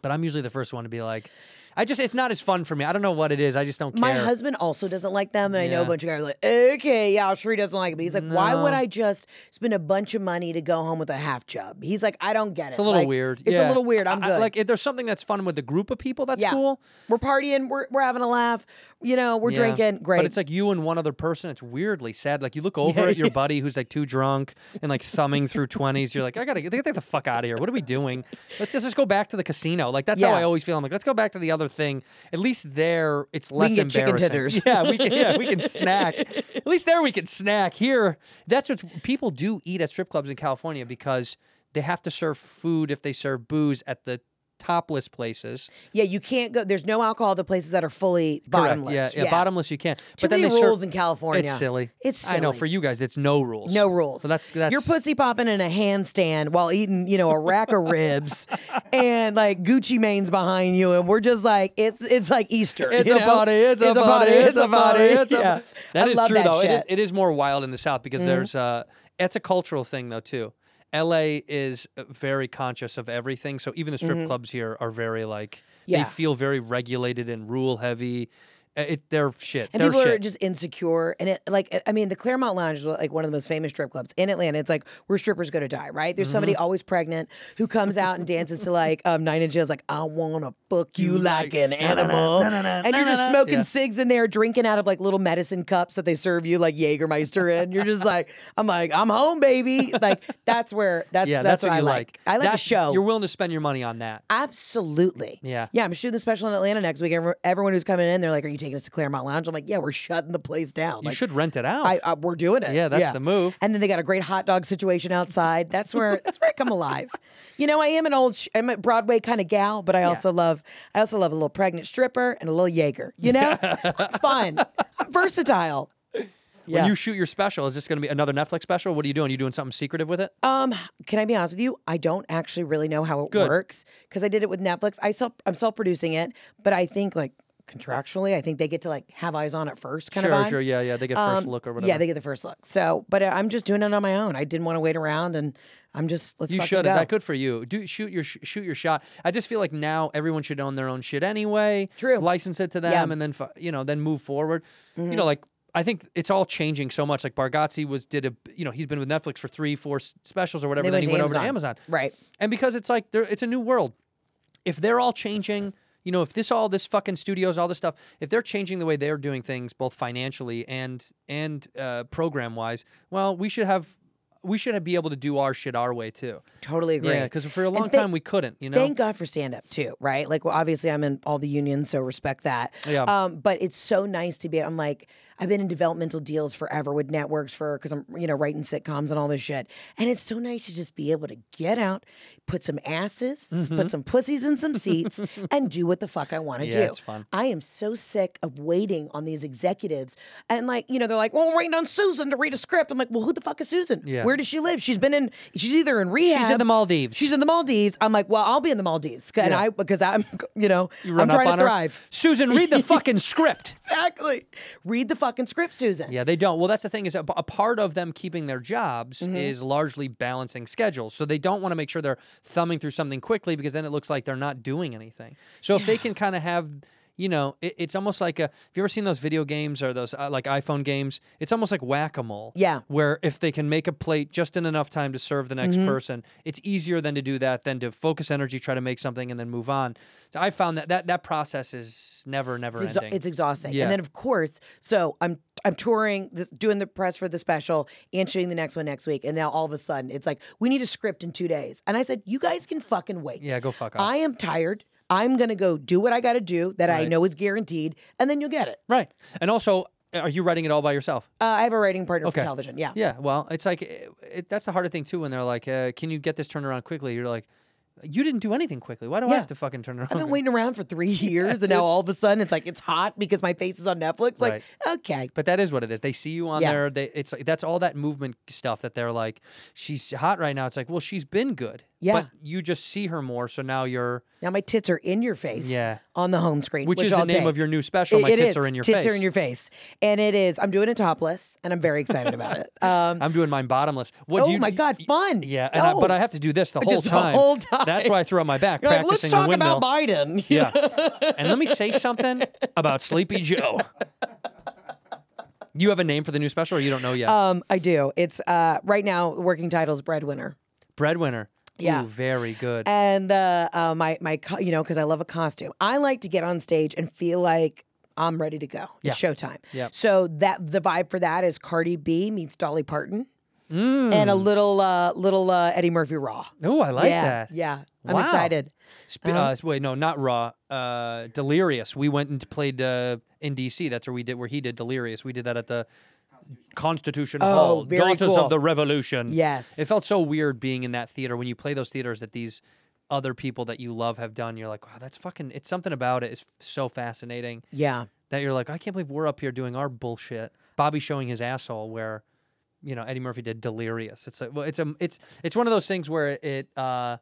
[SPEAKER 1] but I'm usually the first one to be like, I just it's not as fun for me. I don't know what it is. I just don't
[SPEAKER 9] My
[SPEAKER 1] care.
[SPEAKER 9] husband also doesn't like them, and I know a
[SPEAKER 1] Yeah.
[SPEAKER 9] bunch of guys are like, okay, yeah, sure he doesn't like it. But he's like, why would I just spend a bunch of money to go home with a half chub? He's like, I don't get it.
[SPEAKER 1] It's a little
[SPEAKER 9] Like,
[SPEAKER 1] weird.
[SPEAKER 9] It's
[SPEAKER 1] Yeah.
[SPEAKER 9] a little weird. I'm
[SPEAKER 1] I-
[SPEAKER 9] good.
[SPEAKER 1] I, like if there's something that's fun with a group of people, that's
[SPEAKER 9] yeah.
[SPEAKER 1] cool.
[SPEAKER 9] We're partying, we're, we're having a laugh, you know, we're
[SPEAKER 1] Yeah.
[SPEAKER 9] drinking. Great.
[SPEAKER 1] But it's like you and one other person. It's weirdly sad. Like you
[SPEAKER 9] (laughs)
[SPEAKER 1] look over at your buddy who's like too drunk and like thumbing through twenties. You're like, I gotta get, get the fuck out of here. What are we doing? Let's just, let's go back to the casino. Like that's how
[SPEAKER 9] Yeah.
[SPEAKER 1] I always feel. I'm like, let's go back to the other thing. At least there, it's less
[SPEAKER 9] can get chicken
[SPEAKER 1] embarrassing.
[SPEAKER 9] tenders.
[SPEAKER 1] (laughs) Yeah, we can. Yeah, we
[SPEAKER 9] (laughs)
[SPEAKER 1] can snack. At least there we can snack. Here, that's what people do eat at strip clubs in California because they have to serve food if they serve booze at the topless places.
[SPEAKER 9] Yeah, you can't go. There's no alcohol at the places that are fully bottomless.
[SPEAKER 1] Correct. Yeah, yeah, bottomless you can.
[SPEAKER 9] Too
[SPEAKER 1] but then
[SPEAKER 9] many
[SPEAKER 1] they serve-
[SPEAKER 9] rules in California.
[SPEAKER 1] It's silly.
[SPEAKER 9] It's
[SPEAKER 1] I know
[SPEAKER 9] silly.
[SPEAKER 1] for you guys it's no rules.
[SPEAKER 9] No rules.
[SPEAKER 1] So that's that's
[SPEAKER 9] you're pussy popping in a handstand while eating, you know, a rack of
[SPEAKER 1] (laughs)
[SPEAKER 9] ribs, and like Gucci Mane's behind you, and we're just like it's it's like Easter.
[SPEAKER 1] (laughs) It's
[SPEAKER 9] you
[SPEAKER 1] a
[SPEAKER 9] know?
[SPEAKER 1] body. It's, a body. It's a body.
[SPEAKER 9] (laughs)
[SPEAKER 1] It's a
[SPEAKER 9] yeah.
[SPEAKER 1] body. (laughs) That
[SPEAKER 9] I
[SPEAKER 1] is
[SPEAKER 9] love
[SPEAKER 1] true
[SPEAKER 9] that
[SPEAKER 1] though. It
[SPEAKER 9] shit. Mm-hmm.
[SPEAKER 1] is it is more wild in the South because there's uh it's a cultural thing though too. LA is uh, very conscious of everything. So even the strip clubs here are very like
[SPEAKER 9] Mm-hmm. Yeah.
[SPEAKER 1] they feel very regulated and rule heavy. Uh, It they're shit.
[SPEAKER 9] and
[SPEAKER 1] they're
[SPEAKER 9] people
[SPEAKER 1] shit.
[SPEAKER 9] are just insecure. And it like I mean, the Claremont Lounge is like one of the most famous strip clubs in Atlanta. It's like where strippers go to die, right? There's somebody
[SPEAKER 1] Mm-hmm.
[SPEAKER 9] always pregnant who comes out and dances to like um, Nine Inch Nails, like I wanna fuck you like an animal, and you're just smoking
[SPEAKER 1] Yeah.
[SPEAKER 9] cigs in there, drinking out of like little medicine cups that they serve you like Jägermeister in. You're just like, I'm like, I'm home, baby. Like that's where that's
[SPEAKER 1] yeah,
[SPEAKER 9] that's,
[SPEAKER 1] what, you
[SPEAKER 9] I
[SPEAKER 1] like.
[SPEAKER 9] I like
[SPEAKER 1] that,
[SPEAKER 9] a show.
[SPEAKER 1] You're willing to spend your money on that.
[SPEAKER 9] Absolutely.
[SPEAKER 1] Yeah.
[SPEAKER 9] Yeah, I'm shooting the special in Atlanta next week. Every- Everyone who's coming in, they're like, "Are you taking us to Claremont Lounge. I'm like, yeah, we're shutting the place down.
[SPEAKER 1] You
[SPEAKER 9] Like,
[SPEAKER 1] should rent it out.
[SPEAKER 9] I, I, we're doing it.
[SPEAKER 1] Yeah, that's the move.
[SPEAKER 9] And then they got a great hot dog situation outside. That's where (laughs) that's where I come alive. You know, I am an old, sh- I'm a Broadway kind of gal, but I also love, I also love a little pregnant stripper and a little Jaeger.
[SPEAKER 1] (laughs)
[SPEAKER 9] You know, I'm fun, I'm versatile.
[SPEAKER 1] when
[SPEAKER 9] yeah.
[SPEAKER 1] you shoot your special, is this going to be another Netflix special? What are you doing? You doing something secretive with it?
[SPEAKER 9] Um, can I be honest with you? I don't actually really know how it
[SPEAKER 1] Good.
[SPEAKER 9] works because I did it with Netflix. I self, I'm self producing it, but I think like contractually, I think they get to like have eyes on it first, kind
[SPEAKER 1] sure,
[SPEAKER 9] of. vibe.
[SPEAKER 1] sure, yeah, yeah. They get first
[SPEAKER 9] Um,
[SPEAKER 1] look or whatever.
[SPEAKER 9] Yeah, they get the first look. So, but uh, I'm just doing it on my own. I didn't want to wait around, and I'm just let's
[SPEAKER 1] you
[SPEAKER 9] fucking
[SPEAKER 1] should.
[SPEAKER 9] go.
[SPEAKER 1] That good for you. Do shoot your sh- shoot your shot. I just feel like now everyone should own their own shit anyway.
[SPEAKER 9] True. Mm-hmm.
[SPEAKER 1] License it to them, and then fu- you know, then move forward. You know, like I think it's all changing so much. Like Bargatze was did a you know he's been with Netflix for three four s- specials or whatever.
[SPEAKER 9] They
[SPEAKER 1] then
[SPEAKER 9] went
[SPEAKER 1] he
[SPEAKER 9] to
[SPEAKER 1] went over to Amazon.
[SPEAKER 9] Amazon. Right.
[SPEAKER 1] And because it's like there, it's a new world. If they're all changing. You know, if this all this fucking studios, all this stuff, if they're changing the way they're doing things, both financially and and uh, program wise, well, we should have we should be able to do our shit our way too.
[SPEAKER 9] Totally agree.
[SPEAKER 1] Yeah, because for a
[SPEAKER 9] And
[SPEAKER 1] long
[SPEAKER 9] thank-
[SPEAKER 1] time we couldn't, you know.
[SPEAKER 9] Thank God for stand up too, right? Like, well, obviously I'm in all the unions, so respect that.
[SPEAKER 1] Yeah.
[SPEAKER 9] Um, but it's so nice to be. I'm like, I've been in developmental deals forever with networks for because I'm you know writing sitcoms and all this shit, and it's so nice to just be able to get out, put some asses, put some pussies in some
[SPEAKER 1] (laughs)
[SPEAKER 9] seats, and do what the fuck I want to
[SPEAKER 1] Mm-hmm. Yeah,
[SPEAKER 9] do.
[SPEAKER 1] it's fun.
[SPEAKER 9] I am so sick of waiting on these executives. And like, you know, they're like, well, we're waiting on Susan to read a script. I'm like, well, who the fuck is Susan?
[SPEAKER 1] Yeah.
[SPEAKER 9] Where does she live? She's been in, she's either in rehab.
[SPEAKER 1] the Maldives.
[SPEAKER 9] She's in the Maldives. I'm like, well, I'll be in the Maldives. And I, because I'm, you know,
[SPEAKER 1] (laughs) You
[SPEAKER 9] I'm
[SPEAKER 1] run up
[SPEAKER 9] trying to
[SPEAKER 1] on her,
[SPEAKER 9] thrive.
[SPEAKER 1] Susan, read the fucking
[SPEAKER 9] (laughs)
[SPEAKER 1] script.
[SPEAKER 9] Exactly. Read the fucking script, Susan.
[SPEAKER 1] Yeah, they don't. Well, that's the thing is a, a part of them keeping their jobs
[SPEAKER 9] Mm-hmm.
[SPEAKER 1] is largely balancing schedules. So they don't want to make sure they're thumbing through something quickly because then it looks like they're not doing anything. So if they can kind of have you know, it, it's almost like a. Have you ever seen those video games or those uh, like iPhone games? It's almost like whack a mole.
[SPEAKER 9] Yeah.
[SPEAKER 1] Where if they can make a plate just in enough time to serve the next
[SPEAKER 9] Mm-hmm.
[SPEAKER 1] person, it's easier than to do that than to focus energy, try to make something, and then move on. So I found that that that process is never, never
[SPEAKER 9] It's, exa-
[SPEAKER 1] ending.
[SPEAKER 9] it's exhausting.
[SPEAKER 1] Yeah.
[SPEAKER 9] And then of course, so I'm I'm touring, this, doing the press for the special, and shooting the next one next week. And now all of a sudden, it's like we need a script in two days. And I said, you guys can fucking wait.
[SPEAKER 1] Yeah, go fuck off.
[SPEAKER 9] I am tired. I'm gonna go do what I gotta do that I
[SPEAKER 1] Right.
[SPEAKER 9] know is guaranteed, and then you'll get it.
[SPEAKER 1] Right. And also, are you writing it all by yourself?
[SPEAKER 9] Uh, I have a writing partner
[SPEAKER 1] Okay.
[SPEAKER 9] for television. Yeah.
[SPEAKER 1] Yeah. Well, it's like it, it, that's the harder thing too. When they're like, uh, "Can you get this turned around quickly?" You're like, "You didn't do anything quickly. Why do I
[SPEAKER 9] Yeah.
[SPEAKER 1] have to fucking turn it around?"
[SPEAKER 9] I've been waiting around for three (laughs) years, and now all of a sudden it's like it's hot because my face is on Netflix. Like, okay,
[SPEAKER 1] (laughs) But that is what it is. They see you on
[SPEAKER 9] Yeah.
[SPEAKER 1] there. They, it's like, that's all that movement stuff that they're like, "She's hot right now." It's like, well, she's been good.
[SPEAKER 9] Yeah.
[SPEAKER 1] But you just see her more, so now you're,
[SPEAKER 9] now my tits are in your face.
[SPEAKER 1] Yeah.
[SPEAKER 9] on the home screen,
[SPEAKER 1] which,
[SPEAKER 9] which,
[SPEAKER 1] is the
[SPEAKER 9] I'll
[SPEAKER 1] name
[SPEAKER 9] take.
[SPEAKER 1] of your new special.
[SPEAKER 9] It-
[SPEAKER 1] My
[SPEAKER 9] it
[SPEAKER 1] tits
[SPEAKER 9] is.
[SPEAKER 1] are in your
[SPEAKER 9] tits
[SPEAKER 1] face.
[SPEAKER 9] are in your face, and it is. I'm doing it topless, and I'm very excited
[SPEAKER 1] (laughs)
[SPEAKER 9] about it. Um,
[SPEAKER 1] I'm doing mine bottomless. What do
[SPEAKER 9] Oh
[SPEAKER 1] you,
[SPEAKER 9] my God, fun.
[SPEAKER 1] Yeah, and I, but
[SPEAKER 9] No.
[SPEAKER 1] I have to do this the whole
[SPEAKER 9] Just the
[SPEAKER 1] time.
[SPEAKER 9] whole time.
[SPEAKER 1] That's why I threw out my back
[SPEAKER 9] you're like, let's
[SPEAKER 1] practicing
[SPEAKER 9] talk
[SPEAKER 1] the windmill.
[SPEAKER 9] about Biden. (laughs)
[SPEAKER 1] (laughs) Yeah. and let me say something about Sleepy Joe. You have a name for the new special or you don't know yet?
[SPEAKER 9] Um, I do. It's uh, right now the working title is breadwinner.
[SPEAKER 1] Breadwinner.
[SPEAKER 9] yeah.
[SPEAKER 1] Ooh, very good.
[SPEAKER 9] and the uh, my my co- you know because I love a costume. I like to get on stage and feel like I'm ready to go.
[SPEAKER 1] Yeah.
[SPEAKER 9] It's showtime.
[SPEAKER 1] Yep.
[SPEAKER 9] So that the vibe for that is Cardi B meets Dolly Parton and a little uh, little uh, Eddie Murphy Raw.
[SPEAKER 1] Ooh, Mm. I like
[SPEAKER 9] yeah,
[SPEAKER 1] that.
[SPEAKER 9] yeah. I'm
[SPEAKER 1] Wow.
[SPEAKER 9] excited. Um,
[SPEAKER 1] Sp- uh, wait, no, not Raw. Uh, Delirious. We went and played uh, in DC. That's where we did where he did Delirious. We did that at the Constitution Hall,
[SPEAKER 9] Oh, very
[SPEAKER 1] Daughters
[SPEAKER 9] cool.
[SPEAKER 1] of the Revolution.
[SPEAKER 9] Yes.
[SPEAKER 1] It felt so weird being in that theater when you play those theaters that these other people that you love have done. You're like, wow, that's fucking it's something about it is so fascinating.
[SPEAKER 9] Yeah.
[SPEAKER 1] that you're like, I can't believe we're up here doing our bullshit. Bobby showing his asshole where, you know, Eddie Murphy did Delirious. It's like, well, it's a, it's, it's one of those things where it, uh,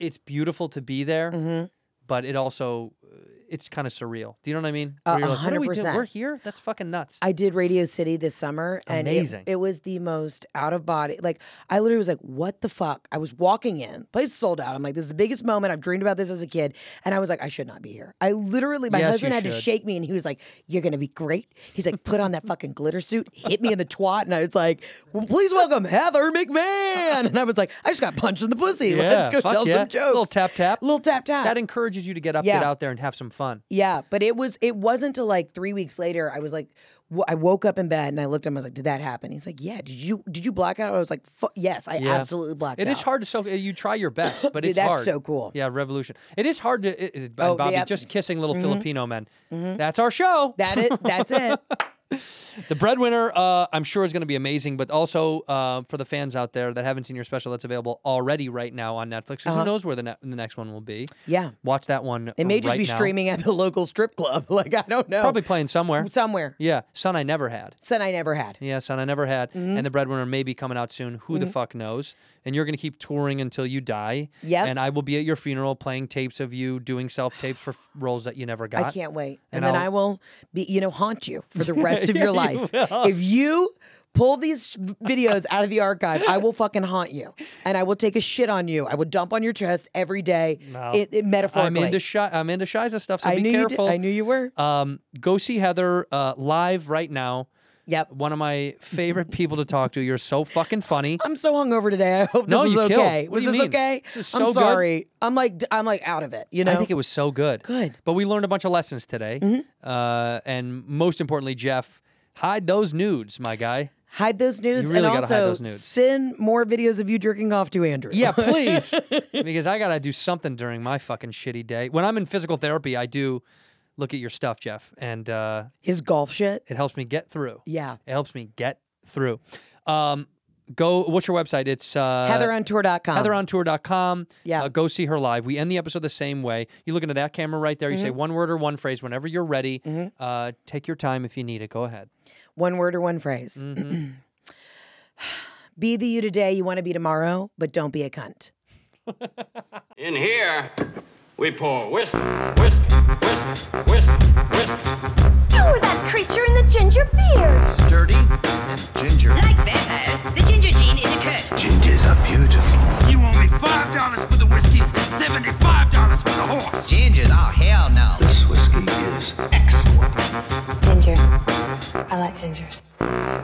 [SPEAKER 1] it's beautiful to be there,
[SPEAKER 9] Mm-hmm.
[SPEAKER 1] but it also, uh, it's kind of surreal. Do you know what I mean?
[SPEAKER 9] Uh,
[SPEAKER 1] Where you're like, what are we doing?
[SPEAKER 9] 100%.
[SPEAKER 1] We're here. That's fucking nuts.
[SPEAKER 9] I did Radio City this summer, and it-
[SPEAKER 1] Amazing.
[SPEAKER 9] It, was the most out of body. Like I literally was like, "What the fuck?" I was walking in, place is sold out. I'm like, "This is the biggest moment." I've dreamed about this as a kid, and I was like, "I should not be here." I literally, my
[SPEAKER 1] Yes, you
[SPEAKER 9] husband had to
[SPEAKER 1] should.
[SPEAKER 9] shake me, and he was like, "You're gonna be great." He's like, "Put on that fucking glitter suit, hit me in the twat," and I was like, well, "Please welcome Heather McMahon," and I was like, "I just got punched in the pussy.
[SPEAKER 1] Yeah,
[SPEAKER 9] Let's go
[SPEAKER 1] fuck
[SPEAKER 9] tell
[SPEAKER 1] yeah.
[SPEAKER 9] some jokes."
[SPEAKER 1] Little tap tap.
[SPEAKER 9] little tap tap.
[SPEAKER 1] that encourages encourages you to get up,
[SPEAKER 9] Yeah.
[SPEAKER 1] get out there, and have some fun.
[SPEAKER 9] Yeah, but it was it wasn't till like three weeks later. I was like, w- I woke up in bed and I looked at him. I was like, "Did that happen?" He's like, "Yeah." Did you did you black out? I was like, Fu "Yes, I
[SPEAKER 1] Yeah.
[SPEAKER 9] absolutely blacked out."
[SPEAKER 1] It is hard to so uh, you try your
[SPEAKER 9] (coughs)
[SPEAKER 1] best, but
[SPEAKER 9] Dude,
[SPEAKER 1] it's
[SPEAKER 9] that's
[SPEAKER 1] hard.
[SPEAKER 9] so cool.
[SPEAKER 1] Yeah, revolution. It is hard to it, it,
[SPEAKER 9] Oh,
[SPEAKER 1] Bobby
[SPEAKER 9] yep. Mm-hmm.
[SPEAKER 1] just kissing little Filipino men. That's our show.
[SPEAKER 9] That it.
[SPEAKER 1] (laughs)
[SPEAKER 9] That's it.
[SPEAKER 1] The breadwinner, uh, I'm sure, is going to be amazing. But also uh, for the fans out there that haven't seen your special, that's available already right now on Netflix. 'cause Who knows where the, ne- the next one will be?
[SPEAKER 9] Uh-huh. Yeah.
[SPEAKER 1] watch that one. uh,
[SPEAKER 9] It may just
[SPEAKER 1] right
[SPEAKER 9] be
[SPEAKER 1] now.
[SPEAKER 9] streaming at the local strip club. (laughs) Like I don't know.
[SPEAKER 1] Probably playing somewhere.
[SPEAKER 9] somewhere.
[SPEAKER 1] yeah, son, I never had.
[SPEAKER 9] Son, I never had.
[SPEAKER 1] Yeah, son, I never had.
[SPEAKER 9] Mm-hmm.
[SPEAKER 1] And the breadwinner may be coming out soon. Who the fuck knows? And you're gonna keep touring until you die.
[SPEAKER 9] Yep.
[SPEAKER 1] And I will be at your funeral playing tapes of you doing self tapes for f- roles that you never got.
[SPEAKER 9] I can't wait.
[SPEAKER 1] And
[SPEAKER 9] And, then
[SPEAKER 1] I'll-
[SPEAKER 9] I will be, you know, haunt you
[SPEAKER 1] (laughs)
[SPEAKER 9] for the rest of your life.
[SPEAKER 1] will.
[SPEAKER 9] if you pull these videos out of the archive, I will fucking haunt you. And I will take a shit on you. I will dump on your chest every day. It, it
[SPEAKER 1] I'm
[SPEAKER 9] metaphorically.
[SPEAKER 1] into shi- I'm into Shiza stuff, so
[SPEAKER 9] I
[SPEAKER 1] be
[SPEAKER 9] knew you did-
[SPEAKER 1] careful.
[SPEAKER 9] I knew you were.
[SPEAKER 1] Um, go see Heather uh, live right now.
[SPEAKER 9] yep.
[SPEAKER 1] One of my
[SPEAKER 9] (laughs)
[SPEAKER 1] favorite people to talk to. You're so fucking funny.
[SPEAKER 9] I'm so hungover today. (laughs) I hope this
[SPEAKER 1] No,
[SPEAKER 9] was
[SPEAKER 1] you killed.
[SPEAKER 9] okay.
[SPEAKER 1] What
[SPEAKER 9] Was
[SPEAKER 1] do you
[SPEAKER 9] this
[SPEAKER 1] mean?
[SPEAKER 9] okay?
[SPEAKER 1] This is
[SPEAKER 9] I'm
[SPEAKER 1] so good.
[SPEAKER 9] sorry. I'm like I'm like out of it. You know.
[SPEAKER 1] I think it was so good.
[SPEAKER 9] Good. Mm-hmm.
[SPEAKER 1] But we learned a bunch of lessons today. Uh, and most importantly, Jeff, hide those nudes, my guy.
[SPEAKER 9] hide those nudes
[SPEAKER 1] really
[SPEAKER 9] and
[SPEAKER 1] gotta
[SPEAKER 9] also
[SPEAKER 1] hide those nudes.
[SPEAKER 9] send more videos of you jerking off to Andrew. (laughs)
[SPEAKER 1] Yeah, please. because I got to do something during my fucking shitty day. When I'm in physical therapy, I do look at your stuff, Jeff, and uh,
[SPEAKER 9] His golf shit.
[SPEAKER 1] it helps me get through.
[SPEAKER 9] Yeah.
[SPEAKER 1] It helps me get through. Um, go, what's your website? It's uh,
[SPEAKER 9] HeatherOnTour.com.
[SPEAKER 1] HeatherOnTour.com.
[SPEAKER 9] Yeah.
[SPEAKER 1] Uh, go see her live. We end the episode the same way. You look into that camera right there. You say one word or one phrase whenever you're ready. Uh, take your time if you need it. Go ahead.
[SPEAKER 9] One word or one phrase.
[SPEAKER 1] Mm-hmm.
[SPEAKER 9] (clears throat) be the you today you want to be tomorrow, but don't be a cunt.
[SPEAKER 2] In here, we pour whisk, whisk, whisk, whisk, whisk.
[SPEAKER 3] You were that creature in the ginger beard.
[SPEAKER 4] Sturdy and ginger.
[SPEAKER 5] Like vampires, the ginger gene is a curse.
[SPEAKER 6] Gingers are beautiful.
[SPEAKER 7] You owe me five dollars for the whiskey and seventy-five dollars for the horse.
[SPEAKER 4] Gingers, oh hell no.
[SPEAKER 6] This whiskey is excellent.
[SPEAKER 8] Ginger. I like gingers.